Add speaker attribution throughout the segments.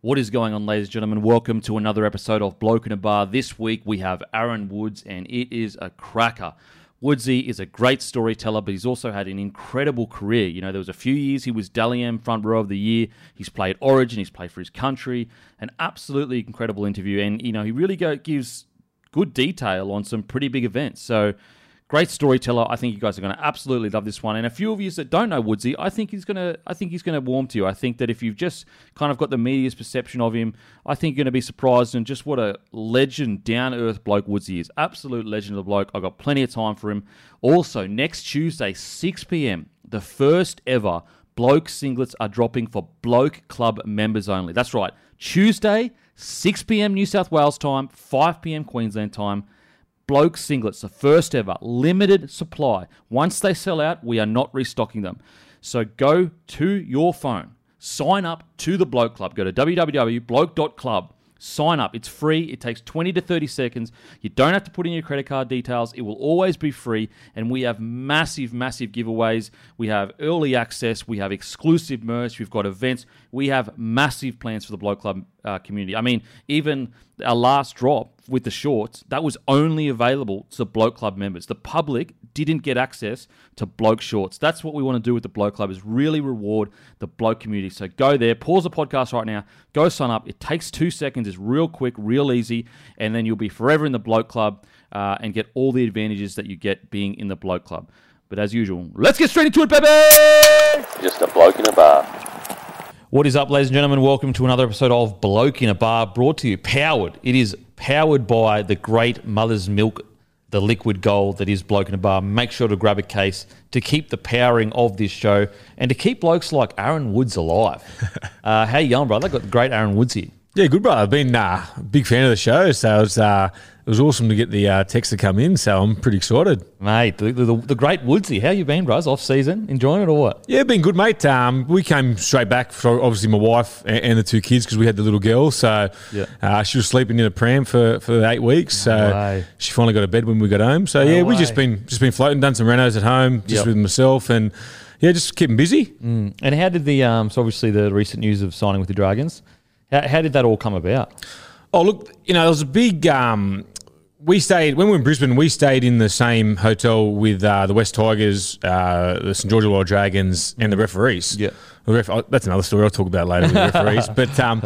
Speaker 1: What is going on, ladies and gentlemen? Welcome to another episode of Bloke in a Bar. This week we have Aaron Woods, and it is a cracker. Woodsy is a great storyteller, but he's also had an incredible career. You know, there was a few years he was Dalian front row of the year. He's played Origin, he's played for his country. An absolutely incredible interview, and you know he really go, gives good detail on some pretty big events. So great storyteller. I think you guys are going to absolutely love this one. And a few of you that don't know Woodsy, I think he's going to I think he's going to warm to you. I think that if you've just kind of got the media's perception of him, I think you're going to be surprised and just what a legend down earth bloke Woodsy is. Absolute legend of the bloke. I've got plenty of time for him. Also, next Tuesday 6 p.m., the first ever bloke singlets are dropping for bloke club members only. That's right. Tuesday 6 p.m. New South Wales time, 5 p.m. Queensland time. Bloke singlets, the first ever, limited supply. Once they sell out, we are not restocking them. So go to your phone, sign up to the Bloke Club. Go to www.bloke.club, sign up. It's free, it takes 20 to 30 seconds. You don't have to put in your credit card details, it will always be free. And we have massive, massive giveaways. We have early access, we have exclusive merch, we've got events, we have massive plans for the Bloke Club uh, community. I mean, even our last drop with the shorts, that was only available to Bloke Club members. The public didn't get access to Bloke Shorts. That's what we want to do with the Bloke Club is really reward the Bloke community. So go there, pause the podcast right now, go sign up. It takes two seconds. It's real quick, real easy, and then you'll be forever in the Bloke Club uh, and get all the advantages that you get being in the Bloke Club. But as usual, let's get straight into it, baby!
Speaker 2: Just a bloke in a bar.
Speaker 1: What is up, ladies and gentlemen? Welcome to another episode of Bloke in a Bar, brought to you powered. It is powered by the great Mother's Milk, the liquid gold that is Bloke in a Bar. Make sure to grab a case to keep the powering of this show and to keep blokes like Aaron Woods alive. uh, how you going, brother? Got the great Aaron Woods here.
Speaker 3: Yeah, good, brother. I've been uh, a big fan of the show, so it's uh, it was awesome to get the uh, text to come in. So I'm pretty excited.
Speaker 1: Mate, the, the, the great Woodsy, how you been, bros? Off season, enjoying it or what?
Speaker 3: Yeah, been good, mate. Um, we came straight back for obviously my wife and, and the two kids because we had the little girl. So
Speaker 1: Yeah.
Speaker 3: uh, she was sleeping in a pram for, for eight weeks. So
Speaker 1: way.
Speaker 3: she finally got a bed when we got home. So yeah, we just
Speaker 1: way.
Speaker 3: been just been floating, done some renos at home, just
Speaker 1: Yep.
Speaker 3: with myself, and yeah, just keeping busy.
Speaker 1: And how did the um, so obviously the recent news of signing with the Dragons? How, how did that all come about?
Speaker 3: Oh, look, you know, there was a big. Um, we stayed when we were in Brisbane. We stayed in the same hotel with uh, the West Tigers, uh, the St George Illawarra Dragons, and the referees.
Speaker 1: Yeah.
Speaker 3: the ref- oh, that's another story I'll talk about later with the referees. But um,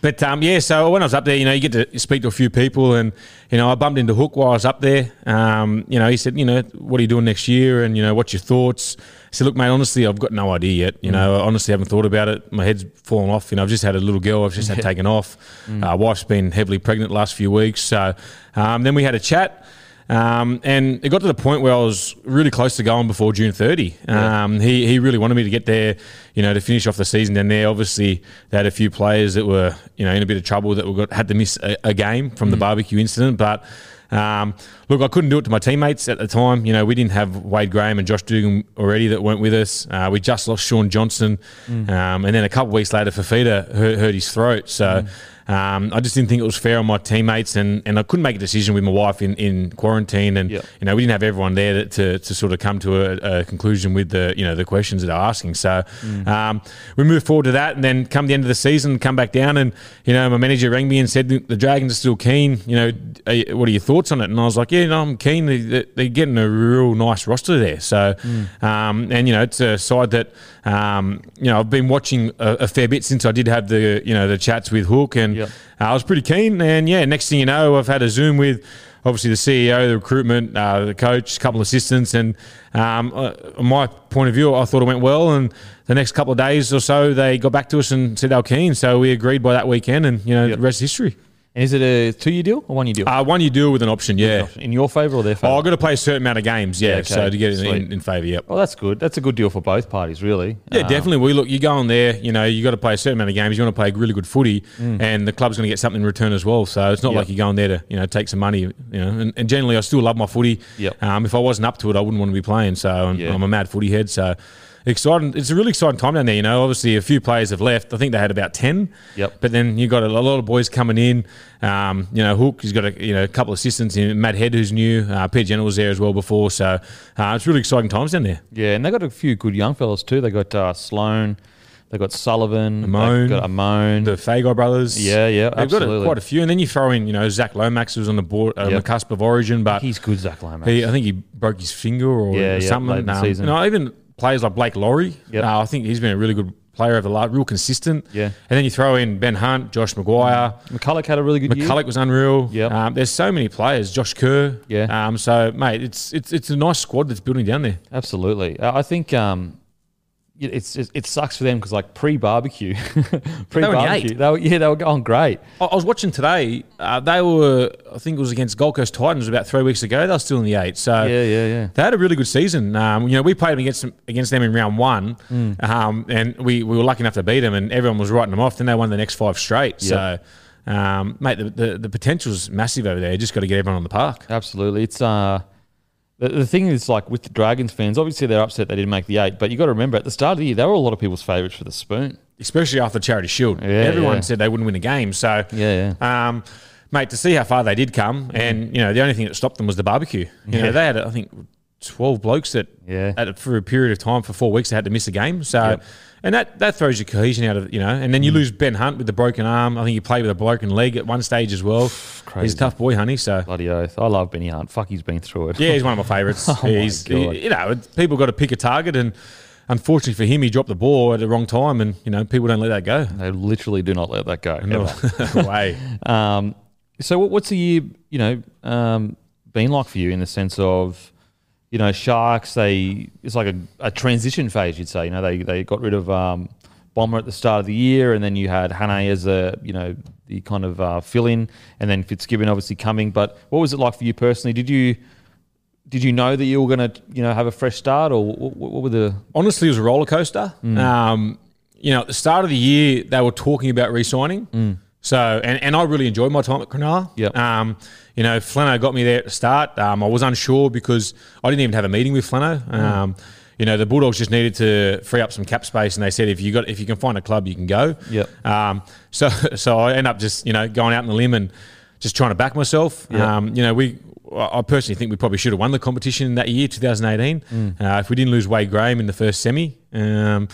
Speaker 3: but um, yeah, so when I was up there, you know, you get to speak to a few people, and you know, I bumped into Hook while I was up there. Um, you know, he said, you know, what are you doing next year, and you know, what's your thoughts? I said, look, mate, honestly, I've got no idea yet. You know, I honestly haven't thought about it. My head's fallen off. You know, I've just had a little girl. I've just had taken off. Uh, wife's been heavily pregnant last few weeks. So um, then we had a chat. Um, and it got to the point where I was really close to going before June 30. Um, he, he really wanted me to get there, you know, to finish off the season down there. Obviously, they had a few players that were, you know, in a bit of trouble that were got, had to miss a, a game from the barbecue incident. But um, look, I couldn't do it to my teammates at the time. You know, we didn't have Wade Graham and Josh Dugan already that weren't with us. Uh, we just lost Sean Johnson. Um, and then a couple of weeks later, Fafita hurt, hurt his throat. So. Um, I just didn't think it was fair on my teammates, and, and I couldn't make a decision with my wife in, in quarantine, and
Speaker 1: Yep.
Speaker 3: you know we didn't have everyone there to, to, to sort of come to a, a conclusion with the you know the questions that are asking. So um, we moved forward to that, and then come the end of the season, come back down, and you know my manager rang me and said the Dragons are still keen. You know, are you- what are your thoughts on it? And I was like, yeah, no, I'm keen. They- They, they're getting a real nice roster there. So um, and you know it's a side that um, you know I've been watching a, a fair bit since I did have the you know the chats with Hook and.
Speaker 1: Yep.
Speaker 3: Uh, I was pretty keen, and yeah, next thing you know, I've had a Zoom with obviously the CEO, the recruitment, uh, the coach, a couple of assistants, and um, uh, on my point of view, I thought it went well. And the next couple of days or so, they got back to us and said they were keen, so we agreed by that weekend, and you know,
Speaker 1: Yep.
Speaker 3: the rest is history.
Speaker 1: And is it a two-year deal or one-year deal?
Speaker 3: Uh, one you do with an option, yeah.
Speaker 1: in your favour or their
Speaker 3: Oh, I've
Speaker 1: favour?
Speaker 3: got to play a certain amount of games, yeah,
Speaker 1: Yeah, okay.
Speaker 3: so to get it
Speaker 1: Sweet.
Speaker 3: in, in favour, yep.
Speaker 1: well, that's good. That's a good deal for both parties, really.
Speaker 3: Yeah, definitely. We look, you go on there, you know, you got to play a certain amount of games. You want to play really good footy, and the club's going to get something in return as well. So it's not
Speaker 1: Mm. Yep.
Speaker 3: like you're going there to, you know, take some money, you know. And, and generally, I still love my footy.
Speaker 1: Yep.
Speaker 3: Um, if I wasn't up to it, I wouldn't want to be playing. So I'm,
Speaker 1: Yeah.
Speaker 3: I'm a mad footy head. So exciting. It's a really exciting time down there. You know, obviously a few players have left. I think they had about ten.
Speaker 1: Yep.
Speaker 3: But then you got a, a lot of boys coming in. Um, you know, Hook. He's got a you know a couple of assistants in Matt Head, who's new. Uh, Peter Jenner was there as well before. So uh, it's really exciting times down there.
Speaker 1: Yeah, and they got a few good young fellas too. They got uh, Sloan,
Speaker 2: They've got Sullivan.
Speaker 3: Amone.
Speaker 2: They've got Amone.
Speaker 3: The Fago brothers.
Speaker 2: Yeah, yeah,
Speaker 3: They've got
Speaker 2: absolutely.
Speaker 3: a, quite a few. And then you throw in, you know, Zach Lomax who's on the board, uh, on the
Speaker 2: Yep.
Speaker 3: cusp of origin, but
Speaker 2: He's good, Zach Lomax.
Speaker 3: He, I think he broke his finger or
Speaker 2: Yeah, yeah, late
Speaker 3: something.
Speaker 2: in the season.
Speaker 3: You know, even players like Blake Laurie.
Speaker 2: Yep.
Speaker 3: uh, I think he's been a really good player over the last, real consistent.
Speaker 2: Yeah.
Speaker 3: And then you throw in Ben Hunt, Josh Maguire.
Speaker 2: McCulloch had a really good year.
Speaker 3: McCulloch was unreal.
Speaker 2: Yep.
Speaker 3: Um, there's so many players. Josh Kerr.
Speaker 2: Yeah.
Speaker 3: Um, so, mate, it's it's it's a nice squad that's building down there.
Speaker 2: Absolutely. I I think um, it- it's it, it sucks for them because like pre barbecue, pre barbecue,
Speaker 3: eight.
Speaker 2: they were yeah they were going great.
Speaker 3: I, I was watching today. Uh, they were, I think it was against Gold Coast Titans about three weeks ago. They were still in the eight. So
Speaker 2: Yeah, yeah, yeah.
Speaker 3: They had a really good season. Um, you know, we played them against them, against them in round one,
Speaker 2: Mm.
Speaker 3: um, and we, we were lucky enough to beat them, and everyone was writing them off. Then they won the next five straight. So, um, mate, the, the the potential's massive over there. You just got to get everyone on the park.
Speaker 2: Absolutely. It's uh, the, the thing is like with the Dragons fans, obviously they're upset they didn't make the eight, but you got to remember at the start of the year they were a lot of people's favourites for the spoon.
Speaker 3: especially after Charity Shield.
Speaker 2: Yeah,
Speaker 3: Everyone
Speaker 2: yeah.
Speaker 3: said they wouldn't win a game. So,
Speaker 2: Yeah,
Speaker 3: Um, mate, to see how far they did come, and you know, the only thing that stopped them was the barbecue. You know, they had I think twelve blokes that
Speaker 2: Yeah.
Speaker 3: at, for a period of time for four weeks they had to miss a game. So.
Speaker 2: Yep. Mm.
Speaker 3: And that, that throws your cohesion out of you know, and then you lose Ben Hunt with the broken arm. I think he played with a broken leg at one stage as well. He's
Speaker 2: Crazy.
Speaker 3: a tough boy, honey. So
Speaker 2: Bloody oath. I love Benny Hunt. Fuck, he's been through it.
Speaker 3: yeah, he's one of my favourites. he's
Speaker 2: Oh God.
Speaker 3: you know people got to pick a target, and unfortunately for him, he dropped the ball at the wrong time, and you know people don't let that go.
Speaker 2: They literally do not let that go.
Speaker 3: No
Speaker 2: ever.
Speaker 3: way.
Speaker 2: Um, so what, what's the year, you know, um, been like for you in the sense of, you know, sharks? They it's like a, a transition phase, you'd say. You know, they they got rid of um, Bomber at the start of the year, and then you had Hane as a you know the kind of uh, fill in, and then Fitzgibbon obviously coming. But what was it like for you personally? Did you did you know that you were going to you know have a fresh start, or what, what were the
Speaker 3: honestly, it was a roller coaster. Um, you know, at the start of the year, they were talking about re-signing. So, and, and I really enjoyed my time at Cronulla.
Speaker 2: Yep.
Speaker 3: Um, you know, Flano got me there at the start. Um, I was unsure because I didn't even have a meeting with Flano. Um, You know, the Bulldogs just needed to free up some cap space, and they said if you got if you can find a club, you can go.
Speaker 2: Yep.
Speaker 3: Um, so, so I end up just you know going out on the limb and just trying to back myself.
Speaker 2: Yeah.
Speaker 3: Um, you know, we I I personally think we probably should have won the competition that year, 2018, uh, if we didn't lose Wade Graham in the first semi. Um,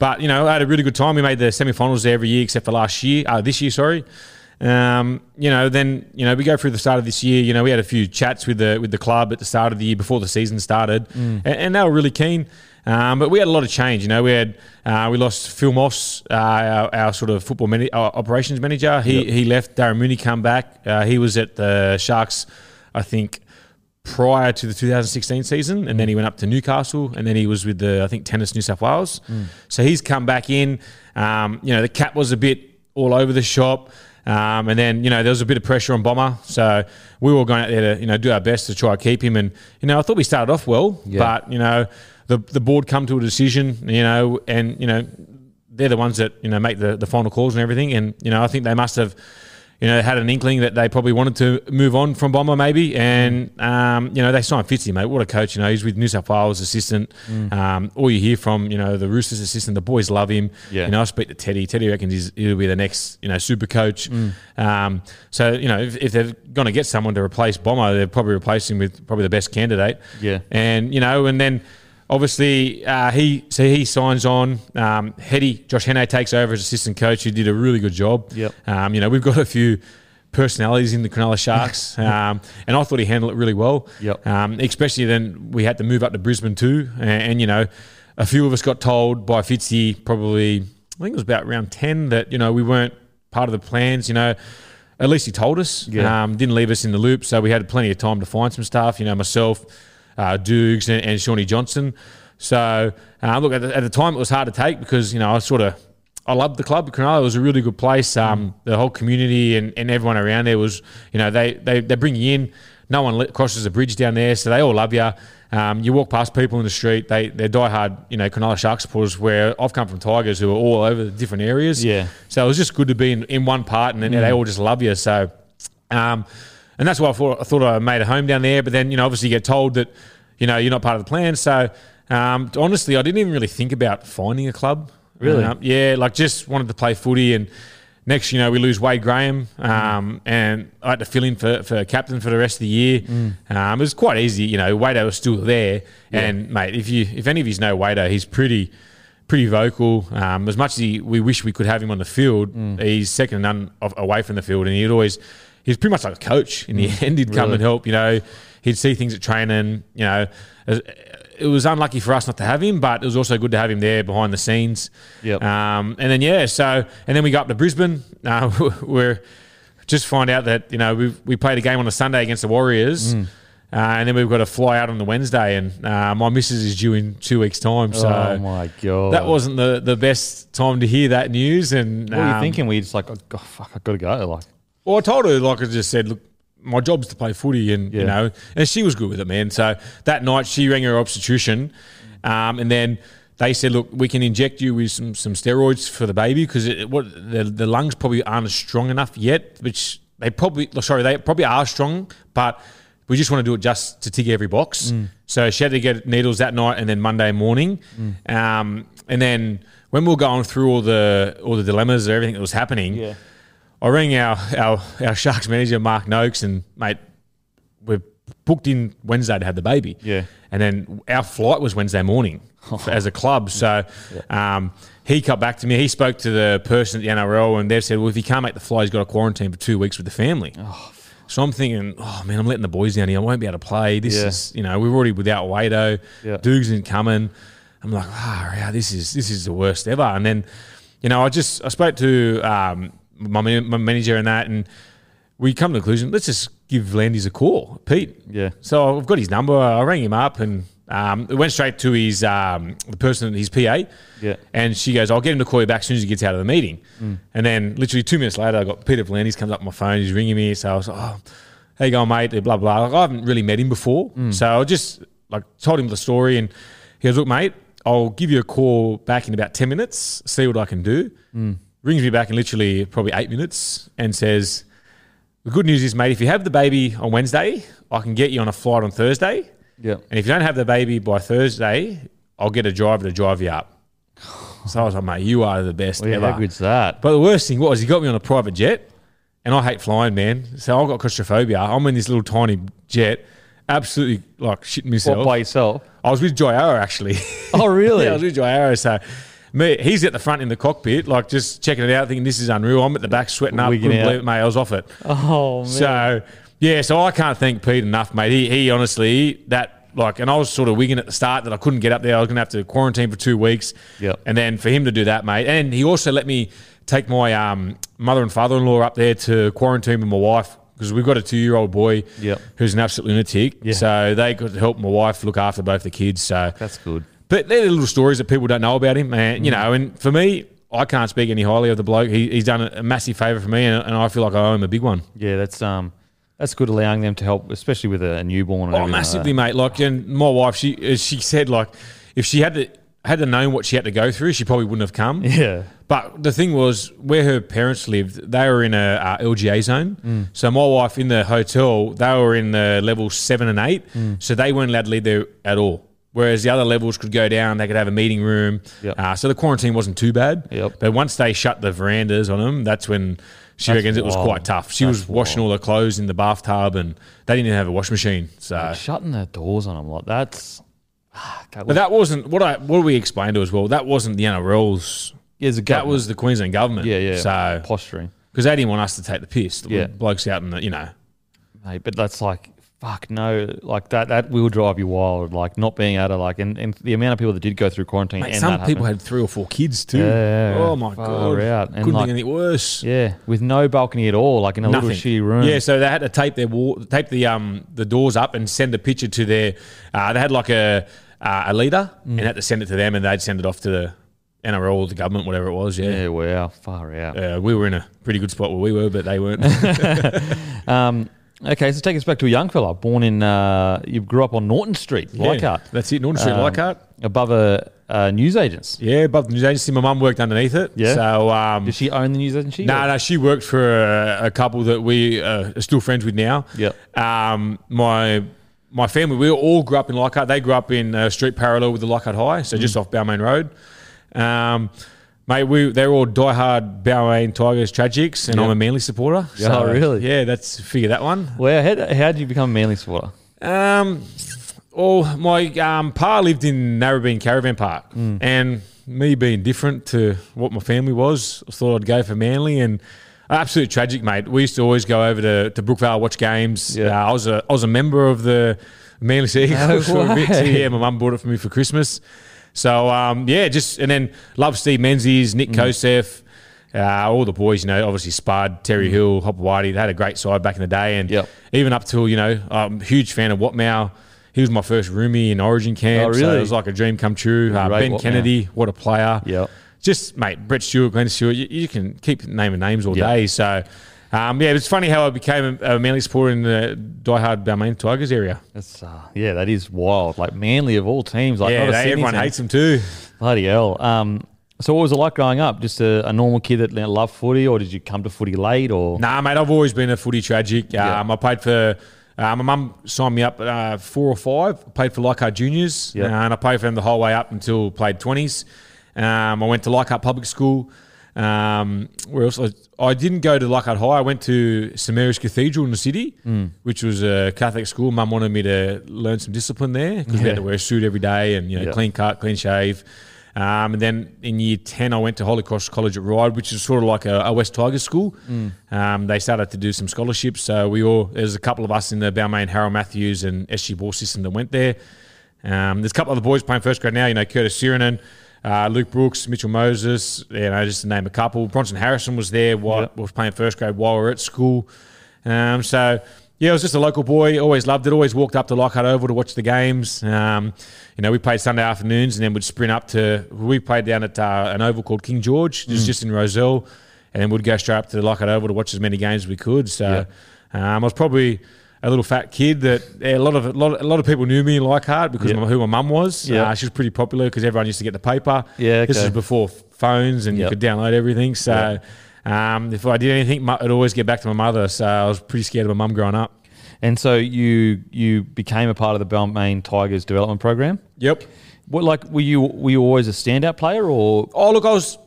Speaker 3: but you know, I had a really good time. We made the semi-finals there every year except for last year, uh, this year, sorry. Um, you know, then you know we go through the start of this year. You know, we had a few chats with the with the club at the start of the year before the season started, and, and they were really keen. Um, but we had a lot of change. You know, we had uh, we lost Phil Moss, uh, our, our sort of football mani- our operations manager. He he left. Darren Mooney come back. Uh, he was at the Sharks, I think, prior to the 2016 season, and then he went up to Newcastle, and then he was with the I think Tennis New South Wales. So he's come back in. Um, you know, the cap was a bit all over the shop. Um, and then you know there was a bit of pressure on Bomber, so we were going out there to you know do our best to try to keep him. And you know I thought we started off well,
Speaker 2: Yeah.
Speaker 3: but you know the the board come to a decision, you know, and you know they're the ones that you know make the, the final calls and everything. And you know I think they must have you know had an inkling that they probably wanted to move on from Bomber maybe. And um, you know they signed Fitzy, mate. What a coach, you know. He's with New South Wales assistant.
Speaker 2: Mm.
Speaker 3: Um, all you hear from you know the Roosters assistant, the boys love him.
Speaker 2: Yeah.
Speaker 3: You know I speak to Teddy. Teddy reckons he's, he'll be the next, you know, super coach.
Speaker 2: Mm.
Speaker 3: Um, so you know, if, if they're going to get someone to replace Bomber, they'll probably replace him with probably the best candidate.
Speaker 2: Yeah.
Speaker 3: and you know, and then obviously uh, he so he signs on. Um, Hetty Josh Henne takes over as assistant coach, who did a really good job.
Speaker 2: Yep.
Speaker 3: Um, you know, we've got a few. Personalities in the Cronulla Sharks, um, and I thought he handled it really well.
Speaker 2: Yep.
Speaker 3: Um, especially then we had to move up to Brisbane too, and, and you know, a few of us got told by Fitzy probably I think it was about round ten that you know we weren't part of the plans. You know, at least he told us.
Speaker 2: Yeah.
Speaker 3: Um, didn't leave us in the loop, so we had plenty of time to find some stuff. You know, myself, uh, Dukes, and, and Shawnee Johnson. So uh, look, at the, at the time it was hard to take because you know I sort of I loved the club. Cronulla was a really good place.
Speaker 2: Mm.
Speaker 3: Um, the whole community and, and everyone around there was, you know, they they, they bring you in. No one let, crosses the bridge down there, so they all love you. Um, you walk past people in the street. They they're diehard, you know, Cronulla Shark supporters. Where I've come from, Tigers who are all over the different areas.
Speaker 2: Yeah.
Speaker 3: So it was just good to be in, in one part, and then they all just love you. So, um, and that's why I thought, I thought I made a home down there. But then you know, obviously, you get told that you know you're not part of the plan. So, um, honestly, I didn't even really think about finding a club.
Speaker 2: Really?
Speaker 3: Um, yeah, like just wanted to play footy and. Next, you know, we lose Wade Graham, um, and I had to fill in for, for captain for the rest of the year.
Speaker 2: Mm.
Speaker 3: Um, it was quite easy, you know. Wado was still there, and mate, if you if any of you know Wado, he's pretty pretty vocal. Um, as much as he, we wish we could have him on the field,
Speaker 2: Mm.
Speaker 3: he's second to none of, away from the field, and he'd always he's pretty much like a coach in the end. He'd come
Speaker 2: Mm. Really?
Speaker 3: and help. You know, he'd see things at training. You know, As- it was unlucky for us not to have him, but it was also good to have him there behind the scenes.
Speaker 2: Yep.
Speaker 3: Um, and then yeah, so and then we go up to Brisbane. Uh, we're just find out that you know we we played a game on a Sunday against the Warriors. Uh,
Speaker 2: Mm.
Speaker 3: and then we've got to fly out on the Wednesday, and uh, my missus is due in two weeks' time. So
Speaker 2: oh my god,
Speaker 3: that wasn't the, the best time to hear that news. And
Speaker 2: What were you
Speaker 3: um,
Speaker 2: thinking? We just like, oh, God, fuck, I gotta go. Like,
Speaker 3: Well, I told her, like I just said, look, my job's to play footy, and
Speaker 2: Yeah.
Speaker 3: you know, and she was good with it, man. So that night she rang her obstetrician, um, and then they said, look, we can inject you with some some steroids for the baby because what the, the lungs probably aren't as strong enough yet, which they probably sorry they probably are strong, but we just want to do it just to tick every box.
Speaker 2: Mm.
Speaker 3: So she had to get needles that night, and then Monday morning,
Speaker 2: Mm.
Speaker 3: um, and then when we were going through all the all the dilemmas and everything that was happening.
Speaker 2: Yeah.
Speaker 3: I rang our, our our Sharks manager Mark Noakes and mate, we're booked in Wednesday to have the baby.
Speaker 2: Yeah. Oh.
Speaker 3: and then our flight was Wednesday morning as a club. So, um, he cut back to me. He spoke to the person at the NRL, and they've said, "Well, if he can't make the fly, he's got to quarantine for two weeks with the family."
Speaker 2: Oh.
Speaker 3: So I'm thinking, oh man, I'm letting the boys down here. I won't be able to play. This
Speaker 2: Yeah.
Speaker 3: is, you know, we were already without Wado.
Speaker 2: Yeah.
Speaker 3: Dugs isn't coming. I'm like, ah, yeah, this is this is the worst ever. And then, you know, I just I spoke to um, my, man- my manager and that, and we come to the conclusion. Let's just give Landis a call, Pete.
Speaker 2: Yeah.
Speaker 3: So I've got his number. I rang him up and um, it went straight to his um, the person, his PA.
Speaker 2: Yeah.
Speaker 3: And she goes, I'll get him to call you back as soon as he gets out of the meeting. And then literally two minutes later, I got Peter Valandis comes up on my phone. He's ringing me. So I was like, oh, how you going, mate? Blah, blah. Like, I haven't really met him before. So I just like told him the story and he goes, look, mate, I'll give you a call back in about 10 minutes, see what I can do. Rings me back in literally probably eight minutes and says, the good news is, mate, if you have the baby on Wednesday, I can get you on a flight on Thursday.
Speaker 2: yeah,
Speaker 3: And if you don't have the baby by Thursday, I'll get a driver to drive you up. So I was like, mate, you are the best
Speaker 2: yeah,
Speaker 3: ever.
Speaker 2: how good's that?
Speaker 3: But the worst thing was he got me on a private jet, and I hate flying, man. So I got claustrophobia. I'm in this little tiny jet, absolutely like shitting
Speaker 2: What
Speaker 3: myself.
Speaker 2: by yourself?
Speaker 3: I was with Joy Arrow actually.
Speaker 2: Oh, really?
Speaker 3: yeah, I was with Joy Arrow. So me, he's at the front in the cockpit, like just checking it out, thinking this is unreal. I'm at the back sweating up.
Speaker 2: Wigging
Speaker 3: Couldn't
Speaker 2: out.
Speaker 3: believe it, mate. I was off it.
Speaker 2: Oh man,
Speaker 3: So yeah, so I can't thank Pete enough, mate. He, he honestly that like, and I was sort of wigging at the start that I couldn't get up there. I was gonna have to quarantine for two weeks.
Speaker 2: Yep.
Speaker 3: And then for him to do that, mate, and he also let me take my um, mother and father in law up there to quarantine with my wife because we've got a two year old boy
Speaker 2: Yep.
Speaker 3: who's an absolute lunatic.
Speaker 2: Yeah.
Speaker 3: So they could help my wife look after both the kids. So
Speaker 2: that's good.
Speaker 3: but they're the little stories that people don't know about him, and
Speaker 2: Mm.
Speaker 3: you know. And for me, I can't speak any highly of the bloke. He, he's done a, a massive favour for me, and, and I feel like I owe him a big one.
Speaker 2: Yeah, that's um, that's good allowing them to help, especially with a, a newborn. And
Speaker 3: Oh,
Speaker 2: everything like
Speaker 3: massively, mate. Like, and my wife, she uh, she said like, if she had to had to known what she had to go through, she probably wouldn't have come.
Speaker 2: that. Yeah,
Speaker 3: But the thing was, where her parents lived, they were in a uh, LGA zone.
Speaker 2: Mm.
Speaker 3: So my wife in the hotel, they were in the level seven and eight,
Speaker 2: Mm.
Speaker 3: so they weren't allowed to leave there at all. Whereas the other levels could go down, they could have a meeting room.
Speaker 2: Yep.
Speaker 3: Uh, so the quarantine wasn't too bad.
Speaker 2: Yep.
Speaker 3: But once they shut the verandas on them, that's when she
Speaker 2: That's
Speaker 3: reckons it was
Speaker 2: wild.
Speaker 3: quite tough. She
Speaker 2: That's
Speaker 3: was washing all her clothes in the bathtub, and they didn't even have a wash machine. So
Speaker 2: shutting the doors on them like that's. Ah, God,
Speaker 3: But that wasn't what I what we explained to as well. That wasn't the NRL's.
Speaker 2: yeah, it's a
Speaker 3: That
Speaker 2: government.
Speaker 3: was the Queensland government.
Speaker 2: yeah, yeah.
Speaker 3: So
Speaker 2: posturing,
Speaker 3: because they didn't want us to take the piss. The
Speaker 2: Yeah.
Speaker 3: blokes out in the you know.
Speaker 2: mate. But that's like fuck no, like that. That will drive you wild. Like not being able to like, and, and the amount of people that did go through quarantine.
Speaker 3: Mate,
Speaker 2: and
Speaker 3: some
Speaker 2: that
Speaker 3: people
Speaker 2: happened.
Speaker 3: had three or four kids too.
Speaker 2: Yeah, yeah,
Speaker 3: oh my
Speaker 2: far
Speaker 3: god!
Speaker 2: out. And
Speaker 3: Couldn't
Speaker 2: like-
Speaker 3: think anything worse.
Speaker 2: yeah, with no balcony at all, like in a little shitty room.
Speaker 3: Yeah, so they had to tape their wall, tape the um the doors up and send a picture to their. Uh, they had like a uh, a leader
Speaker 2: Mm.
Speaker 3: and had to send it to them, and they'd send it off to the NRL or the government, whatever it was. Yeah.
Speaker 2: yeah, wow, far out.
Speaker 3: Uh, we were in a pretty good spot where we were, but they weren't.
Speaker 2: Um, okay, so take us back to a young fella born in. Uh, you grew up on Norton Street, Leichhardt,
Speaker 3: Yeah, that's it. Norton Street,
Speaker 2: Um,
Speaker 3: Leichhardt.
Speaker 2: above a, a newsagent's.
Speaker 3: Yeah, above the news agency. My mum worked underneath it.
Speaker 2: Yeah.
Speaker 3: So, um,
Speaker 2: Did she own the newsagent? She
Speaker 3: no, no, she worked for a, a couple that we uh, are still friends with now.
Speaker 2: Yep.
Speaker 3: Um, my my family, we all grew up in Leichhardt. They grew up in uh, street parallel with the Leichhardt High,
Speaker 2: Mm.
Speaker 3: so just off Balmain Road. Um, mate, we they're all diehard Balmain Tigers tragics, and I'm a Manly supporter.
Speaker 2: Yeah, oh, really?
Speaker 3: Yeah, that's figure that one.
Speaker 2: Well, how, how did you become a Manly supporter? Mm.
Speaker 3: Um, well, my um, pa lived in Narrabeen Caravan Park, and me being different to what my family was, I thought I'd go for Manly and absolute tragic, mate. We used to always go over to, to Brookvale watch games.
Speaker 2: Yeah.
Speaker 3: Uh, I was a I was a member of the Manly Sea Eagles for a bit too.
Speaker 2: way.
Speaker 3: Yeah, my mum bought it for me for Christmas. So um, yeah, just and then love Steve Menzies,
Speaker 2: Mm.
Speaker 3: Nick Kosef, uh, all the boys. You know, obviously Spud,
Speaker 2: Mm.
Speaker 3: Terry Hill, Hopewadi. They had a great side back in the day, and
Speaker 2: Yep.
Speaker 3: even up till you know, I'm a huge fan of Watmow. He was my first roomie in Origin camp.
Speaker 2: Oh,
Speaker 3: So
Speaker 2: really?
Speaker 3: it was like a dream come true. Uh,
Speaker 2: Great
Speaker 3: ben
Speaker 2: Watmow.
Speaker 3: Kennedy, what a player!
Speaker 2: Yep.
Speaker 3: just mate, Brett Stewart, Glenn Stewart. You, you can keep naming names all
Speaker 2: Yeah.
Speaker 3: day. So, um, yeah, it's funny how I became a, a Manly supporter in the diehard Balmain Tigers area.
Speaker 2: That's uh, yeah, that is wild. Like Manly of all teams, like
Speaker 3: yeah,
Speaker 2: not a
Speaker 3: they-
Speaker 2: Sydney
Speaker 3: everyone
Speaker 2: team.
Speaker 3: hates them too.
Speaker 2: Bloody hell. Um, so what was it like growing up? Just a, a normal kid that loved footy, or did you come to footy late? Or
Speaker 3: Nah, mate, I've always been a footy tragic. Um, I played for. Uh, my mum signed me up at uh, four or five. I played for Leichhardt Juniors,
Speaker 2: Yeah.
Speaker 3: uh, and I played for them the whole way up until played twenties. Um, I went to Leichhardt Public School. Um, where else? I, I didn't go to Leichhardt High. I went to St Mary's Cathedral in the city,
Speaker 2: Mm.
Speaker 3: which was a Catholic school. Mum wanted me to learn some discipline there because we
Speaker 2: Yeah.
Speaker 3: had to wear a suit every day and you know
Speaker 2: Yeah.
Speaker 3: clean cut, clean shave. Um, and then in year 10, I went to Holy Cross College at Ryde, which is sort of like a, a West Tigers school. Um, they started to do some scholarships. So we all, there's a couple of us in the Balmain, Harold Matthews and SG Ball system that went there. Um, there's a couple of the boys playing first grade now, you know, Curtis Sirinen, uh, Luke Brooks, Mitchell Moses, you know, just to name a couple. Bronson Harrison was there, while,
Speaker 2: Yep.
Speaker 3: was playing first grade while we were at school. Um, so yeah, I was just a local boy. Always loved it. Always walked up to Leichhardt Oval to watch the games. Um, you know, we played Sunday afternoons, and then we'd sprint up to. We played down at uh, an oval called King George, just
Speaker 2: Mm.
Speaker 3: just in Roselle, and then we'd go straight up to Leichhardt Oval to watch as many games as we could. So um, I was probably. A little fat kid that yeah, a lot of a lot, a lot of people knew me in Leichhardt because
Speaker 2: Yeah.
Speaker 3: of who my mum was.
Speaker 2: Yeah.
Speaker 3: Uh, she was pretty popular because everyone used to get the paper.
Speaker 2: Yeah,
Speaker 3: this
Speaker 2: okay.
Speaker 3: was before phones and
Speaker 2: Yeah.
Speaker 3: you could download everything. So um, if I did anything, mu- it'd always get back to my mother. So I was pretty scared of my mum growing up.
Speaker 2: and so you you became a part of the Balmain Tigers development program.
Speaker 3: Yep.
Speaker 2: What like were you were you always a standout player or
Speaker 3: Oh look, I was.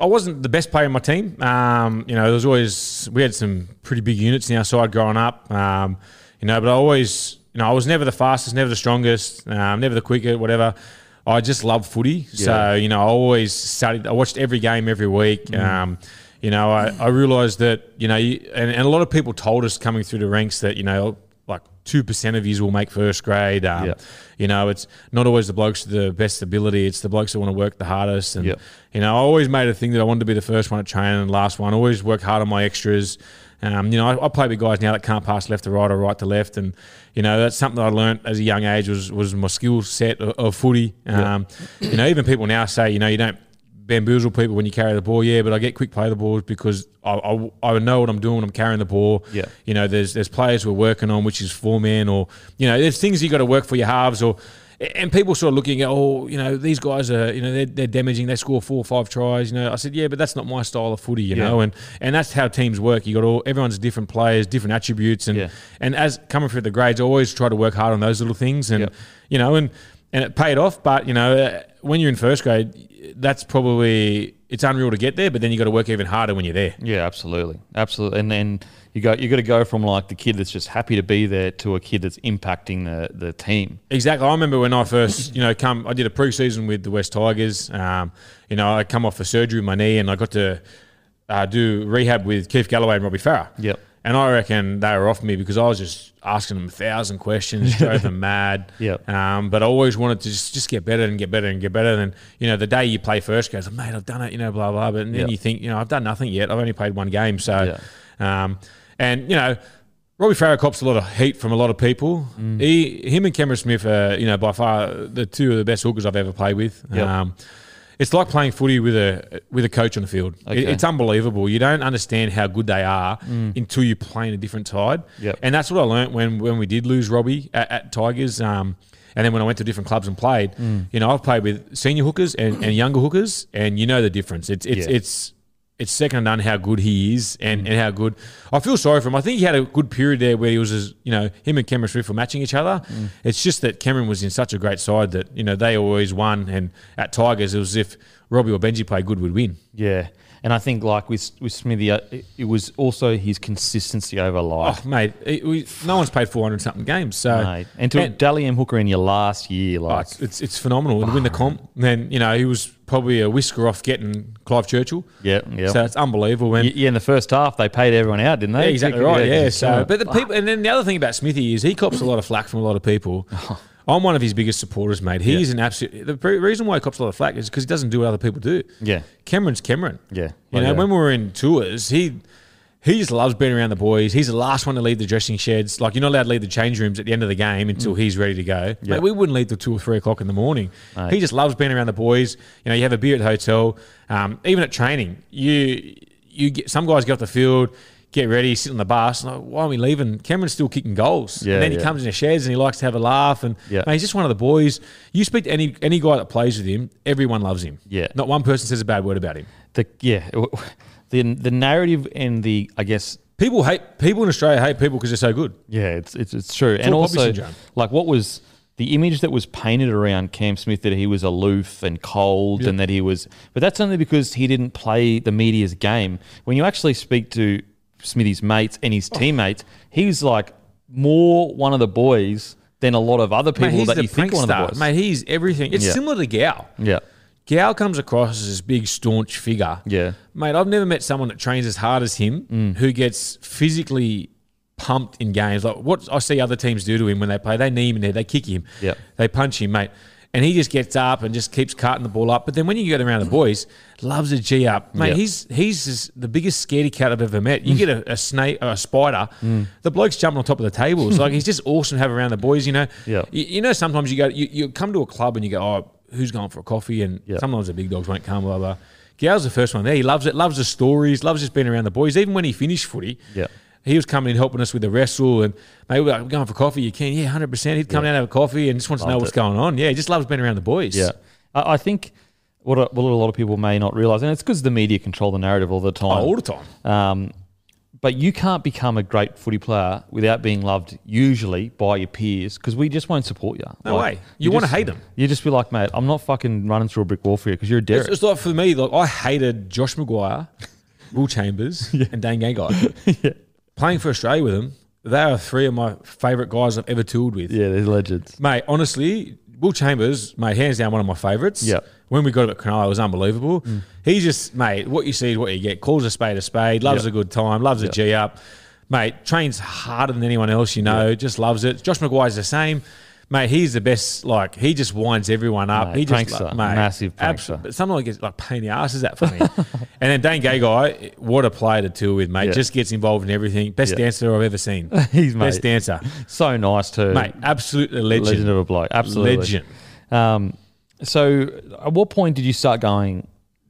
Speaker 3: I wasn't the best player in my team. Um, you know, there was always we had some pretty big units in our side growing up. Um, you know, but I always, you know, I was never the fastest, never the strongest, um, never the quicker, whatever. I just love footy, so you know, I always studied. I watched every game every week. Um, you know, I, I realized that you know, you, and, and a lot of people told us coming through the ranks that you know, like two percent of you will make first grade. Um,
Speaker 2: Yeah.
Speaker 3: You know, it's not always the blokes with the best ability. It's the blokes that want to work the hardest. And
Speaker 2: Yeah.
Speaker 3: you know, I always made a thing that I wanted to be the first one at training and last one. Always work hard on my extras. Um, you know, I, I play with guys now that can't pass left to right or right to left, and you know that's something that I learnt as a young age was was my skill set of, of footy. Um, You know, even people now say, you know, you don't bamboozle people when you carry the ball. Yeah, but I get quick play the balls because I, I, I know what I'm doing. when I'm carrying the ball.
Speaker 2: Yeah.
Speaker 3: You know, there's there's players we're working on, which is four men, or you know, there's things you got to work for your halves, or and people sort of looking at, oh, you know, these guys are, you know, they're, they're damaging. They score four or five tries. You know, I said, yeah, but that's not my style of footy. You
Speaker 2: Yeah.
Speaker 3: know, and and that's how teams work. You got all everyone's different players, different attributes, and
Speaker 2: Yeah.
Speaker 3: and as coming through the grades, I always try to work hard on those little things, and
Speaker 2: Yep.
Speaker 3: you know, and and it paid off. But you know, uh, when you're in first grade, that's probably it's unreal to get there, but then you got to work even harder when you're there.
Speaker 2: Yeah, absolutely, absolutely. And then you got you got to go from like the kid that's just happy to be there to a kid that's impacting the the team.
Speaker 3: Exactly. I remember when I first, you know, come. I did a preseason with the West Tigers. Um, you know, I come off for surgery with my knee, and I got to uh, do rehab with Keith Galloway and Robbie Farah.
Speaker 2: Yep.
Speaker 3: And I reckon they were off me because I was just asking them a thousand questions, drove them mad.
Speaker 2: Yep.
Speaker 3: Um, but I always wanted to just, just get better and get better and get better. And you know, the day you play first goes, "Oh, mate, I've done it. You know, blah blah. But then
Speaker 2: Yep.
Speaker 3: you think, you know, I've done nothing yet. I've only played one game. So,
Speaker 2: Yeah.
Speaker 3: um, and you know, Robbie Farrow cops a lot of heat from a lot of people.
Speaker 2: Mm.
Speaker 3: He, him, and Cameron Smith are, you know, by far the two of the best hookers I've ever played with.
Speaker 2: Yep.
Speaker 3: Um, it's like playing footy with a with a coach on the field. It-
Speaker 2: Okay. Mm.
Speaker 3: it's unbelievable. You don't understand how good they are until you play in a different side.
Speaker 2: Yep.
Speaker 3: And that's what I learnt when when we did lose Robbie at, at Tigers. Um, and then when I went to different clubs and played,
Speaker 2: Mm.
Speaker 3: you know, I've played with senior hookers and, and younger hookers, and you know the difference. It's it's
Speaker 2: Yeah. Mm.
Speaker 3: it's it's second to none how good he is and, and how good I feel sorry for him. I think he had a good period there where he was as you know, him and Cameron Smith were matching each other.
Speaker 2: Mm.
Speaker 3: It's just that Cameron was in such a great side that, you know, they always won and at Tigers it was as if Robbie or Benji played good would win.
Speaker 2: Yeah, and I think like with with Smithy, uh, it, it was also his consistency over life.
Speaker 3: Oh, mate, it, we, no one's played 400 something games. So
Speaker 2: mate. And to
Speaker 3: Oh, and-
Speaker 2: Dally M Hooker in your last year,
Speaker 3: Oh,
Speaker 2: like
Speaker 3: it's, it's it's phenomenal to win the comp. And then you know he was probably a whisker off getting Clive Churchill.
Speaker 2: Yeah, yeah.
Speaker 3: So it's unbelievable. And
Speaker 2: Y- yeah, in the first half, they paid everyone out, didn't they?
Speaker 3: Yeah, exactly right. Yeah.
Speaker 2: just
Speaker 3: So,
Speaker 2: kinda-
Speaker 3: but the people, and then the other thing about Smithy is he cops a lot of flack from a lot of people. I'm one of his biggest supporters, mate. He's an absolute. The pre- reason why he cops a lot of flack is because he doesn't do what other people do.
Speaker 2: Yeah.
Speaker 3: Cameron's Cameron.
Speaker 2: Yeah.
Speaker 3: You
Speaker 2: Like,
Speaker 3: know,
Speaker 2: uh,
Speaker 3: when we were in tours, he he just loves being around the boys. He's the last one to leave the dressing sheds. Like you're not allowed to leave the change rooms at the end of the game
Speaker 2: Mm.
Speaker 3: until he's ready to go. Mate, we wouldn't leave till two or three o'clock in the morning. He just loves being around the boys. You know, you have a beer at the hotel, um, even at training. You you get some guys get off the field. Get ready, sit on the bus. And like, why are we leaving? Cameron's still kicking goals.
Speaker 2: Yeah,
Speaker 3: and then he
Speaker 2: yeah.
Speaker 3: comes in the sheds and he likes to have a laugh. And
Speaker 2: Yeah.
Speaker 3: mate, he's just one of the boys. You speak to any any guy that plays with him, everyone loves him.
Speaker 2: Yeah.
Speaker 3: Not one person says a bad word about him.
Speaker 2: the, yeah, the the narrative and the I guess
Speaker 3: People hate people in Australia hate people because they're so good.
Speaker 2: Yeah, it's it's, it's true. and
Speaker 3: all poppy
Speaker 2: also,
Speaker 3: syndrome.
Speaker 2: like, what was the image that was painted around Cam Smith that he was aloof and cold and that he was. But that's only because he didn't play the media's game. When you actually speak to Smithy's mates and
Speaker 3: Oh.
Speaker 2: his teammates, he's like more one of the boys than a lot of other people that you think one of the boys.
Speaker 3: Mate, he's everything. It's
Speaker 2: Yeah.
Speaker 3: similar to Gao.
Speaker 2: Yeah.
Speaker 3: Gao comes across as this big staunch figure.
Speaker 2: Yeah.
Speaker 3: Mate, I've never met someone that trains as hard as him who gets physically pumped in games. Like what I see other teams do to him when they play, they knee him in there, they kick him,
Speaker 2: Yeah.
Speaker 3: they punch him, mate. And he just gets up and just keeps carting the ball up. But then when you get around the boys, loves a G up. Mate,
Speaker 2: Yeah.
Speaker 3: he's he's just the biggest scaredy cat I've ever met. You get a, a snake or a spider, the bloke's jumping on top of the tables. like he's just awesome to have around the boys, you know.
Speaker 2: Yeah.
Speaker 3: You, you know, sometimes you go, you, you come to a club and you go, oh, who's going for a coffee? And
Speaker 2: Yeah.
Speaker 3: sometimes the big dogs won't come, blah, blah. Gao's the first one there. He loves it, loves the stories, loves just being around the boys. Even when he finished footy,
Speaker 2: Yeah.
Speaker 3: he was coming in helping us with the wrestle and maybe we're like, "We're going for coffee. You can, yeah, 100%. He'd come down and have a coffee and just wants to know
Speaker 2: Loved
Speaker 3: what's
Speaker 2: it.
Speaker 3: going on. Yeah, he just loves being around the boys.
Speaker 2: Yeah. I, I think what a, what a lot of people may not realize, and it's because the media control the narrative all the time.
Speaker 3: Oh, all the time.
Speaker 2: Um, but you can't become a great footy player without being loved, usually by your peers, because we just won't support you.
Speaker 3: No way. You wanna
Speaker 2: just-
Speaker 3: hate 'em.
Speaker 2: You just be like, mate, I'm not fucking running through a brick wall for you because you're a
Speaker 3: It's,
Speaker 2: Derek.
Speaker 3: it's like for me, like I hated Josh Maguire, Will Chambers, and Dan Gagai. Playing for Australia with them, they are three of my favourite guys I've ever toured with.
Speaker 2: yeah, they're legends.
Speaker 3: Mate, honestly, Will Chambers, mate, hands down one of my favourites.
Speaker 2: Yeah. Mm.
Speaker 3: When we got him at Cronulla, it was unbelievable. He just, mate, what you see is what you get. Calls a spade a spade, loves
Speaker 2: Yeah.
Speaker 3: a good time, loves a G up. Mate, trains harder than anyone else, you know, just loves it. Josh McGuire's the same. Mate, he's the best. Like, he just winds everyone up.
Speaker 2: Mate,
Speaker 3: he just,
Speaker 2: prankster,
Speaker 3: like,
Speaker 2: massive
Speaker 3: abs-
Speaker 2: prankster.
Speaker 3: but someone gets like pain in the ass is that for me. and then Dane Gay guy, what a player to tour with, mate.
Speaker 2: Yeah.
Speaker 3: Just gets involved in everything. Best
Speaker 2: Yeah.
Speaker 3: dancer I've ever seen.
Speaker 2: He's, mate.
Speaker 3: best dancer,
Speaker 2: So nice too.
Speaker 3: mate. Absolutely legend.
Speaker 2: legend of a bloke. Absolutely.
Speaker 3: Legend.
Speaker 2: Um, so, at what point did you start going?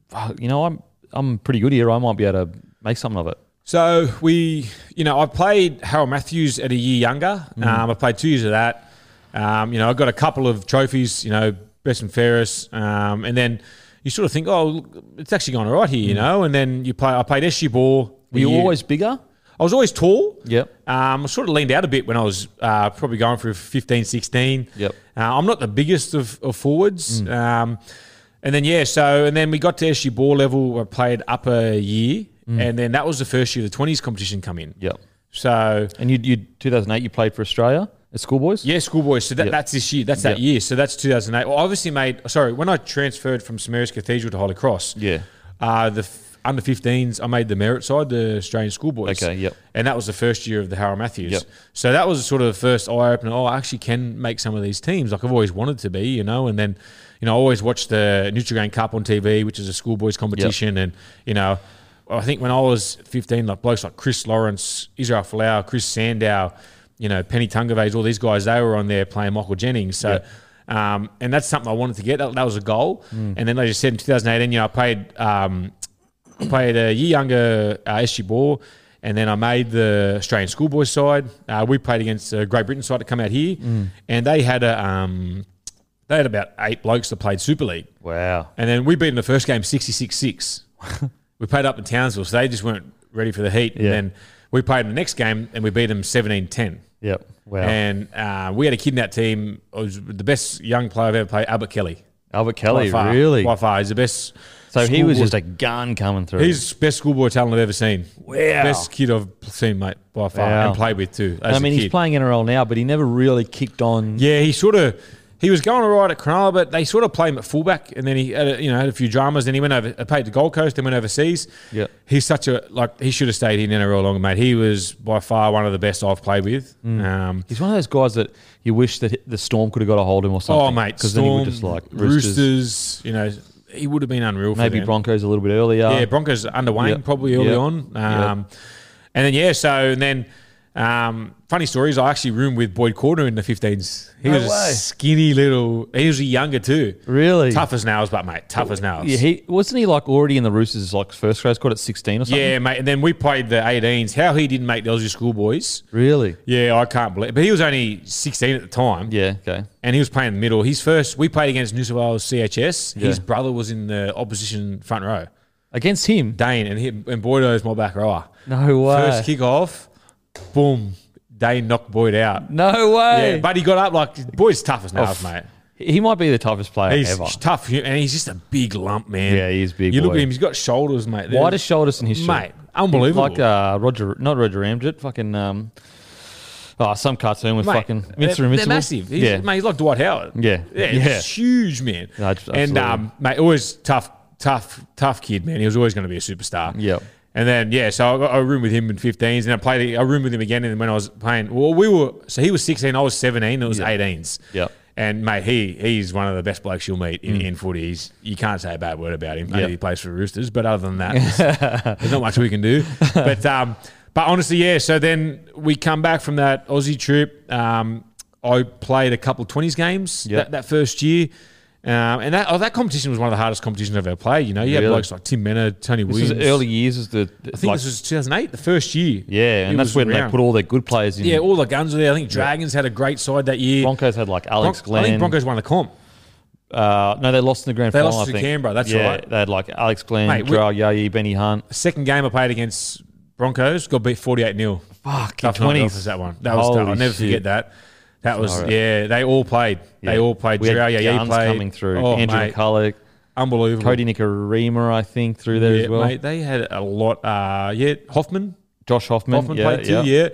Speaker 2: "Fuck, You know, I'm I'm pretty good here. I might be able to make something of it.
Speaker 3: So we, you know, I played Harold Matthews at a year younger.
Speaker 2: Mm.
Speaker 3: Um, I played two years of that. Um, you know, I got a couple of trophies. You know, best and fairest. Um, and then you sort of think, oh, look, it's actually gone all right here. You know, and then you play. I played SU ball.
Speaker 2: Mm. Were you always bigger?
Speaker 3: I was always tall.
Speaker 2: Yep.
Speaker 3: Um, I sort of leaned out a bit when I was uh, probably going through 15, 16.
Speaker 2: Yep. Mm.
Speaker 3: Uh, I'm not the biggest of, of forwards. Um, and then, yeah, so, and then we got to SU ball level. I played upper year. And then that was the first year the 20s competition come in.
Speaker 2: Mm. Yep.
Speaker 3: So,
Speaker 2: And you, you 2008, you played for Australia at schoolboys.
Speaker 3: yeah, schoolboys. So that,
Speaker 2: Yep.
Speaker 3: that's this year. That's that
Speaker 2: Yep.
Speaker 3: year. So that's 2008. Well, obviously, made, sorry, when I transferred from St Mary's Cathedral to Holy Cross,
Speaker 2: Yeah.
Speaker 3: uh, the f- under 15s, I made the merit side, the Australian schoolboys.
Speaker 2: Okay, yep.
Speaker 3: And that was the first year of the Harold Matthews.
Speaker 2: Yep.
Speaker 3: So that was sort of the first eye opener. Oh, I actually can make some of these teams. Like I've always wanted to be, you know. And then, you know, I always watched the Nutrigrain Cup on TV, which is a schoolboys competition. And, you know, I think when I was 15, like blokes like Chris Lawrence, Israel Folau, Chris Sandow, you know, Penny Tungavays, all these guys, they were on there playing Michael Jennings. So, um, and that's something I wanted to get. That, that was a goal.
Speaker 2: Mm.
Speaker 3: And then they just said in 2018, you know, I played um, played a year younger uh, SG Ball, and then I made the Australian schoolboy side. Uh, we played against a Great Britain side to come out here,
Speaker 2: Mm.
Speaker 3: and they had a um, they had about eight blokes that played Super League,
Speaker 2: Wow.
Speaker 3: and then we beat them the first game 66-6. we played up in Townsville, so they just weren't ready for the heat.
Speaker 2: Yeah.
Speaker 3: And then we played them the next game, and we beat them 17-10.
Speaker 2: Yep. Wow.
Speaker 3: And uh, we had a kid in that team. It was the best young player I've ever played, Albert Kelly.
Speaker 2: Albert
Speaker 3: By
Speaker 2: Kelly,
Speaker 3: far,
Speaker 2: really?
Speaker 3: By far, he's the best.
Speaker 2: So he was
Speaker 3: schoolboy
Speaker 2: just a gun coming through.
Speaker 3: He's the best schoolboy talent I've ever seen.
Speaker 2: Wow.
Speaker 3: Best kid I've seen, mate, by far,
Speaker 2: Wow.
Speaker 3: and played with too. As
Speaker 2: I mean,
Speaker 3: a kid.
Speaker 2: he's playing NRL now, but he never really kicked on.
Speaker 3: Yeah, he sort of. he was going all right at Cronulla, but they sort of play him at fullback, and then he had a, you know had a few dramas. Then he went over, uh, played the Gold Coast, then went overseas.
Speaker 2: Yeah.
Speaker 3: he's such a like he should have stayed in NRL longer, mate. He was by far one of the best I've played with.
Speaker 2: Mm.
Speaker 3: Um,
Speaker 2: He's one of those guys that you wish that the Storm could have got a hold of him or something.
Speaker 3: oh, mate,
Speaker 2: because then he
Speaker 3: Storm,
Speaker 2: would just like
Speaker 3: Roosters,
Speaker 2: Roosters,
Speaker 3: you know, he would have been unreal. For
Speaker 2: maybe
Speaker 3: them.
Speaker 2: Broncos a little bit earlier.
Speaker 3: Yeah, Broncos under Wayne
Speaker 2: Yep.
Speaker 3: probably early
Speaker 2: Yep.
Speaker 3: on. Um, And then, yeah, so, and then, um, funny stories, I actually roomed with Boyd Corner in the 15s. He
Speaker 2: No
Speaker 3: was
Speaker 2: way.
Speaker 3: a skinny little, he was a younger too.
Speaker 2: really
Speaker 3: Tough as nails, but mate, tough as nails.
Speaker 2: Yeah, he wasn't he like already in the Roosters like first grade squad at sixteen or something.
Speaker 3: Yeah, mate. And then we played the 18s. How he didn't make the Aussie schoolboys.
Speaker 2: really.
Speaker 3: Yeah, I can't believe. But he was only 16 at the time.
Speaker 2: Yeah, okay.
Speaker 3: and he was playing in the middle. His first, we played against New South Wales CHS. His
Speaker 2: Yeah.
Speaker 3: brother was in the opposition front row,
Speaker 2: Against him?
Speaker 3: Dane, and he, and Boydo's my back rower.
Speaker 2: No way.
Speaker 3: First kick off, boom, Dane knocked Boyd out.
Speaker 2: No way.
Speaker 3: Yeah, but he got up like Boyd's tough as nails,
Speaker 2: f-
Speaker 3: mate.
Speaker 2: he might be the toughest player
Speaker 3: He's
Speaker 2: ever.
Speaker 3: tough, and he's just a big lump, man.
Speaker 2: Yeah, he is big,
Speaker 3: You look
Speaker 2: Boyd.
Speaker 3: at him; he's got shoulders, mate. They're-
Speaker 2: Widest shoulders in history,
Speaker 3: Mate, unbelievable.
Speaker 2: Like uh, Roger, not Roger Ramjet, fucking um, oh, some cartoon with
Speaker 3: Mate,
Speaker 2: fucking Mr.
Speaker 3: they're,
Speaker 2: Invincible.
Speaker 3: they're massive. He's,
Speaker 2: yeah,
Speaker 3: mate, he's like Dwight Howard.
Speaker 2: Yeah.
Speaker 3: yeah,
Speaker 2: Yeah.
Speaker 3: He's huge man.
Speaker 2: No, abs-
Speaker 3: and
Speaker 2: absolutely.
Speaker 3: um, mate, always tough, tough, tough kid, man. He was always going to be a superstar.
Speaker 2: Yep.
Speaker 3: And then yeah, so I got a room with him in 15s, and I played. I roomed with him again, and then when I was playing, well, we were so he was 16, I was 17, it was 18s.
Speaker 2: Yep.
Speaker 3: And mate, he he's one of the best blokes you'll meet
Speaker 2: Hmm.
Speaker 3: in, in footy. He's, you can't say a bad word about him. Maybe
Speaker 2: Yep.
Speaker 3: he plays for the Roosters, but other than that, there's- there's not much we can do. But um, but honestly, yeah. So then we come back from that Aussie trip. Um, I played a couple twenties games
Speaker 2: Yep.
Speaker 3: that, that first year. Um, and that oh, that competition was one of the hardest competitions I've ever played. You know, you had
Speaker 2: Really?
Speaker 3: blokes like Tim Menner, Tony
Speaker 2: this
Speaker 3: Williams.
Speaker 2: was early years. Is the
Speaker 3: I think this was 2008, the first year. He
Speaker 2: yeah, and that's
Speaker 3: was
Speaker 2: when
Speaker 3: around.
Speaker 2: they put all their good players in.
Speaker 3: yeah, all the guns were there. I think Dragons had a great side that year.
Speaker 2: Broncos had like Alex
Speaker 3: Bron- I think
Speaker 2: Glenn.
Speaker 3: Broncos won the comp.
Speaker 2: uh, no, they lost in the grand
Speaker 3: They
Speaker 2: final.
Speaker 3: lost to
Speaker 2: I think.
Speaker 3: Canberra, that's
Speaker 2: yeah,
Speaker 3: right.
Speaker 2: They had like Alex Glenn,
Speaker 3: Mate, we-
Speaker 2: Gerard Yayi, Benny Hunt.
Speaker 3: Second game I played against Broncos, got beat 48 0.
Speaker 2: Fuck,
Speaker 3: Tough night out was that one. That was tough. I'll
Speaker 2: Holy
Speaker 3: never
Speaker 2: shit.
Speaker 3: forget that. That was,
Speaker 2: Alright.
Speaker 3: yeah, they all played. They
Speaker 2: Yeah.
Speaker 3: all played.
Speaker 2: We had
Speaker 3: Gerard, yeah, he
Speaker 2: guns
Speaker 3: played.
Speaker 2: coming through.
Speaker 3: Oh,
Speaker 2: Andrew
Speaker 3: mate,
Speaker 2: McCulloch,
Speaker 3: unbelievable.
Speaker 2: Cody Nikarima, I think, through there
Speaker 3: yeah,
Speaker 2: as well.
Speaker 3: mate, they had a lot. Uh, yeah, Hoffman.
Speaker 2: Josh Hoffman,
Speaker 3: Hoffman
Speaker 2: yeah,
Speaker 3: played too, yeah.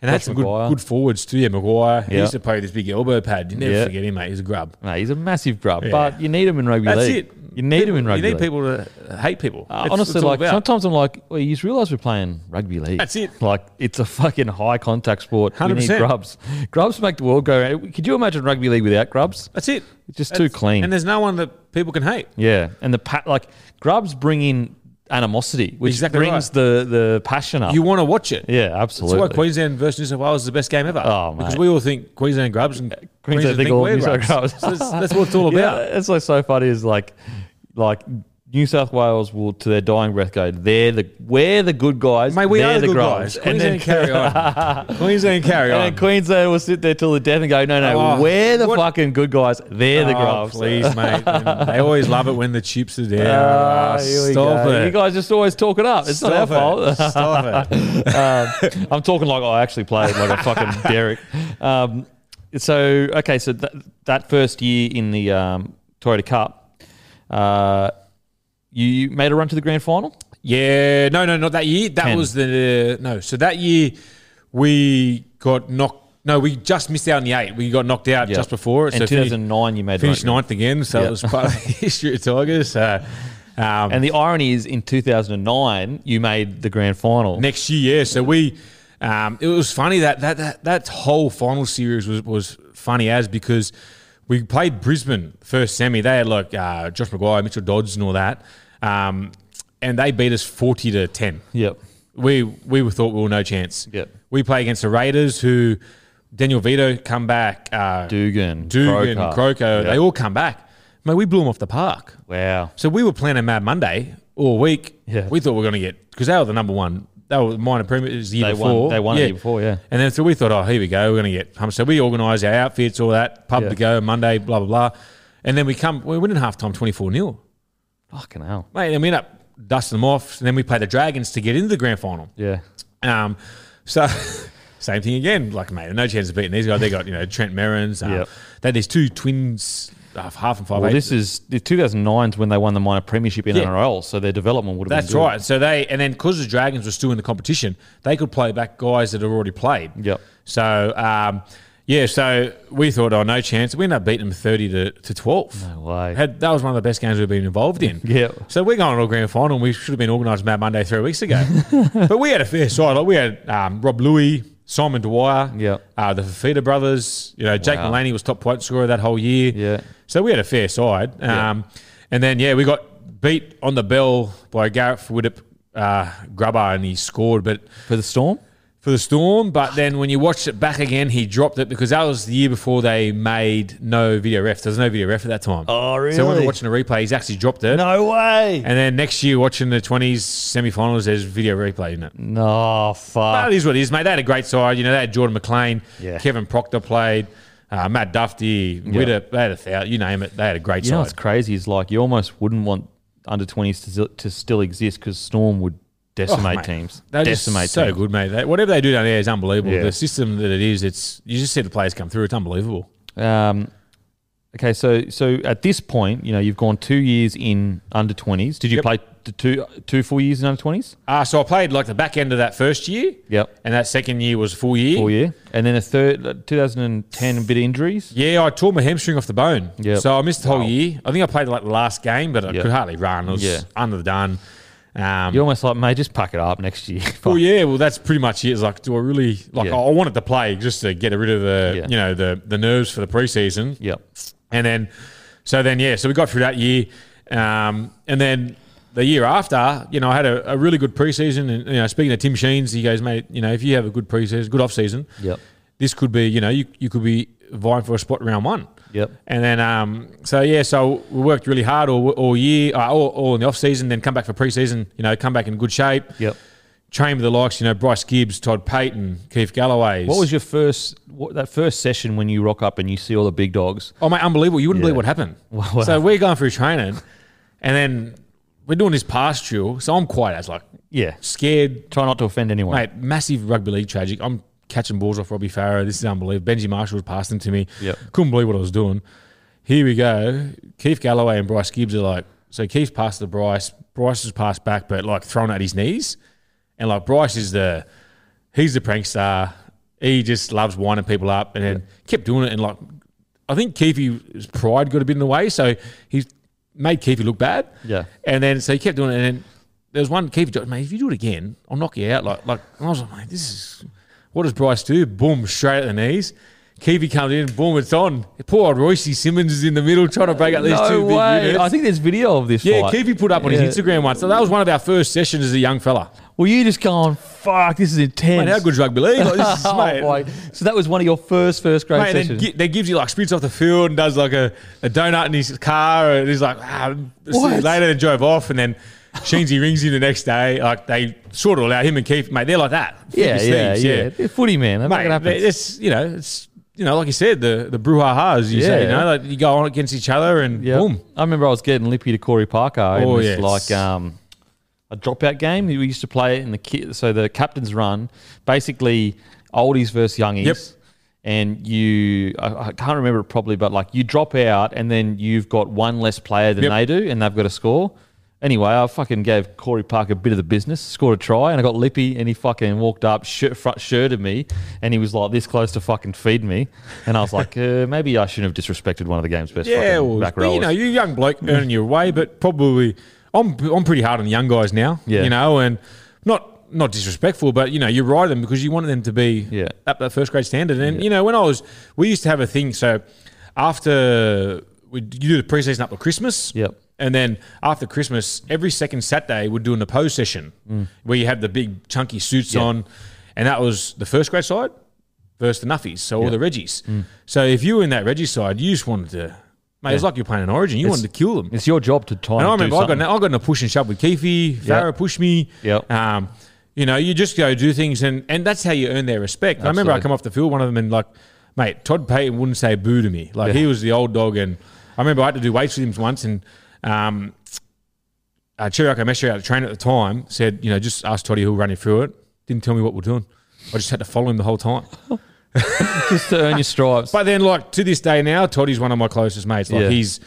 Speaker 3: And they had
Speaker 2: Josh
Speaker 3: some good,
Speaker 2: Maguire.
Speaker 3: good forwards too. Yeah, Maguire. He
Speaker 2: Yeah.
Speaker 3: used to play with this big elbow pad. You never
Speaker 2: Yeah.
Speaker 3: forget him, mate. He's a grub.
Speaker 2: Mate, he's a massive grub,
Speaker 3: Yeah.
Speaker 2: but you need him in rugby
Speaker 3: That's
Speaker 2: league.
Speaker 3: it.
Speaker 2: You need him in
Speaker 3: People-
Speaker 2: rugby
Speaker 3: You need
Speaker 2: league.
Speaker 3: people to hate people.
Speaker 2: Uh,
Speaker 3: That's
Speaker 2: honestly,
Speaker 3: what it's all
Speaker 2: like
Speaker 3: about.
Speaker 2: sometimes I'm like, well, you just realise we're playing rugby league.
Speaker 3: That's it.
Speaker 2: Like it's a fucking high contact sport. We need
Speaker 3: 100%.
Speaker 2: grubs. Grubs make the world go round. Could you imagine rugby league without grubs?
Speaker 3: that's it.
Speaker 2: It's just
Speaker 3: That's-
Speaker 2: too clean.
Speaker 3: And there's no one that people can hate.
Speaker 2: yeah, and the pa- like grubs bring in animosity, which
Speaker 3: Exactly
Speaker 2: brings
Speaker 3: right.
Speaker 2: the the passion up.
Speaker 3: You want to watch it.
Speaker 2: yeah,
Speaker 3: That's
Speaker 2: absolutely.
Speaker 3: why Queensland versus New South Wales is the best game ever.
Speaker 2: Oh,
Speaker 3: Because
Speaker 2: mate.
Speaker 3: we all think Queensland grubs and Queensland think,
Speaker 2: all
Speaker 3: we're
Speaker 2: New South
Speaker 3: grubs.
Speaker 2: Wales.
Speaker 3: So that's, that's what it's all
Speaker 2: Yeah,
Speaker 3: about.
Speaker 2: that's what's so funny is like, like New South Wales will to their dying breath go. They're the we're the good guys.
Speaker 3: Mate, we
Speaker 2: they're
Speaker 3: are the good
Speaker 2: grubs."
Speaker 3: guys. Queensland carry on. Queensland carry
Speaker 2: And then
Speaker 3: on.
Speaker 2: Queensland will sit there till the death and go, no, no,
Speaker 3: Oh,
Speaker 2: we're the
Speaker 3: what-
Speaker 2: fucking good guys. They're the
Speaker 3: Oh,
Speaker 2: grubs.
Speaker 3: please, mate. And they always love it when the chips are there.
Speaker 2: Ah,
Speaker 3: Ah,
Speaker 2: here we
Speaker 3: stop
Speaker 2: go.
Speaker 3: it.
Speaker 2: You guys just always talk it up. It's
Speaker 3: stop
Speaker 2: not our
Speaker 3: it.
Speaker 2: fault.
Speaker 3: Stop it.
Speaker 2: um, I'm talking like I actually played like a fucking Derek. Um, so okay, so that that first year in the um, Toyota Cup, uh, you, you made a run to the grand final.
Speaker 3: Yeah, no, no, not that year. That
Speaker 2: Ten.
Speaker 3: was the no. So that year we got knocked. No, we just missed out on the eight. We got knocked out
Speaker 2: Yeah.
Speaker 3: just before it.
Speaker 2: In
Speaker 3: so finished,
Speaker 2: 2009, you made
Speaker 3: finished
Speaker 2: the run.
Speaker 3: ninth again. So
Speaker 2: Yeah.
Speaker 3: it was part of the history of Tigers. So, um,
Speaker 2: And the irony is, in 2009, you made the grand final.
Speaker 3: next year. Yeah, so we. Um, it was funny that that that that whole final series was was funny as because we played Brisbane first semi. They had like uh, Josh Maguire, Mitchell Dodds, and all that, um, and they beat us forty to ten.
Speaker 2: Yep.
Speaker 3: We we were thought we were no chance.
Speaker 2: Yep.
Speaker 3: We play against the Raiders, who Daniel Vito come back, uh,
Speaker 2: Dugan,
Speaker 3: Dugan, Croker,
Speaker 2: Croker. Yep.
Speaker 3: they all come back. Mate, we blew them off the park.
Speaker 2: Wow.
Speaker 3: So we were planning Mad Monday all week.
Speaker 2: Yeah.
Speaker 3: We thought we were going to get because they were the number one. They were minor premiers the year
Speaker 2: They won-
Speaker 3: before.
Speaker 2: they won the year before, yeah.
Speaker 3: And then so we thought, oh, here we go, we're going to get pumped. So we organised our outfits, all that, pub
Speaker 2: Yeah.
Speaker 3: to go Monday, blah blah blah. And then we come, we win in half time, twenty four 0
Speaker 2: Fucking hell.
Speaker 3: Mate, and we end up dusting them off. And then we play the Dragons to get into the grand final.
Speaker 2: Yeah.
Speaker 3: Um, so same thing again. Like, mate, no chance of beating these guys. They got you know Trent Merrins. Um,
Speaker 2: Yep.
Speaker 3: They had these two twins, half, half and five.
Speaker 2: Well,
Speaker 3: eight.
Speaker 2: this is the 2009 is when they won the minor premiership in
Speaker 3: Yeah.
Speaker 2: NRL, so their development would have
Speaker 3: That's
Speaker 2: been good.
Speaker 3: right. So they and then because the Dragons were still in the competition, they could play back guys that had already played.
Speaker 2: Yep.
Speaker 3: So um, Yeah, so we thought, oh, no chance. We ended up beating them 30 to, to 12.
Speaker 2: No way.
Speaker 3: Had, that was one of the best games we've been involved in.
Speaker 2: Yeah.
Speaker 3: So we're going to a grand final. and We should have been organised Mad Monday three weeks ago. but we had a fair side. Like we had um, Rob Louis, Simon Dwyer,
Speaker 2: Yeah.
Speaker 3: uh, the Fafita brothers. You know, Jake
Speaker 2: Wow.
Speaker 3: Mullaney was top point scorer that whole year.
Speaker 2: Yeah.
Speaker 3: So we had a fair side. Um, And then, yeah, we got beat on the bell by Garrett Widdup uh, Grubber and he scored. But
Speaker 2: For the Storm?
Speaker 3: for the Storm, but then when you watched it back again, he dropped it because that was the year before they made no video ref. There was no video ref at that time.
Speaker 2: Oh,
Speaker 3: So when
Speaker 2: really?
Speaker 3: we're watching the replay, he's actually dropped it.
Speaker 2: No way.
Speaker 3: And then next year, watching the 20s semi-finals, there's video replay in it.
Speaker 2: Mm. No,
Speaker 3: But
Speaker 2: fuck.
Speaker 3: it is what it is, mate. They had a great side. You know, they had Jordan McLean,
Speaker 2: Yeah.
Speaker 3: Kevin Proctor played, uh, Matt Duffy, Widdup, they had a thousand, you name it. They had a great
Speaker 2: You know
Speaker 3: side.
Speaker 2: what's crazy is like you almost wouldn't want under 20s to, zi- to still exist because Storm would decimate
Speaker 3: Oh, mate.
Speaker 2: teams.
Speaker 3: They're just
Speaker 2: decimate
Speaker 3: so
Speaker 2: teams.
Speaker 3: good, mate. They, whatever they do down there is unbelievable.
Speaker 2: Yeah.
Speaker 3: The system that it is, it's you just see the players come through. It's unbelievable.
Speaker 2: Um, okay, so so at this point, you know, you've gone two years in under 20s. Did you
Speaker 3: Yep.
Speaker 2: play t- two two full years in under 20s?
Speaker 3: Uh, so I played like the back end of that first year.
Speaker 2: Yep.
Speaker 3: And that second year was full year.
Speaker 2: Full year, and then a third, uh, like, 2010 bit injuries.
Speaker 3: Yeah, I tore my hamstring off the bone.
Speaker 2: Yep.
Speaker 3: So I missed the whole year. I think I played like the last game, but I
Speaker 2: Yep.
Speaker 3: could hardly run. I was
Speaker 2: Yeah.
Speaker 3: underdone. Um,
Speaker 2: You're almost like, mate, just pack it up next year.
Speaker 3: well, yeah, well, that's pretty much it. It's like, do I really like?
Speaker 2: Yeah.
Speaker 3: I I wanted to play just to get rid of the,
Speaker 2: Yeah.
Speaker 3: you know, the the nerves for the preseason.
Speaker 2: Yep.
Speaker 3: And then, so then, yeah, so we got through that year. Um, and then the year after, you know, I had a, a really good preseason. And, you know, speaking of Tim Sheens, he goes, mate, you know, if you have a good preseason, good off season,
Speaker 2: Yep.
Speaker 3: this could be, you know, you, you could be vying for a spot round one.
Speaker 2: Yep.
Speaker 3: And then, um, so yeah, so we worked really hard all, all year, uh, all, all in the off season, then come back for preseason, you know, come back in good shape.
Speaker 2: Yep.
Speaker 3: Train with the likes, you know, Bryce Gibbs, Todd Payton, Keith Galloway.
Speaker 2: What was your first what, that first session when you rock up and you see all the big dogs?
Speaker 3: Oh, mate, unbelievable. You wouldn't
Speaker 2: Yeah.
Speaker 3: believe what happened.
Speaker 2: Wow.
Speaker 3: So we're going through training and then we're doing this pass drill. So I'm quiet. I was like
Speaker 2: Yeah,
Speaker 3: scared,
Speaker 2: try not to offend anyone.
Speaker 3: mate, massive rugby league tragic. I'm catching balls off Robbie Farrow. This is unbelievable. Benji Marshall was passing to me.
Speaker 2: Yep.
Speaker 3: Couldn't believe what I was doing. Here we go. Keith Galloway and Bryce Gibbs are like, so Keith passed to Bryce. Bryce was passed back, but like thrown at his knees. And like Bryce is the, he's the prank star. He just loves winding people up and then kept doing it. And like, I think Keith's pride got a bit in the way. So he made Keefe look bad.
Speaker 2: Yeah.
Speaker 3: And then so he kept doing it, and then there was one keeper. Mate, if you do it again, I'll knock you out. Like, like and I was like, mate, this is what does Bryce do? Boom, straight at the knees. Keefe comes in, boom, it's on. Poor old Royce Simmons is in the middle trying to break up these two big units.
Speaker 2: I think there's video of this.
Speaker 3: yeah,
Speaker 2: fight.
Speaker 3: Keefe put up on
Speaker 2: Yeah.
Speaker 3: his Instagram once. So that was one of our first sessions as a young fella.
Speaker 2: Well, you just going, fuck, this is intense.
Speaker 3: Mate, how good's rugby league? Like, this is,
Speaker 2: Oh,
Speaker 3: mate,
Speaker 2: boy. So that was one of your first first grade
Speaker 3: Mate, then
Speaker 2: sessions.
Speaker 3: gi- then gives you like sprints off the field and does like a, a donut in his car and he's like, ah, see you
Speaker 2: What?
Speaker 3: later and drove off and then Sheensy rings him the next day. Like they sort of allow him and Keith, mate, they're like that.
Speaker 2: yeah,
Speaker 3: Thick as
Speaker 2: yeah,
Speaker 3: thieves,
Speaker 2: yeah, They're Footy man, that fucking
Speaker 3: Mate,
Speaker 2: happens.
Speaker 3: they- it's you know, it's you know, like you said, the the brouhaha as you say, you
Speaker 2: Yeah.
Speaker 3: know, like you go on against each other and
Speaker 2: Yep.
Speaker 3: boom.
Speaker 2: I remember I was getting lippy to Corey Parker.
Speaker 3: Oh,
Speaker 2: Oh,
Speaker 3: yes.
Speaker 2: like um, a dropout game. We used to play it in the ki- so the captain's run, basically oldies versus youngies.
Speaker 3: Yep.
Speaker 2: And you, I, I can't remember it properly, but like you drop out, and then you've got one less player than
Speaker 3: Yep.
Speaker 2: they do, and they've got to score. Anyway, I fucking gave Corey Parker a bit of the business, scored a try, and I got lippy, and he fucking walked up, shirt, front shirted me, and he was like this close to fucking feed me, and I was like, uh, maybe I shouldn't have disrespected one of the game's best.
Speaker 3: Yeah,
Speaker 2: fucking
Speaker 3: well,
Speaker 2: back
Speaker 3: but, you
Speaker 2: rowers.
Speaker 3: know, you're a young bloke earning your way, but probably I'm I'm pretty hard on the young guys now.
Speaker 2: Yeah.
Speaker 3: You know, and not not disrespectful, but you know, you ride them because you wanted them to be
Speaker 2: Yeah.
Speaker 3: up that first grade standard. And you know, when I was we used to have a thing, so after we you do the preseason up to Christmas.
Speaker 2: Yep.
Speaker 3: And then after Christmas, every second Saturday we're doing the pose session where you have the big chunky suits
Speaker 2: Mm. Yeah.
Speaker 3: on. And that was the first grade side versus the Nuffies, so all the Reggies.
Speaker 2: Mm.
Speaker 3: So if you were in that Reggie side, you just wanted to, mate, it's like you're playing an Origin. You
Speaker 2: It's-
Speaker 3: wanted to kill them.
Speaker 2: It's your job to time.
Speaker 3: And I
Speaker 2: to do
Speaker 3: remember I got, in,
Speaker 2: something.
Speaker 3: I got in a push and shove with Keefe, Farah pushed me.
Speaker 2: Yep.
Speaker 3: Um, you know, you just go do things, and, and that's how you earn their respect. I remember I
Speaker 2: Absolutely.
Speaker 3: come off the field, one of them, and like, mate, Todd Payton wouldn't say boo to me. Like,
Speaker 2: Yeah.
Speaker 3: he was the old dog, and I remember I had to do weights with him once, and um, uh, Chiriako Mesher, our trainer at the time, said, you know, just ask Toddy who'll run you through it. Didn't tell me what we're doing. I just had to follow him the whole time.
Speaker 2: just to earn your stripes.
Speaker 3: But then, like to this day now, Toddy's one of my closest mates. Like
Speaker 2: Yeah.
Speaker 3: he's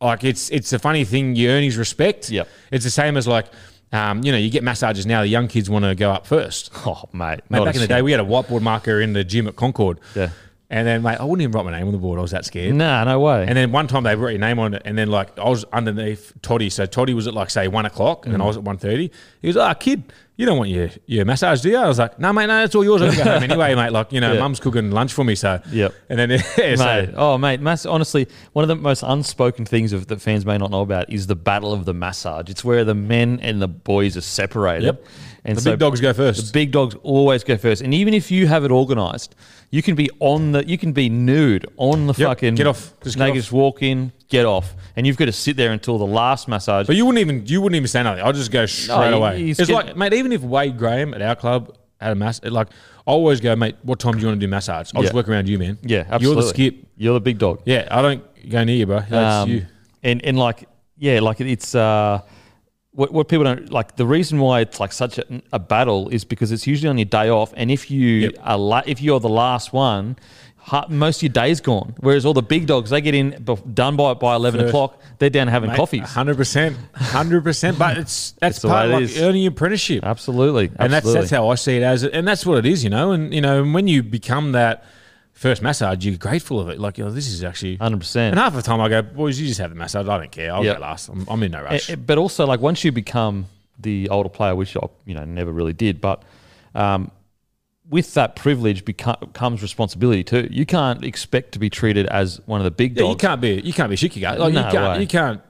Speaker 3: like it's it's a funny thing. You earn his respect.
Speaker 2: Yep.
Speaker 3: It's the same as like um, you know you get massages now. The young kids want to go up first.
Speaker 2: oh, mate,
Speaker 3: Mate,
Speaker 2: not
Speaker 3: back
Speaker 2: a
Speaker 3: in the day,
Speaker 2: chance.
Speaker 3: we had a whiteboard marker in the gym at Concord.
Speaker 2: Yeah.
Speaker 3: And then, mate, I wouldn't even write my name on the board. I was that scared.
Speaker 2: Nah, no way.
Speaker 3: And then one time they wrote your name on it, and then like I was underneath Toddy, so Toddy was at like say one o'clock, and then I was at one thirty. He was like, oh, "Kid, you don't want your your massage, do you?" I was like, "No, mate, no, it's all yours. I'm gonna go home anyway, mate. Like you know,
Speaker 2: Yeah.
Speaker 3: mum's cooking lunch for me, so
Speaker 2: Yep.
Speaker 3: And then yeah,
Speaker 2: Mate,
Speaker 3: so,
Speaker 2: oh mate, mass. Honestly, one of the most unspoken things of, that fans may not know about is the battle of the massage. It's where the men and the boys are separated.
Speaker 3: Yep.
Speaker 2: And
Speaker 3: The big dogs go first.
Speaker 2: The big dogs always go first. And even if you have it organised, you can be on the, you can be nude on the
Speaker 3: Yep,
Speaker 2: fucking
Speaker 3: get off, just get
Speaker 2: naked,
Speaker 3: off.
Speaker 2: just walk in, get off, and you've got to sit there until the last massage.
Speaker 3: but you wouldn't even you wouldn't even say nothing. I'll just go straight
Speaker 2: he-
Speaker 3: away.
Speaker 2: he's
Speaker 3: It's
Speaker 2: getting-
Speaker 3: like, mate, even if Wade Graham at our club had a mass, like I always go, mate, what time do you want to do massage? I'll just
Speaker 2: Yeah.
Speaker 3: work around you, man.
Speaker 2: yeah, absolutely.
Speaker 3: You're the skip.
Speaker 2: You're the big dog.
Speaker 3: Yeah, I don't go near you, bro. That's
Speaker 2: Um,
Speaker 3: you.
Speaker 2: And and like yeah, like it's uh, what what people don't like. The reason why it's like such a, a battle is because it's usually on your day off, and if you are la- if you're the last one. ha- Most of your day's gone. Whereas all the big dogs, they get in bef- done by by eleven
Speaker 3: First.
Speaker 2: o'clock. They're down having coffees.
Speaker 3: Hundred percent, hundred percent. But it's that's
Speaker 2: the
Speaker 3: part
Speaker 2: way
Speaker 3: of
Speaker 2: it
Speaker 3: like
Speaker 2: is.
Speaker 3: earning your apprenticeship,
Speaker 2: Absolutely,
Speaker 3: and that's
Speaker 2: absolutely.
Speaker 3: that's how I see it as, and that's what it is, you know. And you know, and when you become that first massage, you're grateful of it. Like, oh, this is actually.
Speaker 2: hundred percent.
Speaker 3: And half the time, I go, boys, you just have the massage. I don't care. I'll
Speaker 2: Yep.
Speaker 3: go last. I'm, I'm in no rush.
Speaker 2: Eh, eh, But also, like once you become the older player, which I you know never really did, but um, with that privilege beco- comes responsibility too. You can't expect to be treated as one of the big
Speaker 3: yeah, you
Speaker 2: dogs.
Speaker 3: can't be you can't be a shit kicker. Like,
Speaker 2: No
Speaker 3: you can't
Speaker 2: way.
Speaker 3: you can't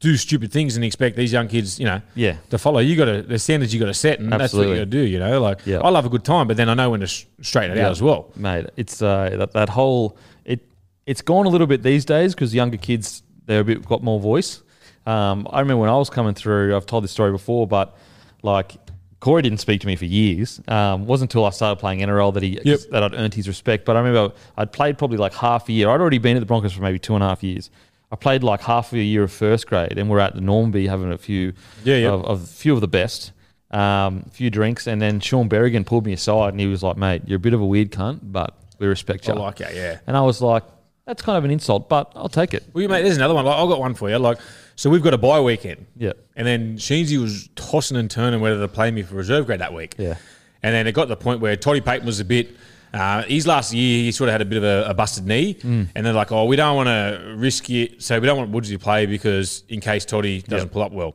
Speaker 3: do stupid things and expect these young kids, you know,
Speaker 2: Yeah.
Speaker 3: to follow. You got to the standards you got to set, and
Speaker 2: Absolutely.
Speaker 3: that's what you got to do. You know, like
Speaker 2: Yeah.
Speaker 3: I love a good time, but then I know when to s- straighten it out as well.
Speaker 2: mate. It's uh, that, that whole it it's gone a little bit these days because younger kids they're a bit got more voice. Um, I remember when I was coming through. I've told this story before, but like Corey didn't speak to me for years. Um, wasn't until I started playing NRL that he
Speaker 3: Yep.
Speaker 2: that I'd earned his respect. But I remember I'd played probably like half a year. I'd already been at the Broncos for maybe two and a half years. I played like half a year of first grade, and we're at the Normby having a few
Speaker 3: Yeah, yeah.
Speaker 2: of, of a few of the best, um, a few drinks, and then Sean Berrigan pulled me aside and he was like, "Mate, you're a bit of a weird cunt, but we respect you."
Speaker 3: I like it. Yeah.
Speaker 2: and I was like, "That's kind of an insult, but I'll take it."
Speaker 3: Well, you mate, there's another one. Like, I've got one for you. Like, so we've got a bye weekend.
Speaker 2: Yeah.
Speaker 3: And then Sheensy was tossing and turning whether to play me for reserve grade that week.
Speaker 2: Yeah.
Speaker 3: And then it got to the point where Toddy Payton was a bit. Uh, his last year, he sort of had a bit of a, a busted knee,
Speaker 2: Mm.
Speaker 3: and they're like, "Oh, we don't want to risk it, so we don't want Woodsy to play because in case Toddy doesn't pull up well."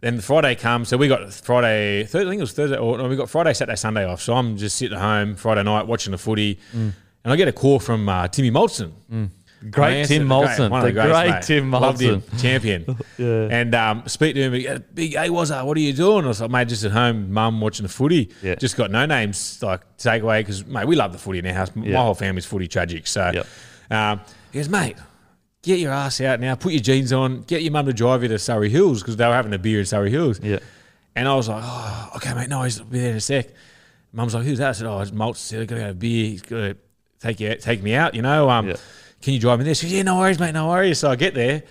Speaker 3: Then Friday comes, so we got Friday. Thir- I think it was Thursday, or no, we got Friday, Saturday, Sunday off. So I'm just sitting at home Friday night watching the footy,
Speaker 2: Mm.
Speaker 3: and I get a call from uh, Timmy Moulton.
Speaker 2: Great
Speaker 3: Man,
Speaker 2: Tim
Speaker 3: the great-
Speaker 2: Moulton,
Speaker 3: one
Speaker 2: the
Speaker 3: of
Speaker 2: great,
Speaker 3: greats, mate.
Speaker 2: Tim
Speaker 3: Loved
Speaker 2: Moulton.
Speaker 3: him, champion. And um, speak to him, he goes, big hey, was that? What are you doing? I was like, mate, just at home, mum watching the footy.
Speaker 2: Yeah.
Speaker 3: Just got no names like takeaway because mate, we love the footy in our house. M-
Speaker 2: Yeah.
Speaker 3: My whole family's footy tragic. So
Speaker 2: Yep.
Speaker 3: um, he goes, mate. Get your ass out now. Put your jeans on. Get your mum to drive you to Surrey Hills because they were having a beer in Surrey Hills.
Speaker 2: Yeah.
Speaker 3: And I was like, oh, okay, mate, no, he's will be there in a sec. Mum's like, who's that? I said, oh, it's Maltz. Said, I gotta go have a beer. He's gotta take you, take me out. You know, um,
Speaker 2: Yeah.
Speaker 3: can you drive me there? She goes, yeah, no worries, mate, no worries. So I get there,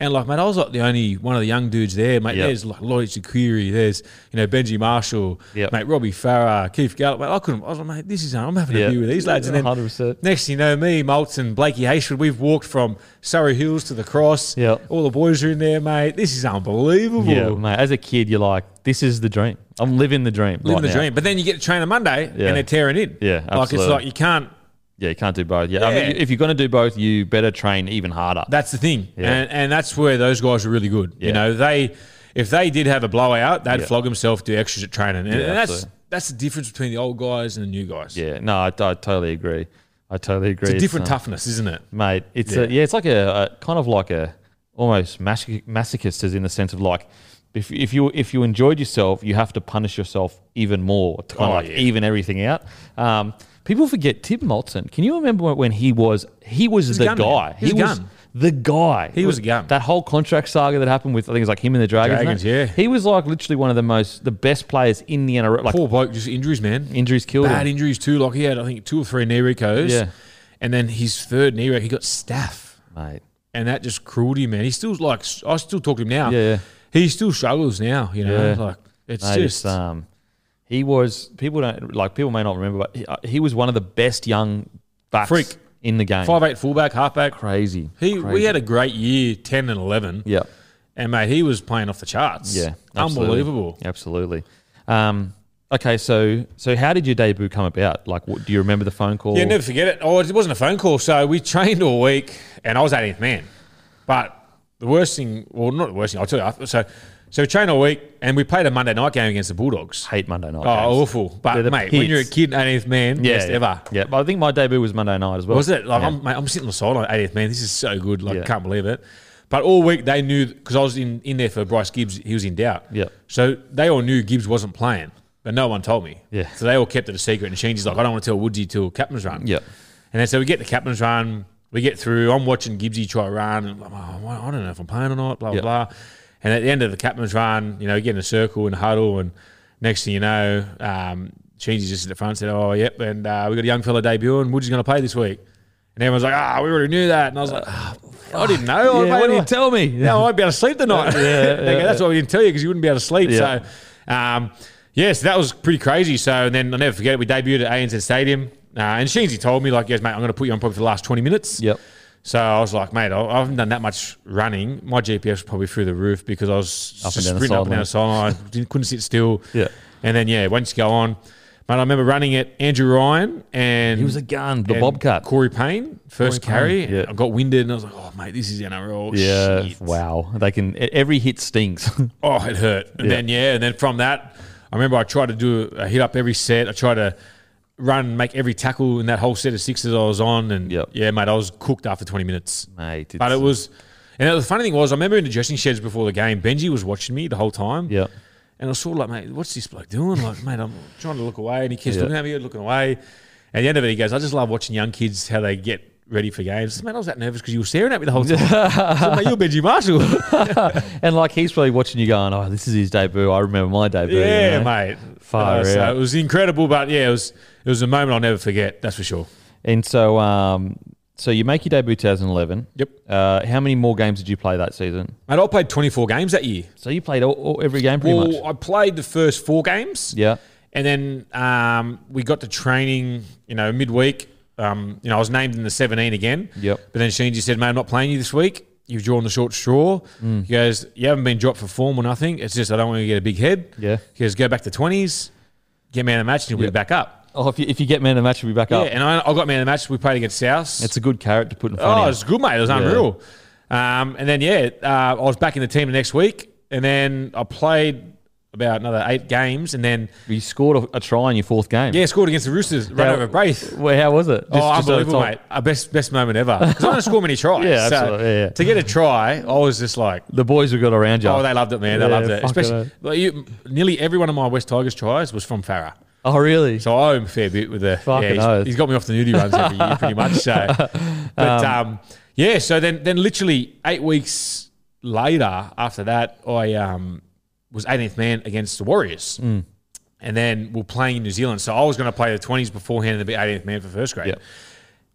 Speaker 3: and like, mate, I was like the only one of the young dudes there, mate.
Speaker 2: Yeah.
Speaker 3: There's like Lloyd Shakiri, there's you know Benji Marshall,
Speaker 2: Yeah.
Speaker 3: mate, Robbie Farah, Keith Gallup. Mate, I couldn't. I was like, mate, this is I'm having
Speaker 2: Yeah.
Speaker 3: a beer with these lads, and then
Speaker 2: 100%.
Speaker 3: next thing you know, me, Maltz, and Blakey Hayshwood, we've walked from Surrey Hills to the Cross.
Speaker 2: Yeah.
Speaker 3: all the boys are in there, mate. This is unbelievable.
Speaker 2: Yeah, mate. As a kid, you're like, "This is the dream. I'm living the dream."
Speaker 3: living
Speaker 2: right
Speaker 3: the
Speaker 2: now."
Speaker 3: dream. But then you get to train on Monday
Speaker 2: Yeah.
Speaker 3: and they're tearing in.
Speaker 2: Yeah,
Speaker 3: like it's
Speaker 2: absolutely.
Speaker 3: like you can't.
Speaker 2: Yeah, you can't do both. Yeah, I mean,
Speaker 3: Yeah.
Speaker 2: if you're going to do both, you better train even harder.
Speaker 3: That's the thing,
Speaker 2: Yeah.
Speaker 3: and and that's where those guys are really good.
Speaker 2: Yeah.
Speaker 3: You know, they if they did have a blowout, they'd
Speaker 2: Yeah.
Speaker 3: flog themselves do extras at training, and,
Speaker 2: Yeah,
Speaker 3: and that's
Speaker 2: absolutely.
Speaker 3: that's the difference between the old guys and the new guys.
Speaker 2: yeah, no, I, I totally agree. I totally agree.
Speaker 3: It's a different
Speaker 2: uh,
Speaker 3: toughness, isn't it?
Speaker 2: mate. It's
Speaker 3: Yeah.
Speaker 2: A, yeah, it's like a, a kind of like a almost masoch- masochist, is in the sense of like if, if you if you enjoyed yourself, you have to punish yourself even more to kind
Speaker 3: Oh,
Speaker 2: of like
Speaker 3: yeah.
Speaker 2: even everything out. Um, people forget Tim Moulton. Can you remember when- when he was he was
Speaker 3: a
Speaker 2: the
Speaker 3: gun,
Speaker 2: guy?
Speaker 3: man. He's
Speaker 2: he
Speaker 3: a
Speaker 2: was
Speaker 3: gun.
Speaker 2: the guy.
Speaker 3: He was a gun.
Speaker 2: That whole contract saga that happened with I think it was like him and the Dragons. and
Speaker 3: Dragons,
Speaker 2: that.
Speaker 3: yeah.
Speaker 2: He was like literally one of the most the best players in the NRL. Like
Speaker 3: Poor bloke, just injuries, man.
Speaker 2: injuries killed
Speaker 3: Bad
Speaker 2: him.
Speaker 3: injuries too. Like he had, I think, two or three knee recos.
Speaker 2: Yeah.
Speaker 3: and then his third knee reco, he got staff.
Speaker 2: mate.
Speaker 3: and that just cruelty, man. He still like I still talk to him now.
Speaker 2: Yeah, yeah.
Speaker 3: he still struggles now. You know,
Speaker 2: Yeah.
Speaker 3: like it's
Speaker 2: Mate, it's,
Speaker 3: just
Speaker 2: um, he was people don't like people may not remember, but he, uh, he was one of the best young backs
Speaker 3: Freak.
Speaker 2: in the game.
Speaker 3: five eight fullback, halfback.
Speaker 2: Crazy.
Speaker 3: He we
Speaker 2: Crazy.
Speaker 3: had a great year, ten and eleven.
Speaker 2: yeah,
Speaker 3: and mate, he was playing off the charts.
Speaker 2: yeah, absolutely.
Speaker 3: unbelievable.
Speaker 2: absolutely. Um, Okay, so so how did your debut come about? Like, what, do you remember the phone call?
Speaker 3: Yeah, never forget it. Oh, it wasn't a phone call. So we trained all week, and I was 18th man. But the worst thing, well, not the worst thing. I'll tell you. after- So, so we trained all week, and we played a Monday night game against the Bulldogs.
Speaker 2: Hate Monday night.
Speaker 3: Oh,
Speaker 2: games.
Speaker 3: awful! But
Speaker 2: They're the
Speaker 3: mate, when you're a
Speaker 2: pits.
Speaker 3: kid, 18th man,
Speaker 2: yeah,
Speaker 3: best
Speaker 2: yeah.
Speaker 3: ever.
Speaker 2: Yeah, but I think my debut was Monday night as well.
Speaker 3: Was it? Like
Speaker 2: Yeah.
Speaker 3: I'm, mate, I'm sitting on the sideline, 80th man. This is so good. Like
Speaker 2: Yeah.
Speaker 3: can't believe it. But all week they knew because I was in, in there for Bryce Gibbs. He was in doubt.
Speaker 2: Yeah.
Speaker 3: So they all knew Gibbs wasn't playing, but no one told me.
Speaker 2: Yeah.
Speaker 3: So they all kept it a secret. And Sheen's like, I don't want to tell Woodsy till captain's run.
Speaker 2: Yeah.
Speaker 3: And then so we get the captain's run. We get through. I'm watching Gibbsy try run. And I'm, oh, I don't know if I'm playing or not. Blah blah
Speaker 2: Yeah.
Speaker 3: blah. And at the end of the captain's run, you know, you get in a circle and huddle, and next thing you know, um, Sheensy's just at the front said, "Oh, yep," and uh, we got a young fella debuting. Woody's going to play this week. And everyone's like, "Ah, we already knew that." And I was like, "Ah, "I didn't know.
Speaker 2: Yeah,
Speaker 3: I
Speaker 2: what did
Speaker 3: didn't
Speaker 2: you tell me?
Speaker 3: now I won't be able to sleep tonight. They go, That's why we didn't tell you because you wouldn't be able to sleep.
Speaker 2: Yeah.
Speaker 3: So, um, yes, that was pretty crazy. So, and then I'll never forget it. We debuted at ANZ Stadium. Uh, and Sheensy told me, like, yes, mate, I'm going to put you on probably for the last 20 minutes.
Speaker 2: Yep.
Speaker 3: So I was like, mate, I I haven't done that much running. My GPS was probably through the roof because I was
Speaker 2: Up and
Speaker 3: just
Speaker 2: down the
Speaker 3: sprinting up and down the sideline. Didn't- couldn't sit still.
Speaker 2: Yeah.
Speaker 3: And then, yeah, once you go on, mate, I remember running at Andrew Ryan and
Speaker 2: He was a gun, the
Speaker 3: and
Speaker 2: Bobcat.
Speaker 3: Corey Payne, first
Speaker 2: Corey
Speaker 3: carry.
Speaker 2: Payne, yeah.
Speaker 3: I got winded and I was like, oh, mate, this is NRL.
Speaker 2: yeah,
Speaker 3: Shit.
Speaker 2: wow. They can e- every hit stings.
Speaker 3: Oh, it hurt. And
Speaker 2: Yeah.
Speaker 3: then yeah, and then from that, I remember I tried to do a hit up every set. I tried to run, make every tackle in that whole set of sixes I was on, and
Speaker 2: Yep.
Speaker 3: yeah, mate, I was cooked after twenty minutes.
Speaker 2: Mate,
Speaker 3: But
Speaker 2: it's-
Speaker 3: it was, and the funny thing was, I remember in the dressing sheds before the game, Benji was watching me the whole time.
Speaker 2: Yeah.
Speaker 3: And I saw like, mate, what's this bloke doing? Like, mate, I'm trying to look away, and he keeps
Speaker 2: Yeah.
Speaker 3: looking at me, looking away. At the end of it, he goes, I just love watching young kids how they get ready for games. I said, mate, I was that nervous because you were staring at me the whole time. I said, mate, you're Benji Marshall.
Speaker 2: And like he's probably watching you going, oh, this is his debut. I remember my debut. you
Speaker 3: Yeah,
Speaker 2: know?
Speaker 3: mate.
Speaker 2: Far
Speaker 3: Uh, so
Speaker 2: out.
Speaker 3: it was incredible, but yeah, it was it was a moment I'll never forget. That's for sure.
Speaker 2: And so, um, so you make your debut 2011.
Speaker 3: Yep.
Speaker 2: Uh, how many more games did you play that season?
Speaker 3: Mate, I played 24 games that year.
Speaker 2: So you played all, all, every game pretty
Speaker 3: Well,
Speaker 2: much.
Speaker 3: I played the first four games.
Speaker 2: Yeah.
Speaker 3: And then um, we got to training, you know, midweek. Um, you know, I was named in the 17 again.
Speaker 2: Yep.
Speaker 3: But then Sheenji said, mate, I'm not playing you this week. You've drawn the short straw. He goes, you haven't been dropped for form or nothing. It's just I don't want you to get a big head.
Speaker 2: Yeah.
Speaker 3: He goes, go back to 20s, get man of the match, and you'll
Speaker 2: Yep.
Speaker 3: be back up.
Speaker 2: Oh, if you, if you get man of the match, we'll be back
Speaker 3: Yeah,
Speaker 2: up.
Speaker 3: and I, I got man of the match. We played against South.
Speaker 2: It's a good carrot to put in front
Speaker 3: Oh, it
Speaker 2: of
Speaker 3: was good, mate. It was unreal. Um, and then yeah, uh, I was back in the team the next week, and then I played about another eight games, and then
Speaker 2: you. You scored a, a try in your fourth game.
Speaker 3: yeah, scored against the Roosters, run
Speaker 2: How-
Speaker 3: over Braith.
Speaker 2: Well, how was it?
Speaker 3: Oh,
Speaker 2: over
Speaker 3: unbelievable,
Speaker 2: top.
Speaker 3: mate! Our best best moment ever. 'Cause I don't score many tries.
Speaker 2: Yeah,
Speaker 3: so
Speaker 2: absolutely. Yeah, yeah.
Speaker 3: To get a try, I was just like,
Speaker 2: The boys who got around you.
Speaker 3: oh, they loved it, man. They
Speaker 2: Yeah,
Speaker 3: loved it.
Speaker 2: fucking
Speaker 3: Especially
Speaker 2: hell.
Speaker 3: like you, nearly every one of my West Tigers tries was from Farah.
Speaker 2: Oh, really?
Speaker 3: So I owe him a fair bit with the.
Speaker 2: Fucking
Speaker 3: yeah, he's-
Speaker 2: oath.
Speaker 3: he's got me off the nudie runs every year, pretty much. So, but um, yeah. So then, then literally eight weeks later, after that, I um, was 18th man against the Warriors,
Speaker 2: Mm.
Speaker 3: and then we're playing in New Zealand. So I was going to play the 20s beforehand and be 18th man for first grade.
Speaker 2: Yep.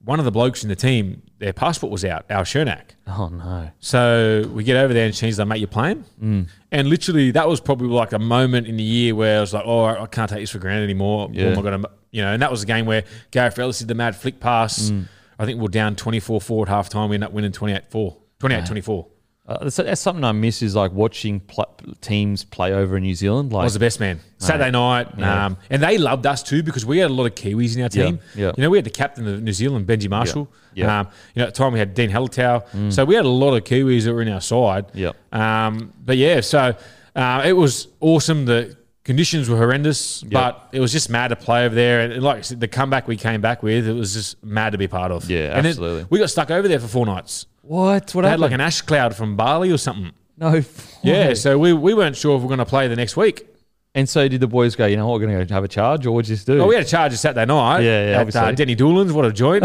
Speaker 3: One of the blokes in the team, their passport was out, our Shernak.
Speaker 2: oh, no.
Speaker 3: So we get over there and she's like, mate, you're playing? Mm. And literally, that was probably like a moment in the year where I was like, oh, I can't take this for granted anymore. What am I going to, you know, and that was the game where Gareth Ellis did the mad flick pass. I think we're down 24 4 at half time. We end up winning 28 4, 28 24.
Speaker 2: Uh, that's, that's something I miss is like watching pl- teams play over in New Zealand.
Speaker 3: I
Speaker 2: Like,
Speaker 3: was the best man. Saturday night. Um, and they loved us too because we had a lot of Kiwis in our
Speaker 2: Yeah,
Speaker 3: team.
Speaker 2: yeah.
Speaker 3: You know, we had the captain of New Zealand, Benji Marshall.
Speaker 2: yeah. Mm.
Speaker 3: Um, you know, at the time we had Dean Hallertau. So we had a lot of Kiwis that were in our side.
Speaker 2: Yeah.
Speaker 3: Um, but yeah, so uh, it was awesome. The conditions were horrendous, but it was just mad to play over there. And like I said, the comeback we came back with, it was just mad to be part of.
Speaker 2: Yeah,
Speaker 3: and then
Speaker 2: absolutely.
Speaker 3: we got stuck over there for four nights.
Speaker 2: what? What
Speaker 3: They had
Speaker 2: happened?
Speaker 3: like an ash cloud from Bali or something.
Speaker 2: no.
Speaker 3: Yeah,
Speaker 2: way.
Speaker 3: so we, we weren't sure if we are going to play the next week.
Speaker 2: And so did the boys go, you know what, we're going to go have a charge or what'd you just do?
Speaker 3: Well, Oh, we had a charge Saturday night.
Speaker 2: Yeah, yeah,
Speaker 3: At, uh,
Speaker 2: obviously.
Speaker 3: Denny Doolin's, what a joint.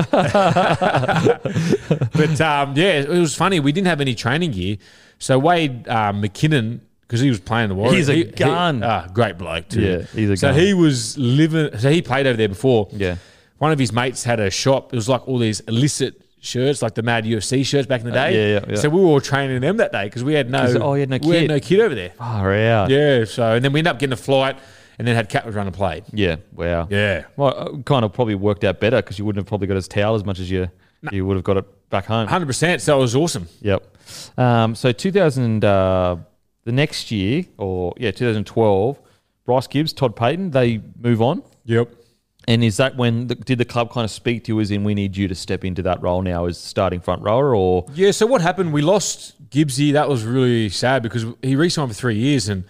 Speaker 3: but um, yeah, it was funny. We didn't have any training gear, so Wade uh, McKinnon. Because he was playing the Warriors.
Speaker 2: He's a
Speaker 3: He- he-
Speaker 2: gun.
Speaker 3: ah, great bloke, too.
Speaker 2: Yeah, he's a
Speaker 3: so
Speaker 2: gun.
Speaker 3: he was living. So he played over there before.
Speaker 2: Yeah.
Speaker 3: One of his mates had a shop. It was like all these illicit shirts, like the mad UFC shirts back in the day.
Speaker 2: Uh, yeah, yeah, yeah.
Speaker 3: So we were all training them that day because we had no.
Speaker 2: 'Cause- oh, you had no
Speaker 3: We had
Speaker 2: kid.
Speaker 3: no kid over there.
Speaker 2: Far out.
Speaker 3: Yeah. So and then we ended up getting a flight, and then had Cat run and played.
Speaker 2: Yeah. Wow.
Speaker 3: Yeah.
Speaker 2: Well, it kind of probably worked out better because you wouldn't have probably got his towel as much as you you would have got it back home.
Speaker 3: Hundred percent. So it was awesome.
Speaker 2: Yep. Um, so 2000, uh, the next year, or yeah, 2012, Bryce Gibbs, Todd Payton, they move on.
Speaker 3: Yep.
Speaker 2: And is that when the, did the club kind of speak to you as in we need you to step into that role now as starting front rower or
Speaker 3: Yeah, so what happened? We lost Gibbsy. That was really sad because he re signed for three years. And